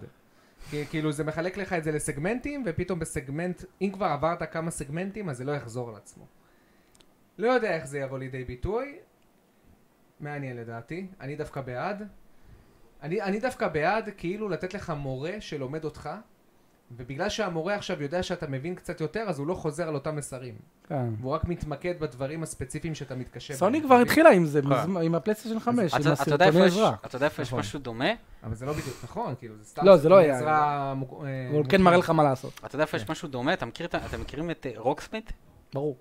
Speaker 2: כי- כאילו זה מחלק לך את זה לסגמנטים, ופתאום בסגמנט, אם כבר עברת כמה סגמנטים, אז זה לא יחזור על עצמו. לא יודע איך זה יבוא לידי ביטוי. מעניין לדעתי. אני דווקא בעד. אני, אני דווקא בעד כאילו לתת לך מורה שלומד אותך, ובגלל שהמורה עכשיו יודע שאתה מבין קצת יותר, אז הוא לא חוזר על אותם מסרים.
Speaker 3: כן.
Speaker 2: והוא רק מתמקד בדברים הספציפיים שאתה מתקשה בהם.
Speaker 3: סוני כבר התחילה עם זה,
Speaker 1: כן.
Speaker 3: מזמן- עם הפלייסטיישן 5,
Speaker 1: אתה-
Speaker 3: עם
Speaker 1: אתה יודע
Speaker 3: הסרטוני
Speaker 1: איפה יש-
Speaker 3: עזרה.
Speaker 1: אתה יודע איפה יש
Speaker 2: נכון.
Speaker 1: משהו דומה?
Speaker 2: אבל זה לא בדיוק נכון, כאילו זה סתם...
Speaker 3: לא, זה לא היה.
Speaker 2: עזרה מוק- אה,
Speaker 3: הוא כן מראה לך מה לעשות,
Speaker 1: אתה יודע
Speaker 3: כן.
Speaker 1: איפה יש משהו דומה? אתה מכיר את ה- אתם מכירים את אה, רוקסמית?
Speaker 3: ברור.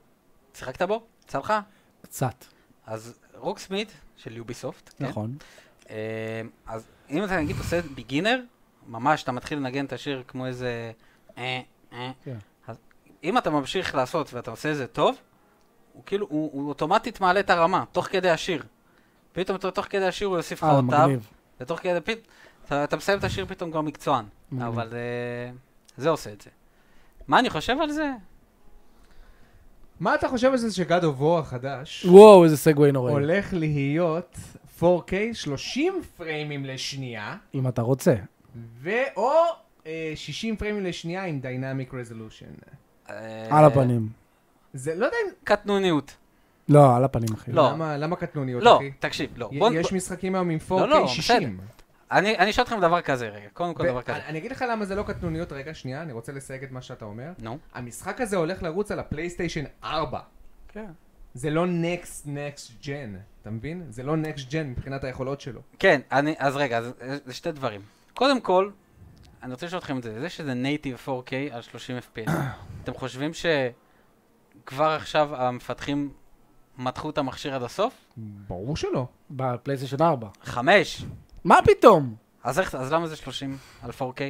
Speaker 1: שיחקת בו? יצא לך?
Speaker 3: קצת,
Speaker 1: אז רוקסמית של יוביסופט, כן?
Speaker 3: נכון.
Speaker 1: אה, אז אם אתה נגיד עושה ביגינר, ממש אתה מתחיל לנגן את השיר כמו איזה... אה, אה.
Speaker 3: כן.
Speaker 1: אז אם אתה ממשיך לעשות ואתה עושה את זה טוב, הוא כאילו, הוא הוא אוטומטית מעלה את הרמה, תוך כדי השיר. פתאום אתה- תוך כדי השיר הוא יוסיף לך
Speaker 3: אה,
Speaker 1: אותיו,
Speaker 3: מגניב.
Speaker 1: ותוך כדי פתאום, אתה אתה מסיים את השיר פתאום כבר מקצוען.
Speaker 3: מגניב.
Speaker 1: אבל אה, זה עושה את זה. מה אני חושב על זה?
Speaker 2: מה אתה חושב על זה שגד אובו החדש
Speaker 3: וואו, איזה סגווי נוראי.
Speaker 2: הולך להיות 4K 30 פריימים לשנייה,
Speaker 3: אם אתה רוצה.
Speaker 2: ואו אה, 60 פריימים לשנייה עם Dynamic Resolution?
Speaker 1: אה,
Speaker 3: על הפנים.
Speaker 2: זה לא יודע אם...
Speaker 1: קטנוניות.
Speaker 3: לא, על הפנים, אחי.
Speaker 1: לא.
Speaker 2: למה- למה קטנוניות,
Speaker 1: לא,
Speaker 2: אחי?
Speaker 1: תקשיב, לא.
Speaker 2: י-
Speaker 1: בוא-
Speaker 2: יש
Speaker 1: בוא-
Speaker 2: משחקים היום עם 4K
Speaker 1: לא, בסדר.
Speaker 2: 60.
Speaker 1: אני אני אשאל אתכם דבר כזה רגע, קודם כל דבר
Speaker 2: ו-
Speaker 1: כזה.
Speaker 2: אני אגיד לך למה זה לא קטנוניות, רגע, שנייה, אני רוצה לסייג את מה שאתה אומר.
Speaker 1: נו.
Speaker 2: המשחק הזה הולך לרוץ על הפלייסטיישן 4.
Speaker 1: כן.
Speaker 2: זה לא נקסט נקסט ג'ן, אתה מבין? זה לא נקסט ג'ן מבחינת היכולות שלו.
Speaker 1: כן, אני, אז רגע, אז, אז זה שתי דברים. קודם כל, אני רוצה לשאול אתכם את זה, זה שזה נייטיב 4K על 30 FPS, אתם חושבים שכבר עכשיו המפתחים מתחו את המכשיר עד הסוף?
Speaker 2: ברור שלא.
Speaker 3: בפלייסטיישן 4.
Speaker 1: חמש.
Speaker 3: מה פתאום?
Speaker 1: אז, איך, אז למה זה 30 על 4K?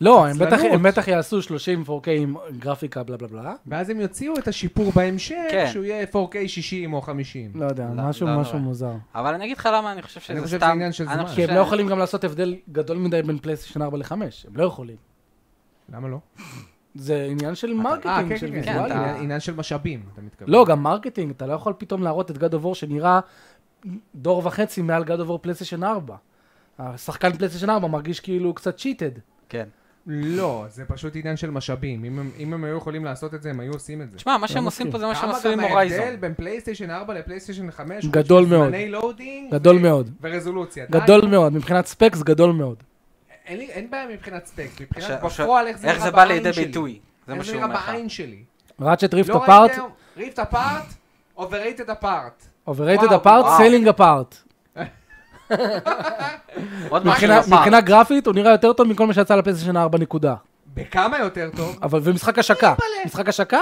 Speaker 3: לא, הם בטח-
Speaker 2: עצלנות.
Speaker 3: הם בטח יעשו 30 4K עם גרפיקה בלה בלה בלה.
Speaker 2: ואז הם יוציאו את השיפור בהמשך,
Speaker 1: כן.
Speaker 2: שהוא יהיה 4K 60 או 50.
Speaker 3: לא יודע,
Speaker 1: לא,
Speaker 3: משהו
Speaker 1: לא
Speaker 3: משהו
Speaker 1: נורא. אה.
Speaker 3: מוזר.
Speaker 1: אבל אני אגיד לך למה אני חושב שזה
Speaker 2: חושב שזה
Speaker 1: סתם...
Speaker 2: עניין של
Speaker 1: אני
Speaker 2: זמן.
Speaker 1: חושב
Speaker 3: כי הם
Speaker 1: ש-
Speaker 3: לא יכולים גם לעשות הבדל גדול מדי בין פלייסטיישן 4 ל-5. הם לא יכולים.
Speaker 2: למה לא?
Speaker 3: זה עניין של
Speaker 2: אה, כן,
Speaker 3: מרקטינג, של
Speaker 2: כן, כן,
Speaker 3: ויזואליה.
Speaker 2: עניין- עניין של משאבים, אתה מתכוון.
Speaker 3: לא, גם מרקטינג, אתה לא יכול פתאום להראות את God of War שנראה דור וחצי מעל God of War פלייסטיישן 4. השחקן פלייסטיישן 4 מרגיש כאילו קצת צ'יטד.
Speaker 1: כן.
Speaker 2: לא, זה פשוט עניין של משאבים. אם הם- אם הם היו יכולים לעשות את זה, הם היו עושים את זה.
Speaker 1: תשמע, מה שהם
Speaker 3: לא
Speaker 1: עושים
Speaker 3: מסכים.
Speaker 1: פה זה מה שהם
Speaker 2: כמה
Speaker 1: עשו עם
Speaker 2: גם ההבדל
Speaker 1: הורייזון.
Speaker 2: בין פלייסטיישן 4 לפלייסטיישן 5
Speaker 3: גדול מאוד.
Speaker 2: זמני לואודינג
Speaker 3: גדול מאוד.
Speaker 2: ורזולוציה. די.
Speaker 3: גדול מאוד, מבחינת ספקס גדול מאוד.
Speaker 2: אין לי- אין בעיה מבחינת ספק, מבחינת
Speaker 1: עכשיו- עכשיו,
Speaker 2: בפועל איך זה נראה
Speaker 1: איך זה
Speaker 2: בעין שלי.
Speaker 1: בא לידי ביטוי? זה מה
Speaker 2: איך זה
Speaker 1: שהוא
Speaker 2: נראה
Speaker 1: אומר לך.
Speaker 2: בעין שלי.
Speaker 3: ראצ'ט ריפט
Speaker 2: לא
Speaker 3: אפארט,
Speaker 2: ראיתם? ריפט אפארט, overrated אפארט.
Speaker 3: overrated
Speaker 2: וואו,
Speaker 3: אפארט,
Speaker 1: וואו.
Speaker 3: סיילינג אפארט.
Speaker 1: עוד משהו
Speaker 3: מבחינה-
Speaker 1: בפארק.
Speaker 3: מבחינה גרפית הוא נראה יותר טוב מכל מה שיצא לפלייסטיישן 4 נקודה.
Speaker 2: בכמה יותר טוב?
Speaker 3: אבל ומשחק השקה. משחק השקה?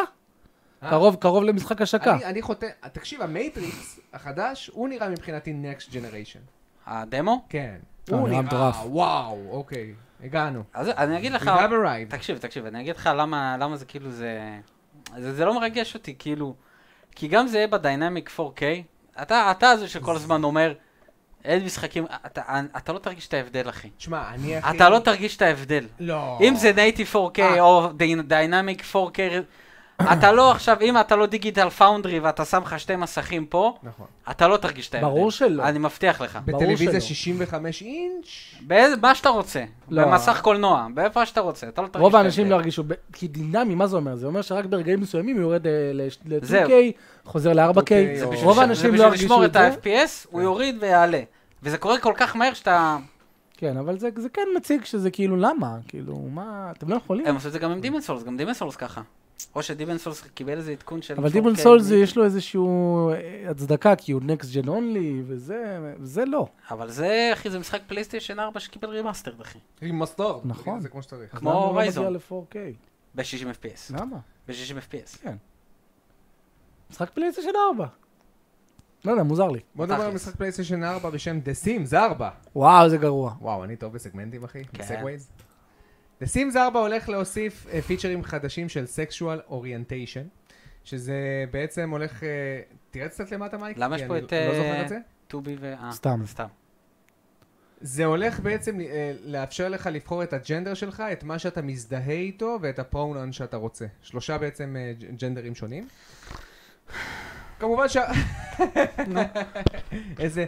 Speaker 2: אה?
Speaker 3: קרוב, קרוב למשחק השקה.
Speaker 2: אני- אני חותם, תקשיב, המייטריקס החדש, הוא נראה מבחינתי next generation.
Speaker 1: הדמו?
Speaker 2: כן.
Speaker 3: אה,
Speaker 2: הוא
Speaker 3: נראה
Speaker 2: נראה,
Speaker 3: מטורף.
Speaker 2: וואו, אוקיי, הגענו.
Speaker 1: אז אני אגיד
Speaker 2: We
Speaker 1: לך...
Speaker 2: have arrived.
Speaker 1: תקשיב, תקשיב, אני אגיד לך למה, למה זה כאילו זה... זה, זה לא מרגש אותי, כאילו... כי גם זה יהיה בדיינמיק 4K, אתה, אתה זה שכל הזמן אומר, אין משחקים, אתה, אתה לא תרגיש את ההבדל, אחי.
Speaker 2: תשמע, אני הכי...
Speaker 1: אתה לא תרגיש את ההבדל.
Speaker 2: לא.
Speaker 1: אם זה נייטי 4K
Speaker 2: אה.
Speaker 1: או דיינמיק 4K, אתה לא עכשיו, אם אתה לא דיגיטל פאונדרי ואתה שם לך שתי מסכים פה,
Speaker 2: נכון.
Speaker 1: אתה לא תרגיש את ההבדל.
Speaker 3: ברור שלא.
Speaker 1: אני מבטיח לך.
Speaker 3: ברור שלא.
Speaker 2: בטלוויזיה 65 אינץ'?
Speaker 1: באיזה, מה שאתה רוצה.
Speaker 3: לא.
Speaker 1: במסך קולנוע, באיפה שאתה רוצה, אתה לא תרגיש את ההבדל.
Speaker 3: רוב האנשים לא ירגישו, ב- כי דינמי, מה זה אומר? זה אומר שרק ברגעים מסוימים יורד אה, ל-2K,
Speaker 1: זהו. אוקיי,
Speaker 3: חוזר ל-4K.
Speaker 2: 2K,
Speaker 1: זה בשביל
Speaker 3: רוב
Speaker 1: ש-
Speaker 3: האנשים לא
Speaker 1: זה בשביל לשמור
Speaker 3: ירגישו את
Speaker 1: את
Speaker 3: זה.
Speaker 1: ה-FPS, הוא יוריד ויעלה. וזה קורה כל כך מהר שאתה...
Speaker 3: כן, אבל זה זה כן מציג שזה כאילו למה? כאילו, מה, אתם לא יכולים.
Speaker 1: הם עשו את זה גם עם דימן סולס, גם דימן סולס ככה. או שדימן סולס קיבל איזה עדכון של...
Speaker 3: אבל
Speaker 2: נכון,
Speaker 1: 4K.
Speaker 2: כן,
Speaker 3: דימון סולס יש לו איזשהו אה, הצדקה, כי הוא נקסט ג'ן אונלי, וזה, זה לא.
Speaker 1: אבל זה, אחי, זה משחק פלייסטיישן 4 שקיבל רימאסטרד, אחי.
Speaker 2: עם מסטור.
Speaker 3: נכון.
Speaker 2: זה כמו שצריך.
Speaker 3: אז
Speaker 1: כמו
Speaker 3: למה הוא לא
Speaker 1: Horizon.
Speaker 3: מגיע ל-4K.
Speaker 1: ב-60 FPS.
Speaker 3: למה? כן.
Speaker 1: ב-60 FPS.
Speaker 3: משחק פלייסטיישן 4. לא יודע, מוזר לי.
Speaker 2: בוא נדבר על
Speaker 1: תכלס.
Speaker 2: משחק פלייסטיישן 4 בשם The Sims 4.
Speaker 3: וואו, זה גרוע.
Speaker 2: וואו, אני טוב בסגמנטים, אחי.
Speaker 1: כן.
Speaker 2: בסגווייז. The Sims 4 הולך להוסיף אה, פיצ'רים חדשים של Sexual Orientation, שזה בעצם הולך... אה, תרד קצת למטה, מייק.
Speaker 1: למה
Speaker 2: כי
Speaker 1: יש פה
Speaker 2: אני
Speaker 1: את,
Speaker 2: לא
Speaker 1: אה,
Speaker 2: זוכר את זה.
Speaker 1: טובי ו... אה,
Speaker 3: סתם.
Speaker 1: סתם.
Speaker 2: זה הולך בעצם אה, לאפשר לך לבחור את הג'נדר שלך, את מה שאתה מזדהה איתו ואת הפרונון שאתה רוצה. שלושה בעצם אה, ג'- ג'נדרים שונים. כמובן שה... איזה...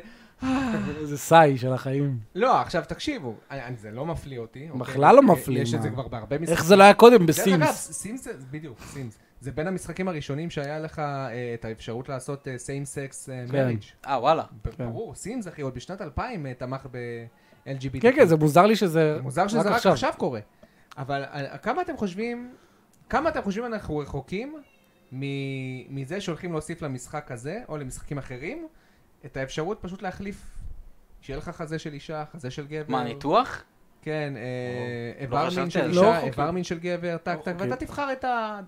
Speaker 3: זה סאי של החיים.
Speaker 2: לא, עכשיו תקשיבו, אה, אה, זה לא מפליא אותי. אוקיי?
Speaker 3: בכלל לא
Speaker 2: אה,
Speaker 3: מפליא,
Speaker 2: יש את
Speaker 3: מה?
Speaker 2: זה כבר בהרבה משחקים.
Speaker 3: איך זה לא היה קודם
Speaker 2: דרך אגב,
Speaker 3: בסימס?
Speaker 2: סימס זה, בדיוק, סימס. זה בין המשחקים הראשונים שהיה לך אה, את האפשרות לעשות סיים סקס
Speaker 3: כן.
Speaker 2: מריג'.
Speaker 1: אה, וואלה.
Speaker 2: ברור, סימס אחי, עוד בשנת 2000 אה, תמך ב-LGBT.
Speaker 3: כן, כן, זה מוזר לי שזה...
Speaker 2: זה מוזר שזה רק עכשיו קורה. אבל אה, כמה אתם חושבים, כמה אתם חושבים אנחנו רחוקים מ- מזה שהולכים להוסיף למשחק הזה, או למשחקים אחרים, את האפשרות פשוט להחליף. שיהיה לך חזה של אישה, חזה של גבר.
Speaker 1: מה, ניתוח?
Speaker 2: כן, אה,
Speaker 1: לא אוקיי.
Speaker 2: איבר מין
Speaker 1: חשבתי
Speaker 2: של
Speaker 1: על
Speaker 3: זה. לא
Speaker 2: אישה,
Speaker 3: רחוקים.
Speaker 2: איבר מין של גבר, טק טק,
Speaker 3: רחוקים.
Speaker 2: ואתה תבחר את ה-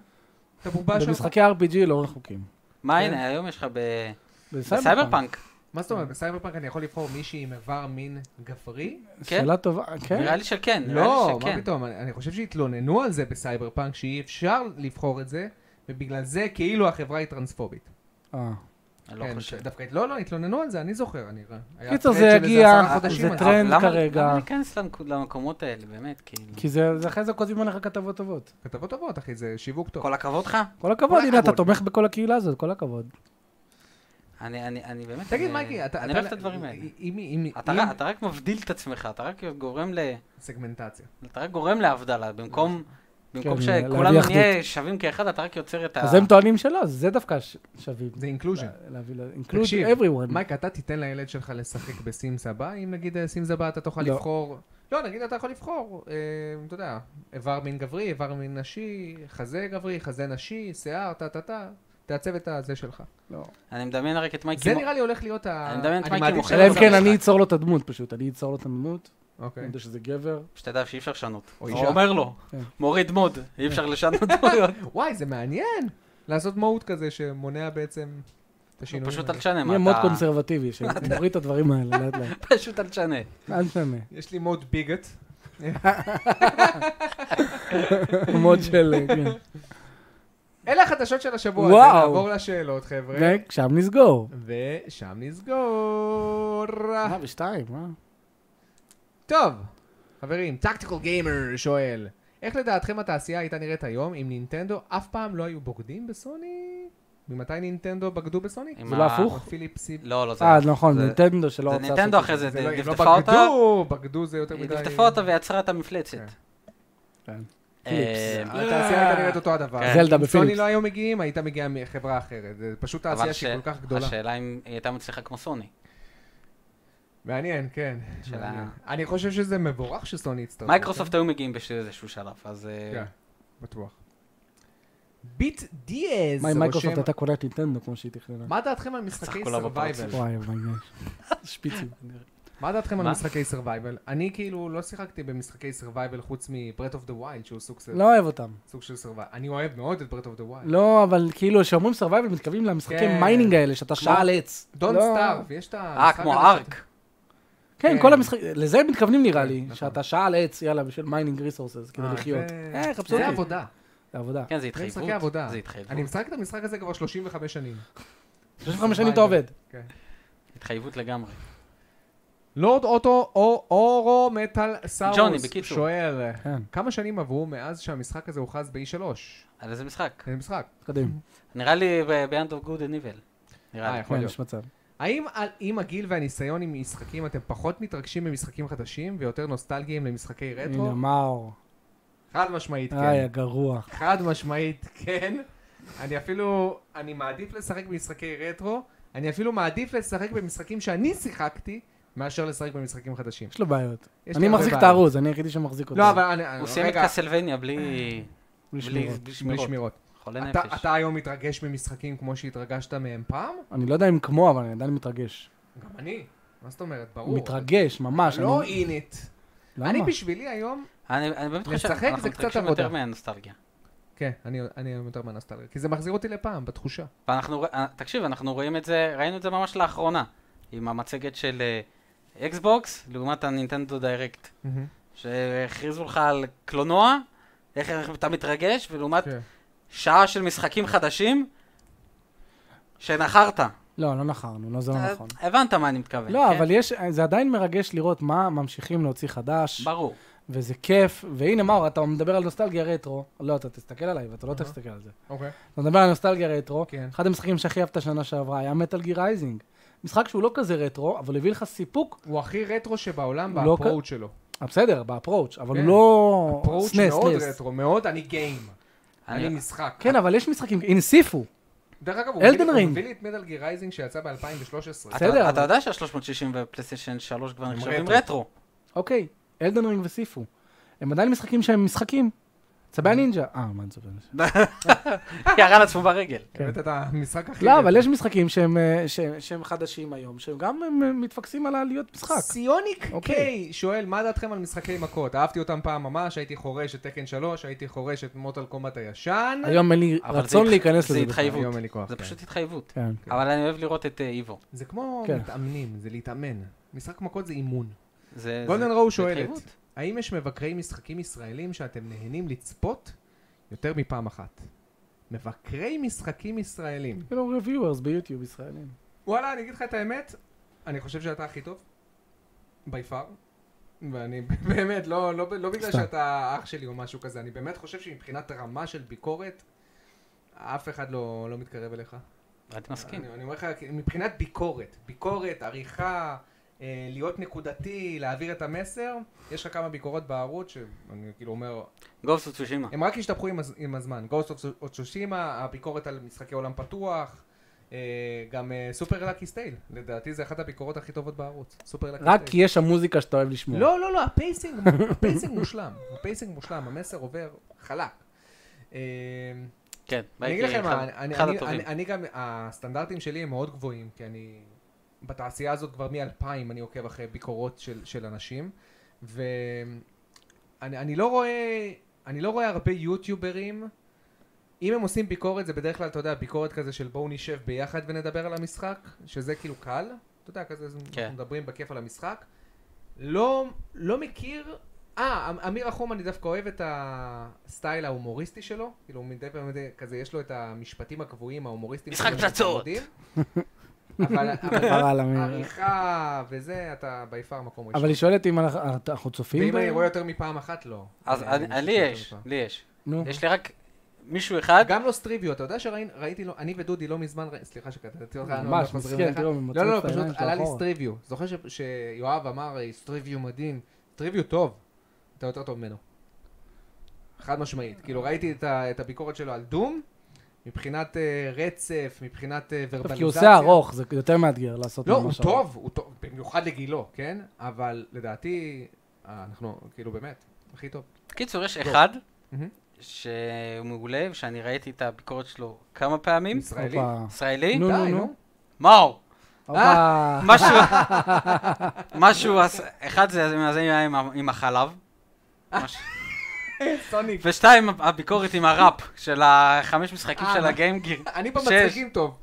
Speaker 2: את הבובה שלך.
Speaker 3: במשחקי RPG לא רחוקים.
Speaker 1: מה,
Speaker 2: כן.
Speaker 1: הנה, היום יש לך ב-
Speaker 3: בסייברפאנק.
Speaker 1: בסייבר פאנק.
Speaker 2: מה זאת אומרת, בסייבר פאנק אני יכול לבחור מישהי עם איבר מין גברי?
Speaker 1: כן?
Speaker 3: שאלה טובה, כן.
Speaker 1: נראה לי שכן, נראה לי כן.
Speaker 2: לא,
Speaker 1: שכן.
Speaker 2: מה פתאום, אני אני חושב שהתלוננו על זה בסייבר פאנק, שאי אפשר לבחור את זה, ובגלל זה כאילו החברה היא טרנספובית.
Speaker 3: אה.
Speaker 1: אני לא
Speaker 2: כן,
Speaker 1: חושב.
Speaker 2: דווקא, לא, לא, התלוננו על זה, אני זוכר, אני רואה. היה
Speaker 3: קיצר,
Speaker 2: טרנד
Speaker 3: זה
Speaker 2: של
Speaker 3: יגיע,
Speaker 2: עשרה חודשים
Speaker 3: זה
Speaker 2: על
Speaker 3: טרנד
Speaker 1: למה-
Speaker 3: כרגע.
Speaker 1: למה להיכנס למק- למקומות האלה, באמת, כאילו?
Speaker 3: כי זה זה אחרי זה כותבים עליך כתבות טובות.
Speaker 2: כתבות טובות, אחי, זה שיווק טוב.
Speaker 1: כל הכבוד לך.
Speaker 3: כל הכבוד,
Speaker 2: כל
Speaker 3: הנה, אתה
Speaker 2: הכבוד.
Speaker 3: תומך בכל הקהילה הזאת, כל הכבוד.
Speaker 1: אני, אני, אני באמת...
Speaker 2: תגיד,
Speaker 1: אני-
Speaker 2: מייקי, אתה...
Speaker 1: אני
Speaker 2: אתה- אה,
Speaker 1: אוהב את הדברים האלה.
Speaker 2: אם- אם...
Speaker 1: אתה,
Speaker 2: אם-
Speaker 1: רק- אתה רק מבדיל את עצמך, אתה רק גורם ל...
Speaker 2: סגמנטציה.
Speaker 1: אתה רק גורם להבדלה, במקום... במקום
Speaker 3: כן,
Speaker 1: שכולנו
Speaker 3: להביא
Speaker 1: נהיה שווים כאחד, אתה רק יוצר את ה...
Speaker 3: אז הם טוענים שלא, אז זה דווקא ש- שווים.
Speaker 2: זה אינקלוז'ן.
Speaker 3: לה- להביא ל-
Speaker 2: תקשיב,
Speaker 3: include everyone.
Speaker 2: מייק, אתה תיתן לילד שלך לשחק בסימס הבא, אם נגיד אה, סימס הבא אתה תוכל
Speaker 3: לא.
Speaker 2: לבחור... לא, נגיד אתה יכול לבחור, אה, אתה יודע, איבר מין גברי, איבר מין נשי, חזה גברי, חזה נשי, שיער, טה טה טה, תעצב את הזה שלך.
Speaker 3: לא.
Speaker 1: אני מדמיין רק את מייקי...
Speaker 2: זה
Speaker 1: מו-
Speaker 2: נראה לי הולך להיות ה...
Speaker 1: אני מדמיין את מייקי
Speaker 2: מעדיף
Speaker 1: מוכר
Speaker 2: שלא
Speaker 3: אלא אם
Speaker 1: זה
Speaker 3: כן,
Speaker 1: המשחק.
Speaker 3: אני אצור לו את הדמות פשוט, אני אצור לו את הדמות, אני
Speaker 2: אוקיי.
Speaker 3: יודע שזה גבר.
Speaker 1: שתדע שאי אפשר לשנות.
Speaker 2: או
Speaker 1: הוא
Speaker 2: אישה. כן.
Speaker 1: אומר לו,
Speaker 3: כן.
Speaker 1: מוריד מוד, אי אפשר לשנות דמויות.
Speaker 2: וואי, זה מעניין! לעשות מהות כזה שמונע בעצם את
Speaker 1: הוא
Speaker 2: השינויים.
Speaker 1: פשוט אל
Speaker 2: האלה.
Speaker 1: תשנה, מה
Speaker 3: יהיה מאוד
Speaker 1: אתה-
Speaker 3: קונסרבטיבי, שמוריד את הדברים האלה לאט לאט.
Speaker 1: פשוט אל תשנה.
Speaker 3: אל תשנה.
Speaker 2: יש לי מוד ביגט.
Speaker 3: מוד של... כן.
Speaker 2: אלה החדשות של השבוע הזה,
Speaker 3: וואו.
Speaker 2: נעבור לשאלות, חבר'ה.
Speaker 3: ושם נסגור.
Speaker 2: ושם נסגור.
Speaker 3: אה, בשתיים, אה?
Speaker 2: טוב, חברים, טקטיקל גיימר שואל, איך לדעתכם התעשייה הייתה נראית היום אם נינטנדו אף פעם לא היו בוגדים בסוני? ממתי נינטנדו בגדו בסוני?
Speaker 1: עם
Speaker 3: זה לא
Speaker 1: ה-
Speaker 3: הפוך?
Speaker 2: פיליפס
Speaker 1: לא, לא, זה...
Speaker 3: אה, נכון,
Speaker 1: זה-
Speaker 3: נינטנדו שלא
Speaker 1: זה
Speaker 3: רוצה...
Speaker 1: נינטנדו
Speaker 3: לעשות
Speaker 1: אחרי
Speaker 3: את
Speaker 1: זה
Speaker 2: זה לא, הם לא
Speaker 1: דפדפה אותה,
Speaker 2: בגדו, בגדו זה יותר
Speaker 1: היא
Speaker 2: מדי.
Speaker 1: דפדפה אותה ויצרה את המפלצת.
Speaker 2: כן. לא,
Speaker 3: כן.
Speaker 1: אה,
Speaker 2: התעשייה הייתה נראית אותו הדבר.
Speaker 1: כן.
Speaker 3: זלדה
Speaker 2: אם סוני
Speaker 3: בפיליפס.
Speaker 2: לא היו מגיעים, הייתה מגיעה מחברה אחרת. זה פשוט
Speaker 1: אבל
Speaker 2: תעשייה
Speaker 1: ש-
Speaker 2: שהיא כל כך גדולה.
Speaker 1: השאלה אם היא הייתה מצליחה כמו סוני.
Speaker 2: מעניין, כן.
Speaker 1: של ה-
Speaker 2: מעניין. אני חושב שזה מבורך שסוני הצטרפו.
Speaker 1: מייקרוסופט היו מגיעים באיזשהו שלב, אז... אה,
Speaker 2: אוקיי. כן, בטוח. ביט דיאז.
Speaker 3: מה אם
Speaker 2: רושם-
Speaker 3: מייקרוסופט הייתה קולט ניטנדו כמו שהיא תכננה?
Speaker 2: מה דעתכם על משחקי
Speaker 1: סך הכל ארבע פרצים.
Speaker 2: סרווייבל?
Speaker 3: וואי, וואי, וואי.
Speaker 5: שפיצים.
Speaker 2: מה דעתכם על
Speaker 1: מה?
Speaker 2: משחקי סרווייבל? אני כאילו לא שיחקתי במשחקי סרווייבל חוץ מברט אוף דה ווילד, שהוא סוג של-
Speaker 3: לא אוהב אותם.
Speaker 2: סוג של סרווייבל. אני אוהב מאוד את ברט אוף דה ווילד.
Speaker 3: לא, אבל כאילו, כשאומרים סרווייבל, מתכוונים למשחקי
Speaker 2: כן.
Speaker 3: מיינינג האלה, שאתה שעה על עץ.
Speaker 2: דון
Speaker 3: לא.
Speaker 2: סטארב, יש את המשחק
Speaker 1: אה, כמו
Speaker 2: הזה
Speaker 1: ארק.
Speaker 3: כן,
Speaker 2: כן.
Speaker 3: כל המשחק, לזה הם מתכוונים נראה
Speaker 2: כן,
Speaker 3: לי,
Speaker 2: נכון.
Speaker 3: שאתה שעה על עץ, יאללה, בשביל מיינינג ריסורסס, כדי
Speaker 2: אה,
Speaker 3: לחיות.
Speaker 2: זה-
Speaker 3: אה, חפשו
Speaker 2: זה
Speaker 3: אותי.
Speaker 2: עבודה.
Speaker 3: זה עבודה.
Speaker 1: כן, זה
Speaker 2: זה
Speaker 1: התחייבות.
Speaker 2: משחקי עבודה.
Speaker 1: זה התחייבות.
Speaker 2: אני משחק את המשחק הזה כבר 35 שנים.
Speaker 3: 35 שנים אתה עובד.
Speaker 2: כן.
Speaker 1: התחייבות לגמרי.
Speaker 2: לורד אוטו או אורו מטל
Speaker 1: ג'וני,
Speaker 2: סאוס
Speaker 1: בקיצור.
Speaker 2: שואל,
Speaker 3: כן.
Speaker 2: כמה שנים עברו מאז שהמשחק הזה הוכרז ב-E3?
Speaker 1: על איזה משחק?
Speaker 2: זה משחק.
Speaker 3: קדימה.
Speaker 1: נראה לי ב-Band of Good and Evil. נראה
Speaker 2: אה,
Speaker 1: לי.
Speaker 2: יכול
Speaker 3: כן,
Speaker 2: להיות.
Speaker 3: יש מצב.
Speaker 2: האם על- עם הגיל והניסיון עם משחקים אתם פחות מתרגשים ממשחקים חדשים ויותר נוסטלגיים למשחקי רטרו?
Speaker 3: הנה, אה, מאור.
Speaker 2: חד משמעית
Speaker 3: איי,
Speaker 2: כן.
Speaker 3: הגרוע.
Speaker 2: חד משמעית כן. אני אפילו, אני מעדיף לשחק במשחקי רטרו, אני אפילו מעדיף לשחק במשחקים שאני שיחקתי, מאשר לשחק במשחקים חדשים.
Speaker 3: יש לו בעיות.
Speaker 2: יש לי
Speaker 3: אני
Speaker 2: הרבה
Speaker 3: מחזיק את
Speaker 2: בעיות.
Speaker 3: הארוז, אני היחידי שמחזיק אותו.
Speaker 2: לא, אבל אני,
Speaker 1: הוא סיים את
Speaker 2: רגע,
Speaker 1: קסלווניה בלי... בלי
Speaker 3: בלי שמורות.
Speaker 1: בלי
Speaker 2: בלי
Speaker 1: שמירות.
Speaker 2: שמירות.
Speaker 1: חולה
Speaker 2: אתה-
Speaker 1: נפש.
Speaker 2: אתה היום מתרגש ממשחקים כמו שהתרגשת מהם פעם?
Speaker 3: אני לא יודע אם כמו, אבל אני עדיין מתרגש.
Speaker 2: גם אני. מה זאת אומרת? ברור.
Speaker 3: הוא מתרגש, ממש.
Speaker 2: לא
Speaker 3: אני-
Speaker 2: אינט.
Speaker 3: למה?
Speaker 2: אני בשבילי היום...
Speaker 1: אני אני באמת חושב,
Speaker 2: לשחק
Speaker 1: אנחנו
Speaker 2: זה קצת
Speaker 1: מתרגשים
Speaker 2: עבודה.
Speaker 1: יותר מהנוסטלגיה.
Speaker 2: כן, אני- אני היום יותר מהנוסטלגיה. כי זה מחזיר אותי לפעם, בתחושה.
Speaker 1: ואנחנו, רא- אה, תקשיב, אנחנו רואים את זה, ראינו את זה ממש לאחרונה, עם המצגת של אקסבוקס, לעומת הנינטנדו דיירקט, שהכריזו לך על קלונוע, איך איך אתה מתרגש, ולעומת
Speaker 2: כן.
Speaker 1: שעה של משחקים חדשים, שנחרת.
Speaker 3: לא, לא נחרנו, לא, זה לא
Speaker 2: אה,
Speaker 1: אתה-
Speaker 3: נכון.
Speaker 1: הבנת מה אני מתכוון.
Speaker 3: לא,
Speaker 1: כן?
Speaker 3: אבל יש, זה עדיין מרגש לראות מה ממשיכים להוציא חדש,
Speaker 1: ברור.
Speaker 3: וזה כיף, והנה מאור, אתה מדבר על נוסטלגיה רטרו, לא, אתה תסתכל עליי ואתה לא תסתכל על זה.
Speaker 2: אוקיי.
Speaker 3: אתה מדבר על נוסטלגיה רטרו,
Speaker 2: כן.
Speaker 3: אחד המשחקים שהכי אהבת שנה שעברה היה מטאל גיר רייזינג. משחק שהוא לא כזה רטרו, אבל הביא לך סיפוק,
Speaker 2: הוא הכי רטרו שבעולם
Speaker 3: לא כ-
Speaker 2: באפרוט שלו.
Speaker 3: אה, בסדר, באפרוץ', אבל
Speaker 2: כן.
Speaker 3: הוא לא...
Speaker 2: אפרוט
Speaker 3: סנס,
Speaker 2: מאוד
Speaker 3: סנס.
Speaker 2: רטרו, מאוד אני גיים.
Speaker 1: אני-
Speaker 2: אני משחק.
Speaker 3: כן, אבל יש משחקים, הנסיפו.
Speaker 2: דרך אגב, הוא
Speaker 3: Elden
Speaker 2: הביא לי- הוא
Speaker 3: Ring.
Speaker 2: הביא לי את מדל גיר רייזינג שיצא ב-2013.
Speaker 1: אתה- אתה
Speaker 3: בסדר, אבל-
Speaker 1: יודע שה-360 ופלייסטיישן 3 כבר
Speaker 2: הם
Speaker 1: נחשבים
Speaker 2: רטרו.
Speaker 1: רטרו.
Speaker 3: אוקיי, אלדן רינג וסיפו. הם עדיין משחקים שהם משחקים. צבי הנינג'ה. אה, מה אני צופה?
Speaker 1: ירה לעצמו ברגל.
Speaker 2: באמת, אתה המשחק הכי...
Speaker 3: כן. לא, אבל יש משחקים שהם, אה, שהם- שהם חדשים היום, שהם גם אה, מתפקסים על להיות משחק.
Speaker 2: סיוניק
Speaker 3: אוקיי.
Speaker 2: קיי שואל, מה דעתכם על משחקי מכות? אהבתי אותם פעם ממש, הייתי חורש את תקן 3, הייתי חורש את מוטל קומט הישן.
Speaker 3: היום אין לי
Speaker 1: אבל זה
Speaker 3: רצון
Speaker 1: התח-
Speaker 3: להיכנס
Speaker 1: זה
Speaker 3: לזה.
Speaker 1: התחייב-
Speaker 2: היום אין לי כוח.
Speaker 1: זה
Speaker 2: כן.
Speaker 1: פשוט התחייבות.
Speaker 3: בכלל. כן.
Speaker 1: אבל אני אוהב לראות את אה, איבו.
Speaker 2: זה כמו
Speaker 3: כן.
Speaker 2: מתאמנים, זה להתאמן. משחק מכות זה אימון.
Speaker 1: זה-
Speaker 2: גולדן
Speaker 1: זה-
Speaker 2: רואו
Speaker 1: זה
Speaker 2: שואלת,
Speaker 1: התחייבות.
Speaker 2: האם יש מבקרי משחקים ישראלים שאתם נהנים לצפות יותר מפעם אחת? מבקרי משחקים ישראלים.
Speaker 3: כאילו reviewers ביוטיוב ישראלים.
Speaker 2: וואלה, אני אגיד לך את האמת, אני חושב שאתה הכי טוב, by far. ואני באמת, לא, לא, לא בגלל
Speaker 3: סתם.
Speaker 2: שאתה אח שלי או משהו כזה, אני באמת חושב שמבחינת רמה של ביקורת, אף אחד לא, לא מתקרב אליך.
Speaker 1: אני מסכים.
Speaker 2: אני, אני אומר לך, כי מבחינת ביקורת, ביקורת, עריכה, אה, להיות נקודתי, להעביר את המסר, יש לך כמה ביקורות בערוץ שאני כאילו אומר,
Speaker 1: גולף סוצושימה.
Speaker 2: הם רק השתפכו עם, הז- עם הזמן. Ghost of Tsushima, הביקורת על משחקי עולם פתוח, אה, גם סופר לקי סטייל, לדעתי זה אחת הביקורות הכי טובות בערוץ. סופר לקי
Speaker 3: רק כי יש שם מוזיקה שאתה אוהב לשמוע.
Speaker 2: לא, לא, לא, הפייסינג, הפייסינג מושלם. הפייסינג מושלם, המסר עובר חלק. אה,
Speaker 1: כן,
Speaker 2: אני אגיד
Speaker 1: בייקרי,
Speaker 2: לכם, מה,
Speaker 1: אחד-
Speaker 2: אני-
Speaker 1: אחד
Speaker 2: אני-
Speaker 1: הטובים.
Speaker 2: אני- אני גם, הסטנדרטים שלי הם מאוד גבוהים, כי אני בתעשייה הזאת כבר מ-2000 אני עוקב אחרי ביקורות של- של אנשים, ואני אני לא רואה, אני לא רואה הרבה יוטיוברים, אם הם עושים ביקורת זה בדרך כלל, אתה יודע, ביקורת כזה של בואו נשב ביחד ונדבר על המשחק, שזה כאילו קל, אתה יודע, כזה
Speaker 1: כן.
Speaker 2: אנחנו מדברים בכיף על המשחק, לא, לא מכיר אה, אמיר החום, אני דווקא אוהב את הסטייל ההומוריסטי שלו. כאילו, מדי פעם מדי- כזה, יש לו את המשפטים הקבועים, ההומוריסטיים.
Speaker 1: משחק
Speaker 2: שלו, שאתם
Speaker 1: פצצות.
Speaker 2: יודעים. אבל אבל
Speaker 3: חבל, אמיר.
Speaker 2: עריכה וזה, אתה ביפר מקום ראשון.
Speaker 3: אבל היא שואלת אם אנחנו- אה, אנחנו צופים
Speaker 2: ואם אני
Speaker 3: ב...
Speaker 2: רואה יותר מפעם אחת, לא.
Speaker 1: אז
Speaker 2: אני-
Speaker 1: אני-
Speaker 2: אני
Speaker 1: לי
Speaker 2: חושב יותר
Speaker 1: יש,
Speaker 2: מפעם.
Speaker 1: לי יש.
Speaker 3: נו,
Speaker 1: יש לי רק מישהו אחד,
Speaker 2: גם לא סטריביו, אתה יודע שראיתי לו, אני ודודי לא מזמן, ראי- סליחה שקטעתי
Speaker 1: אה,
Speaker 2: אותך, אנחנו
Speaker 3: ממש,
Speaker 2: חוזרים
Speaker 3: מסכן,
Speaker 2: אליך.
Speaker 3: תראו, הם
Speaker 2: לא,
Speaker 3: מצאו
Speaker 2: לא, לא,
Speaker 3: את העיניים
Speaker 2: פשוט
Speaker 3: שלו
Speaker 2: עלה לי
Speaker 3: אחורה.
Speaker 2: סטריביו. זוכר ש- שיואב אמר, "אה, סטריביו מדהים. סטריביו טוב. אתה יותר טוב ממנו. חד משמעית. כאילו, ראיתי את ה- את הביקורת שלו על דום, מבחינת אה, רצף, מבחינת אה,
Speaker 3: טוב,
Speaker 2: ורבליזציה.
Speaker 3: לא, כי הוא עושה ארוך, זה יותר מאתגר לעשות
Speaker 2: לא, הוא
Speaker 3: ממש ארוך.
Speaker 2: טוב, הוא טוב. במיוחד לגילו, כן? אבל לדעתי, אה, אנחנו, כאילו באמת, הכי טוב.
Speaker 1: קיצור, יש
Speaker 3: לא.
Speaker 1: אחד
Speaker 2: מהמם.
Speaker 1: שהוא מעולה, ושאני ראיתי את הביקורת שלו כמה פעמים.
Speaker 2: ישראלי.
Speaker 3: הופה.
Speaker 1: ישראלי.
Speaker 3: אה,
Speaker 1: אה,
Speaker 3: נו, נו,
Speaker 2: די,
Speaker 3: נו.
Speaker 2: נו.
Speaker 1: מאור.
Speaker 3: הופה.
Speaker 1: משהו, משהו, עשה- אחד זה מאזן היה עם ה- עם החלב. מש-
Speaker 2: סוניק.
Speaker 1: ושתיים, הביקורת עם הראפ של החמש משחקים
Speaker 2: אה,
Speaker 1: של
Speaker 2: מה-
Speaker 1: הגיימגיר.
Speaker 2: אני במצחיקים טוב.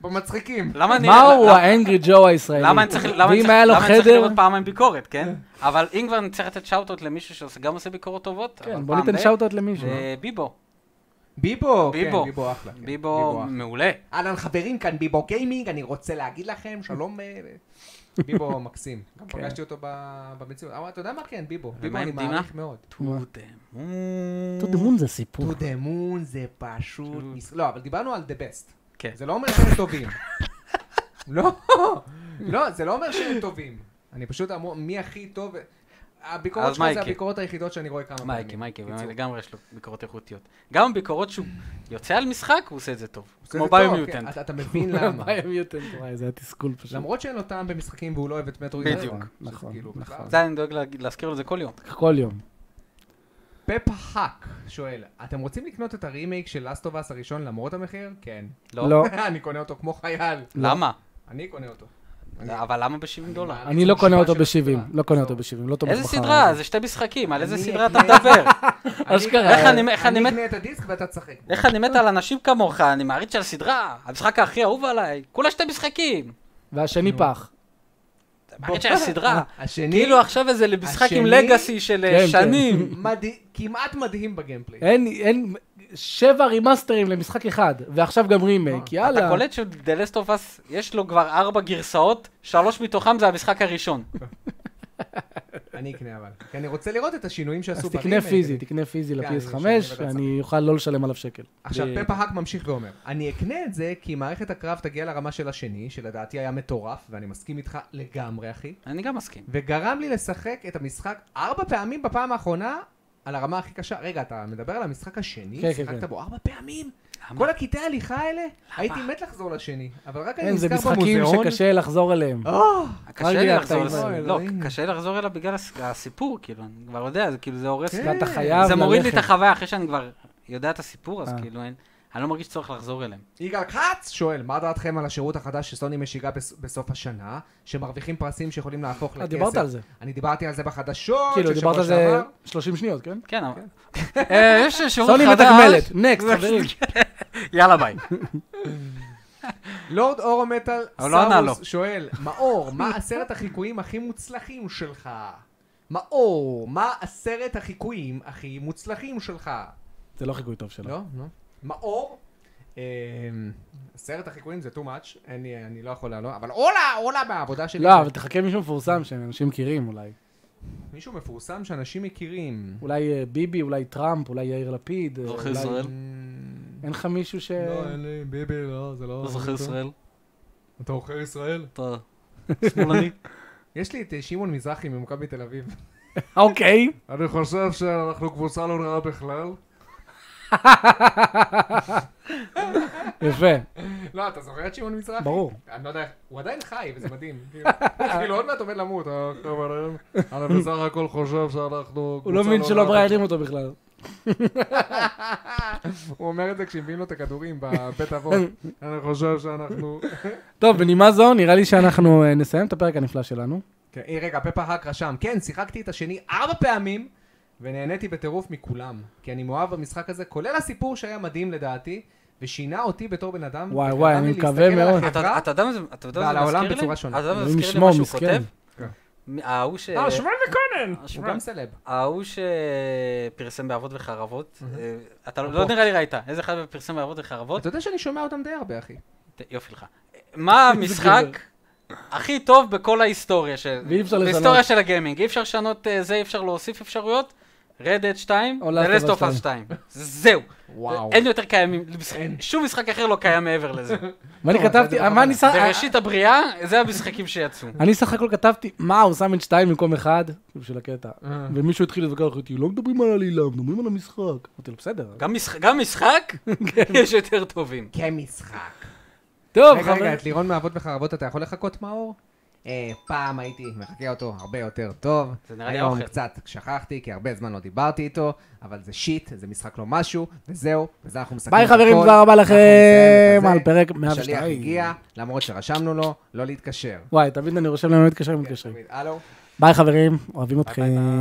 Speaker 2: במצחיקים.
Speaker 1: למה אני...
Speaker 3: מה הוא
Speaker 1: למה-
Speaker 3: האנגרי ג'ו הישראלי?
Speaker 1: למה אני צריך למה אני
Speaker 3: ואם
Speaker 1: צריך-
Speaker 3: היה לו
Speaker 1: למה אני צריך
Speaker 3: חדר...
Speaker 1: לראות פעמיים ביקורת, כן? אבל אם כבר אני צריך לתת שאוטות למישהו שגם עושה ביקורות טובות, אבל
Speaker 3: כן, בוא
Speaker 1: פעם
Speaker 3: ניתן
Speaker 1: ב-
Speaker 3: שאוטות למישהו. כן,
Speaker 1: אה, ביבו.
Speaker 2: ביבו,
Speaker 1: ביבו.
Speaker 2: כן, ביבו אחלה. כן,
Speaker 1: ביבו
Speaker 2: אחלה.
Speaker 1: מעולה.
Speaker 2: אהלן חברים, כאן ביבו גיימינג, אני רוצה להגיד לכם, שלום. אה, אה. ביבו מקסים. גם פגשתי אותו ב- במציאות. אמרתי, אתה יודע מה כן, ביבו. ביבו
Speaker 1: כן. עם
Speaker 2: אני
Speaker 1: דינה?
Speaker 2: מעריך מאוד.
Speaker 6: To the moon זה סיפור.
Speaker 2: To the moon זה פשוט... מס- לא, אבל דיברנו על the best.
Speaker 1: כן.
Speaker 2: זה לא אומר שהם טובים. לא, לא, זה לא אומר שהם טובים. אני פשוט אמור, מי הכי טוב... הביקורות
Speaker 1: אז
Speaker 2: שלך זה
Speaker 1: מייקי.
Speaker 2: הביקורות היחידות שאני רואה כמה פעמים.
Speaker 1: מייקי, מייקי, באמת,
Speaker 2: לא בקיצור.
Speaker 1: לגמרי יש לו ביקורות איכותיות. גם ביקורות שהוא יוצא על משחק, הוא עושה את זה טוב.
Speaker 2: זה
Speaker 1: כמו
Speaker 2: טוב,
Speaker 1: ביומיוטנט.
Speaker 2: כן, אתה- אתה מבין למה.
Speaker 3: מיוטנט.
Speaker 7: וואי, זה היה תסכול פשוט.
Speaker 2: למרות שאין לו טעם במשחקים והוא לא אוהב את מטרו. כאילו
Speaker 1: בדיוק.
Speaker 3: נכון, נכון.
Speaker 1: זה אני דואג להגיד- להזכיר לו את זה כל יום.
Speaker 3: כל יום.
Speaker 2: פפ האק שואל, אתם רוצים לקנות את הרימייק של לאסט אוף אס הראשון למרות המחיר? כן.
Speaker 1: לא.
Speaker 3: לא.
Speaker 2: אני קונה אותו כמו חייל.
Speaker 1: למה?
Speaker 2: אני קונה אותו.
Speaker 1: אבל למה ב-70 דולר?
Speaker 3: אני לא קונה אותו
Speaker 2: של
Speaker 3: ב-70.
Speaker 2: הסדרה.
Speaker 3: לא קונה
Speaker 2: טוב.
Speaker 3: אותו ב-70. לא תומך בחרא.
Speaker 1: איזה סדרה? זה שתי משחקים, על איזה
Speaker 2: אני
Speaker 1: סדרה אתה
Speaker 2: אקנה-
Speaker 1: מדבר?
Speaker 2: אני-
Speaker 3: אשכרה.
Speaker 1: איך אני- איך אני
Speaker 2: אני
Speaker 1: מת-
Speaker 2: אקנה את הדיסק ואתה תשחק. בו.
Speaker 1: איך אני מת על אנשים כמוך, אני מעריץ של סדרה, המשחק הכי אהוב עליי, כולה שתי משחקים.
Speaker 3: והשני פח.
Speaker 1: מעריץ של סדרה.
Speaker 2: השני
Speaker 1: כאילו עכשיו איזה משחק עם
Speaker 2: השני-
Speaker 1: לגאסי של אה,
Speaker 3: כן, כן.
Speaker 1: שנים.
Speaker 2: מדה- כמעט מדהים
Speaker 1: אה?
Speaker 2: בגיימפליי.
Speaker 3: אין, אין, שבע רימאסטרים למשחק אחד, ועכשיו גם
Speaker 2: אה,
Speaker 3: רימייק, יאללה.
Speaker 1: אתה קולט שדלסט אוף אס, יש לו כבר ארבע גרסאות, שלוש מתוכם זה המשחק הראשון.
Speaker 2: אני אקנה אבל. כי אני רוצה לראות את השינויים שעשו
Speaker 3: אז
Speaker 2: ברימייק.
Speaker 3: תקנה פיזי, תקנה פיזי
Speaker 2: כן,
Speaker 3: ל-PS5,
Speaker 2: אני אשנה בצד. אה,
Speaker 3: ואני אוכל לא לשלם עליו שקל.
Speaker 2: עכשיו,
Speaker 1: אה.
Speaker 3: ב-
Speaker 2: פפ האק ממשיך ואומר, אני אקנה את זה כי מערכת הקרב תגיע לרמה של השני, שלדעתי היה מטורף, ואני מסכים איתך לגמרי, אחי.
Speaker 1: אני גם מסכים.
Speaker 2: וגרם לי לשחק את המשחק ארבע פעמים בפעם האחרונה על הרמה הכי קשה. רגע, אתה מדבר על המשחק השני?
Speaker 3: כן, כן,
Speaker 2: שיחקת
Speaker 3: כן.
Speaker 2: בו ארבע פעמים? כל הקטעי ההליכה האלה? הייתי מת לחזור לשני, אבל רק אני
Speaker 3: כן, זה
Speaker 2: נזכר
Speaker 3: משחקים
Speaker 2: במוזיאון.
Speaker 3: שקשה לחזור אליהם.
Speaker 2: אה,
Speaker 1: קשה לי
Speaker 3: רגע,
Speaker 1: לחזור
Speaker 3: אתה-
Speaker 1: לזה.
Speaker 2: אוי,
Speaker 1: לא,
Speaker 2: אלוהים.
Speaker 1: קשה לי לחזור אליו בגלל הס- הסיפור, כאילו, אני כבר יודע, זה כאילו זה הורס לי.
Speaker 2: אה,
Speaker 3: ואתה כן. חייב
Speaker 1: זה מוריד לי את
Speaker 3: ללכת.
Speaker 1: החוויה אחרי שאני כבר יודע את הסיפור, אז
Speaker 3: אה.
Speaker 1: כאילו אין, אני לא מרגיש צורך לחזור אליהם.
Speaker 2: יגאל כץ שואל, מה דעתכם על השירות החדש שסוני משיגה בס- בסוף השנה, שמרוויחים פרסים שיכולים להפוך
Speaker 3: אה,
Speaker 2: לכסף?
Speaker 3: דיברת על זה.
Speaker 2: אני דיברתי על זה בחדשות,
Speaker 3: כאילו,
Speaker 2: של
Speaker 3: דיברת
Speaker 2: שבוע
Speaker 3: על זה
Speaker 2: שעבר.
Speaker 3: 30 שניות, כן?
Speaker 1: כן, אבל... אה, יש שירות
Speaker 3: סוני
Speaker 1: חדש.
Speaker 3: מתגמלת, נקסט, חברים.
Speaker 1: יאללה ביי.
Speaker 2: לורד אורומטל
Speaker 1: אבל לא ענה לו.
Speaker 2: סארוס שואל, מאור, מה עשרת החיקויים הכי מוצלחים שלך? מאור, מה עשרת החיקויים הכי מוצלחים שלך?
Speaker 3: זה לא חיקוי טוב שלו.
Speaker 2: לא? לא. מאור? אמ, עשרת החיקויים זה too much, אין לי- אני לא יכול לעלות, אבל אולה, אולה מהעבודה שלי.
Speaker 3: לא, אבל תחכה מישהו מפורסם שאנשים מכירים אולי.
Speaker 2: מישהו מפורסם שאנשים מכירים.
Speaker 3: אולי אה, ביבי, אולי טראמפ, אולי יאיר לפיד. אה,
Speaker 1: אזרחי
Speaker 3: אולי-
Speaker 1: ישראל.
Speaker 2: אמ,
Speaker 3: אין לך מישהו ש...
Speaker 2: לא, אין לי, ביבי, לא, זה לא...
Speaker 1: לא זוכר ישראל.
Speaker 2: אתה עוכר ישראל?
Speaker 1: אתה שמאלני.
Speaker 2: יש לי את אה, שמעון מזרחי ממכבי תל אביב.
Speaker 3: אוקיי.
Speaker 2: אני חושב שאנחנו קבוצה לא רעה בכלל.
Speaker 3: יפה.
Speaker 2: לא, אתה זוכר את שמעון מזרחי?
Speaker 3: ברור.
Speaker 2: אני לא יודע, איך- הוא עדיין חי, וזה מדהים. כאילו, כאילו, עוד מעט עומד למות. אה, חברים, אני בסך הכל חושב שאנחנו...
Speaker 3: הוא לא מבין שלא מראיינים אותו בכלל.
Speaker 2: הוא אומר את זה כשמביאים לו את הכדורים בבית אבות. אני חושב שאנחנו...
Speaker 3: טוב, בנימה זו, נראה לי שאנחנו אה, נסיים את הפרק הנפלא שלנו.
Speaker 2: כן, אה, רגע, פפה האק רשם. כן, שיחקתי את השני ארבע פעמים, ונהניתי בטירוף מכולם. כי אני מאוהב במשחק הזה, כולל הסיפור שהיה מדהים לדעתי, ושינה אותי בתור בן אדם.
Speaker 3: וואי,
Speaker 2: וגרם
Speaker 3: וואי,
Speaker 2: לי
Speaker 3: אני
Speaker 2: להסתכל
Speaker 3: מקווה
Speaker 2: על
Speaker 3: מאוד.
Speaker 1: אתה
Speaker 2: החברה.
Speaker 1: אתה יודע מה זה אתה יודע מה
Speaker 2: ועל
Speaker 1: זה
Speaker 2: העולם
Speaker 1: מזכיר לי?
Speaker 2: בצורה שונה.
Speaker 1: אתה יודע מה זה
Speaker 3: אלוהים
Speaker 1: מזכיר לי
Speaker 3: ישמור,
Speaker 1: מה שהוא
Speaker 3: מסכן. כן.
Speaker 1: כותב? מ- ההוא ש...
Speaker 2: אה, שמואל וקונן! הוא
Speaker 1: שמואל.
Speaker 2: גם סלב.
Speaker 1: ההוא שפרסם באבות וחרבות, אה, אתה לא לא נראה לי ראית, איזה אחד פרסם באבות וחרבות?
Speaker 2: אתה יודע שאני שומע אותם די הרבה, אחי.
Speaker 1: ת- יופי לך. מה המשחק הכי טוב בכל ההיסטוריה של...
Speaker 3: ואי אפשר לשנות.
Speaker 1: בהיסטוריה של הגיימינג, אי אפשר לשנות אה, זה, אי אפשר להוסיף אפשרויות? Red Dead 2,
Speaker 3: או Last of
Speaker 1: The Last of
Speaker 3: Us
Speaker 1: Us 2. זהו.
Speaker 2: וואו.
Speaker 1: אין יותר קיימים, שום משחק אחר לא קיים מעבר לזה.
Speaker 3: ואני
Speaker 2: טוב,
Speaker 3: כתבתי, אה,
Speaker 2: בסדר,
Speaker 3: מה אני ש...
Speaker 1: בראשית הבריאה, זה המשחקים שיצאו.
Speaker 3: אני סך הכל כתבתי, מה, הוא שם את שתיים במקום אחד? כאילו של הקטע. ומישהו התחיל להתווכח איתי, לא מדברים על העלילה, מדברים על המשחק. אמרתי לו, בסדר.
Speaker 1: גם משחק- גם משחק,
Speaker 3: כן.
Speaker 1: יש יותר טובים.
Speaker 2: כמשחק.
Speaker 3: טוב,
Speaker 2: רגע,
Speaker 3: חברים.
Speaker 2: רגע, את לירון מאבות וחרבות אתה יכול לחכות מאור? אה, פעם הייתי מחקה אותו הרבה יותר טוב.
Speaker 1: זה נראה לי
Speaker 2: היום
Speaker 1: האוכל.
Speaker 2: קצת שכחתי, כי הרבה זמן לא דיברתי איתו, אבל זה שיט, זה משחק לא משהו, וזהו, בזה אנחנו מסכמים
Speaker 3: ביי
Speaker 2: את הכל.
Speaker 3: חברים, תודה רבה
Speaker 2: אנחנו נסיים
Speaker 3: לכם
Speaker 2: את
Speaker 3: על
Speaker 2: זה.
Speaker 3: פרק
Speaker 2: השליח
Speaker 3: 102.
Speaker 2: הגיע, למרות שרשמנו לו, לא להתקשר.
Speaker 3: וואי, תמיד אני רושם להם מתקשרים ומתקשרים.
Speaker 2: תמיד, הלו?
Speaker 3: ביי חברים, אוהבים אתכם.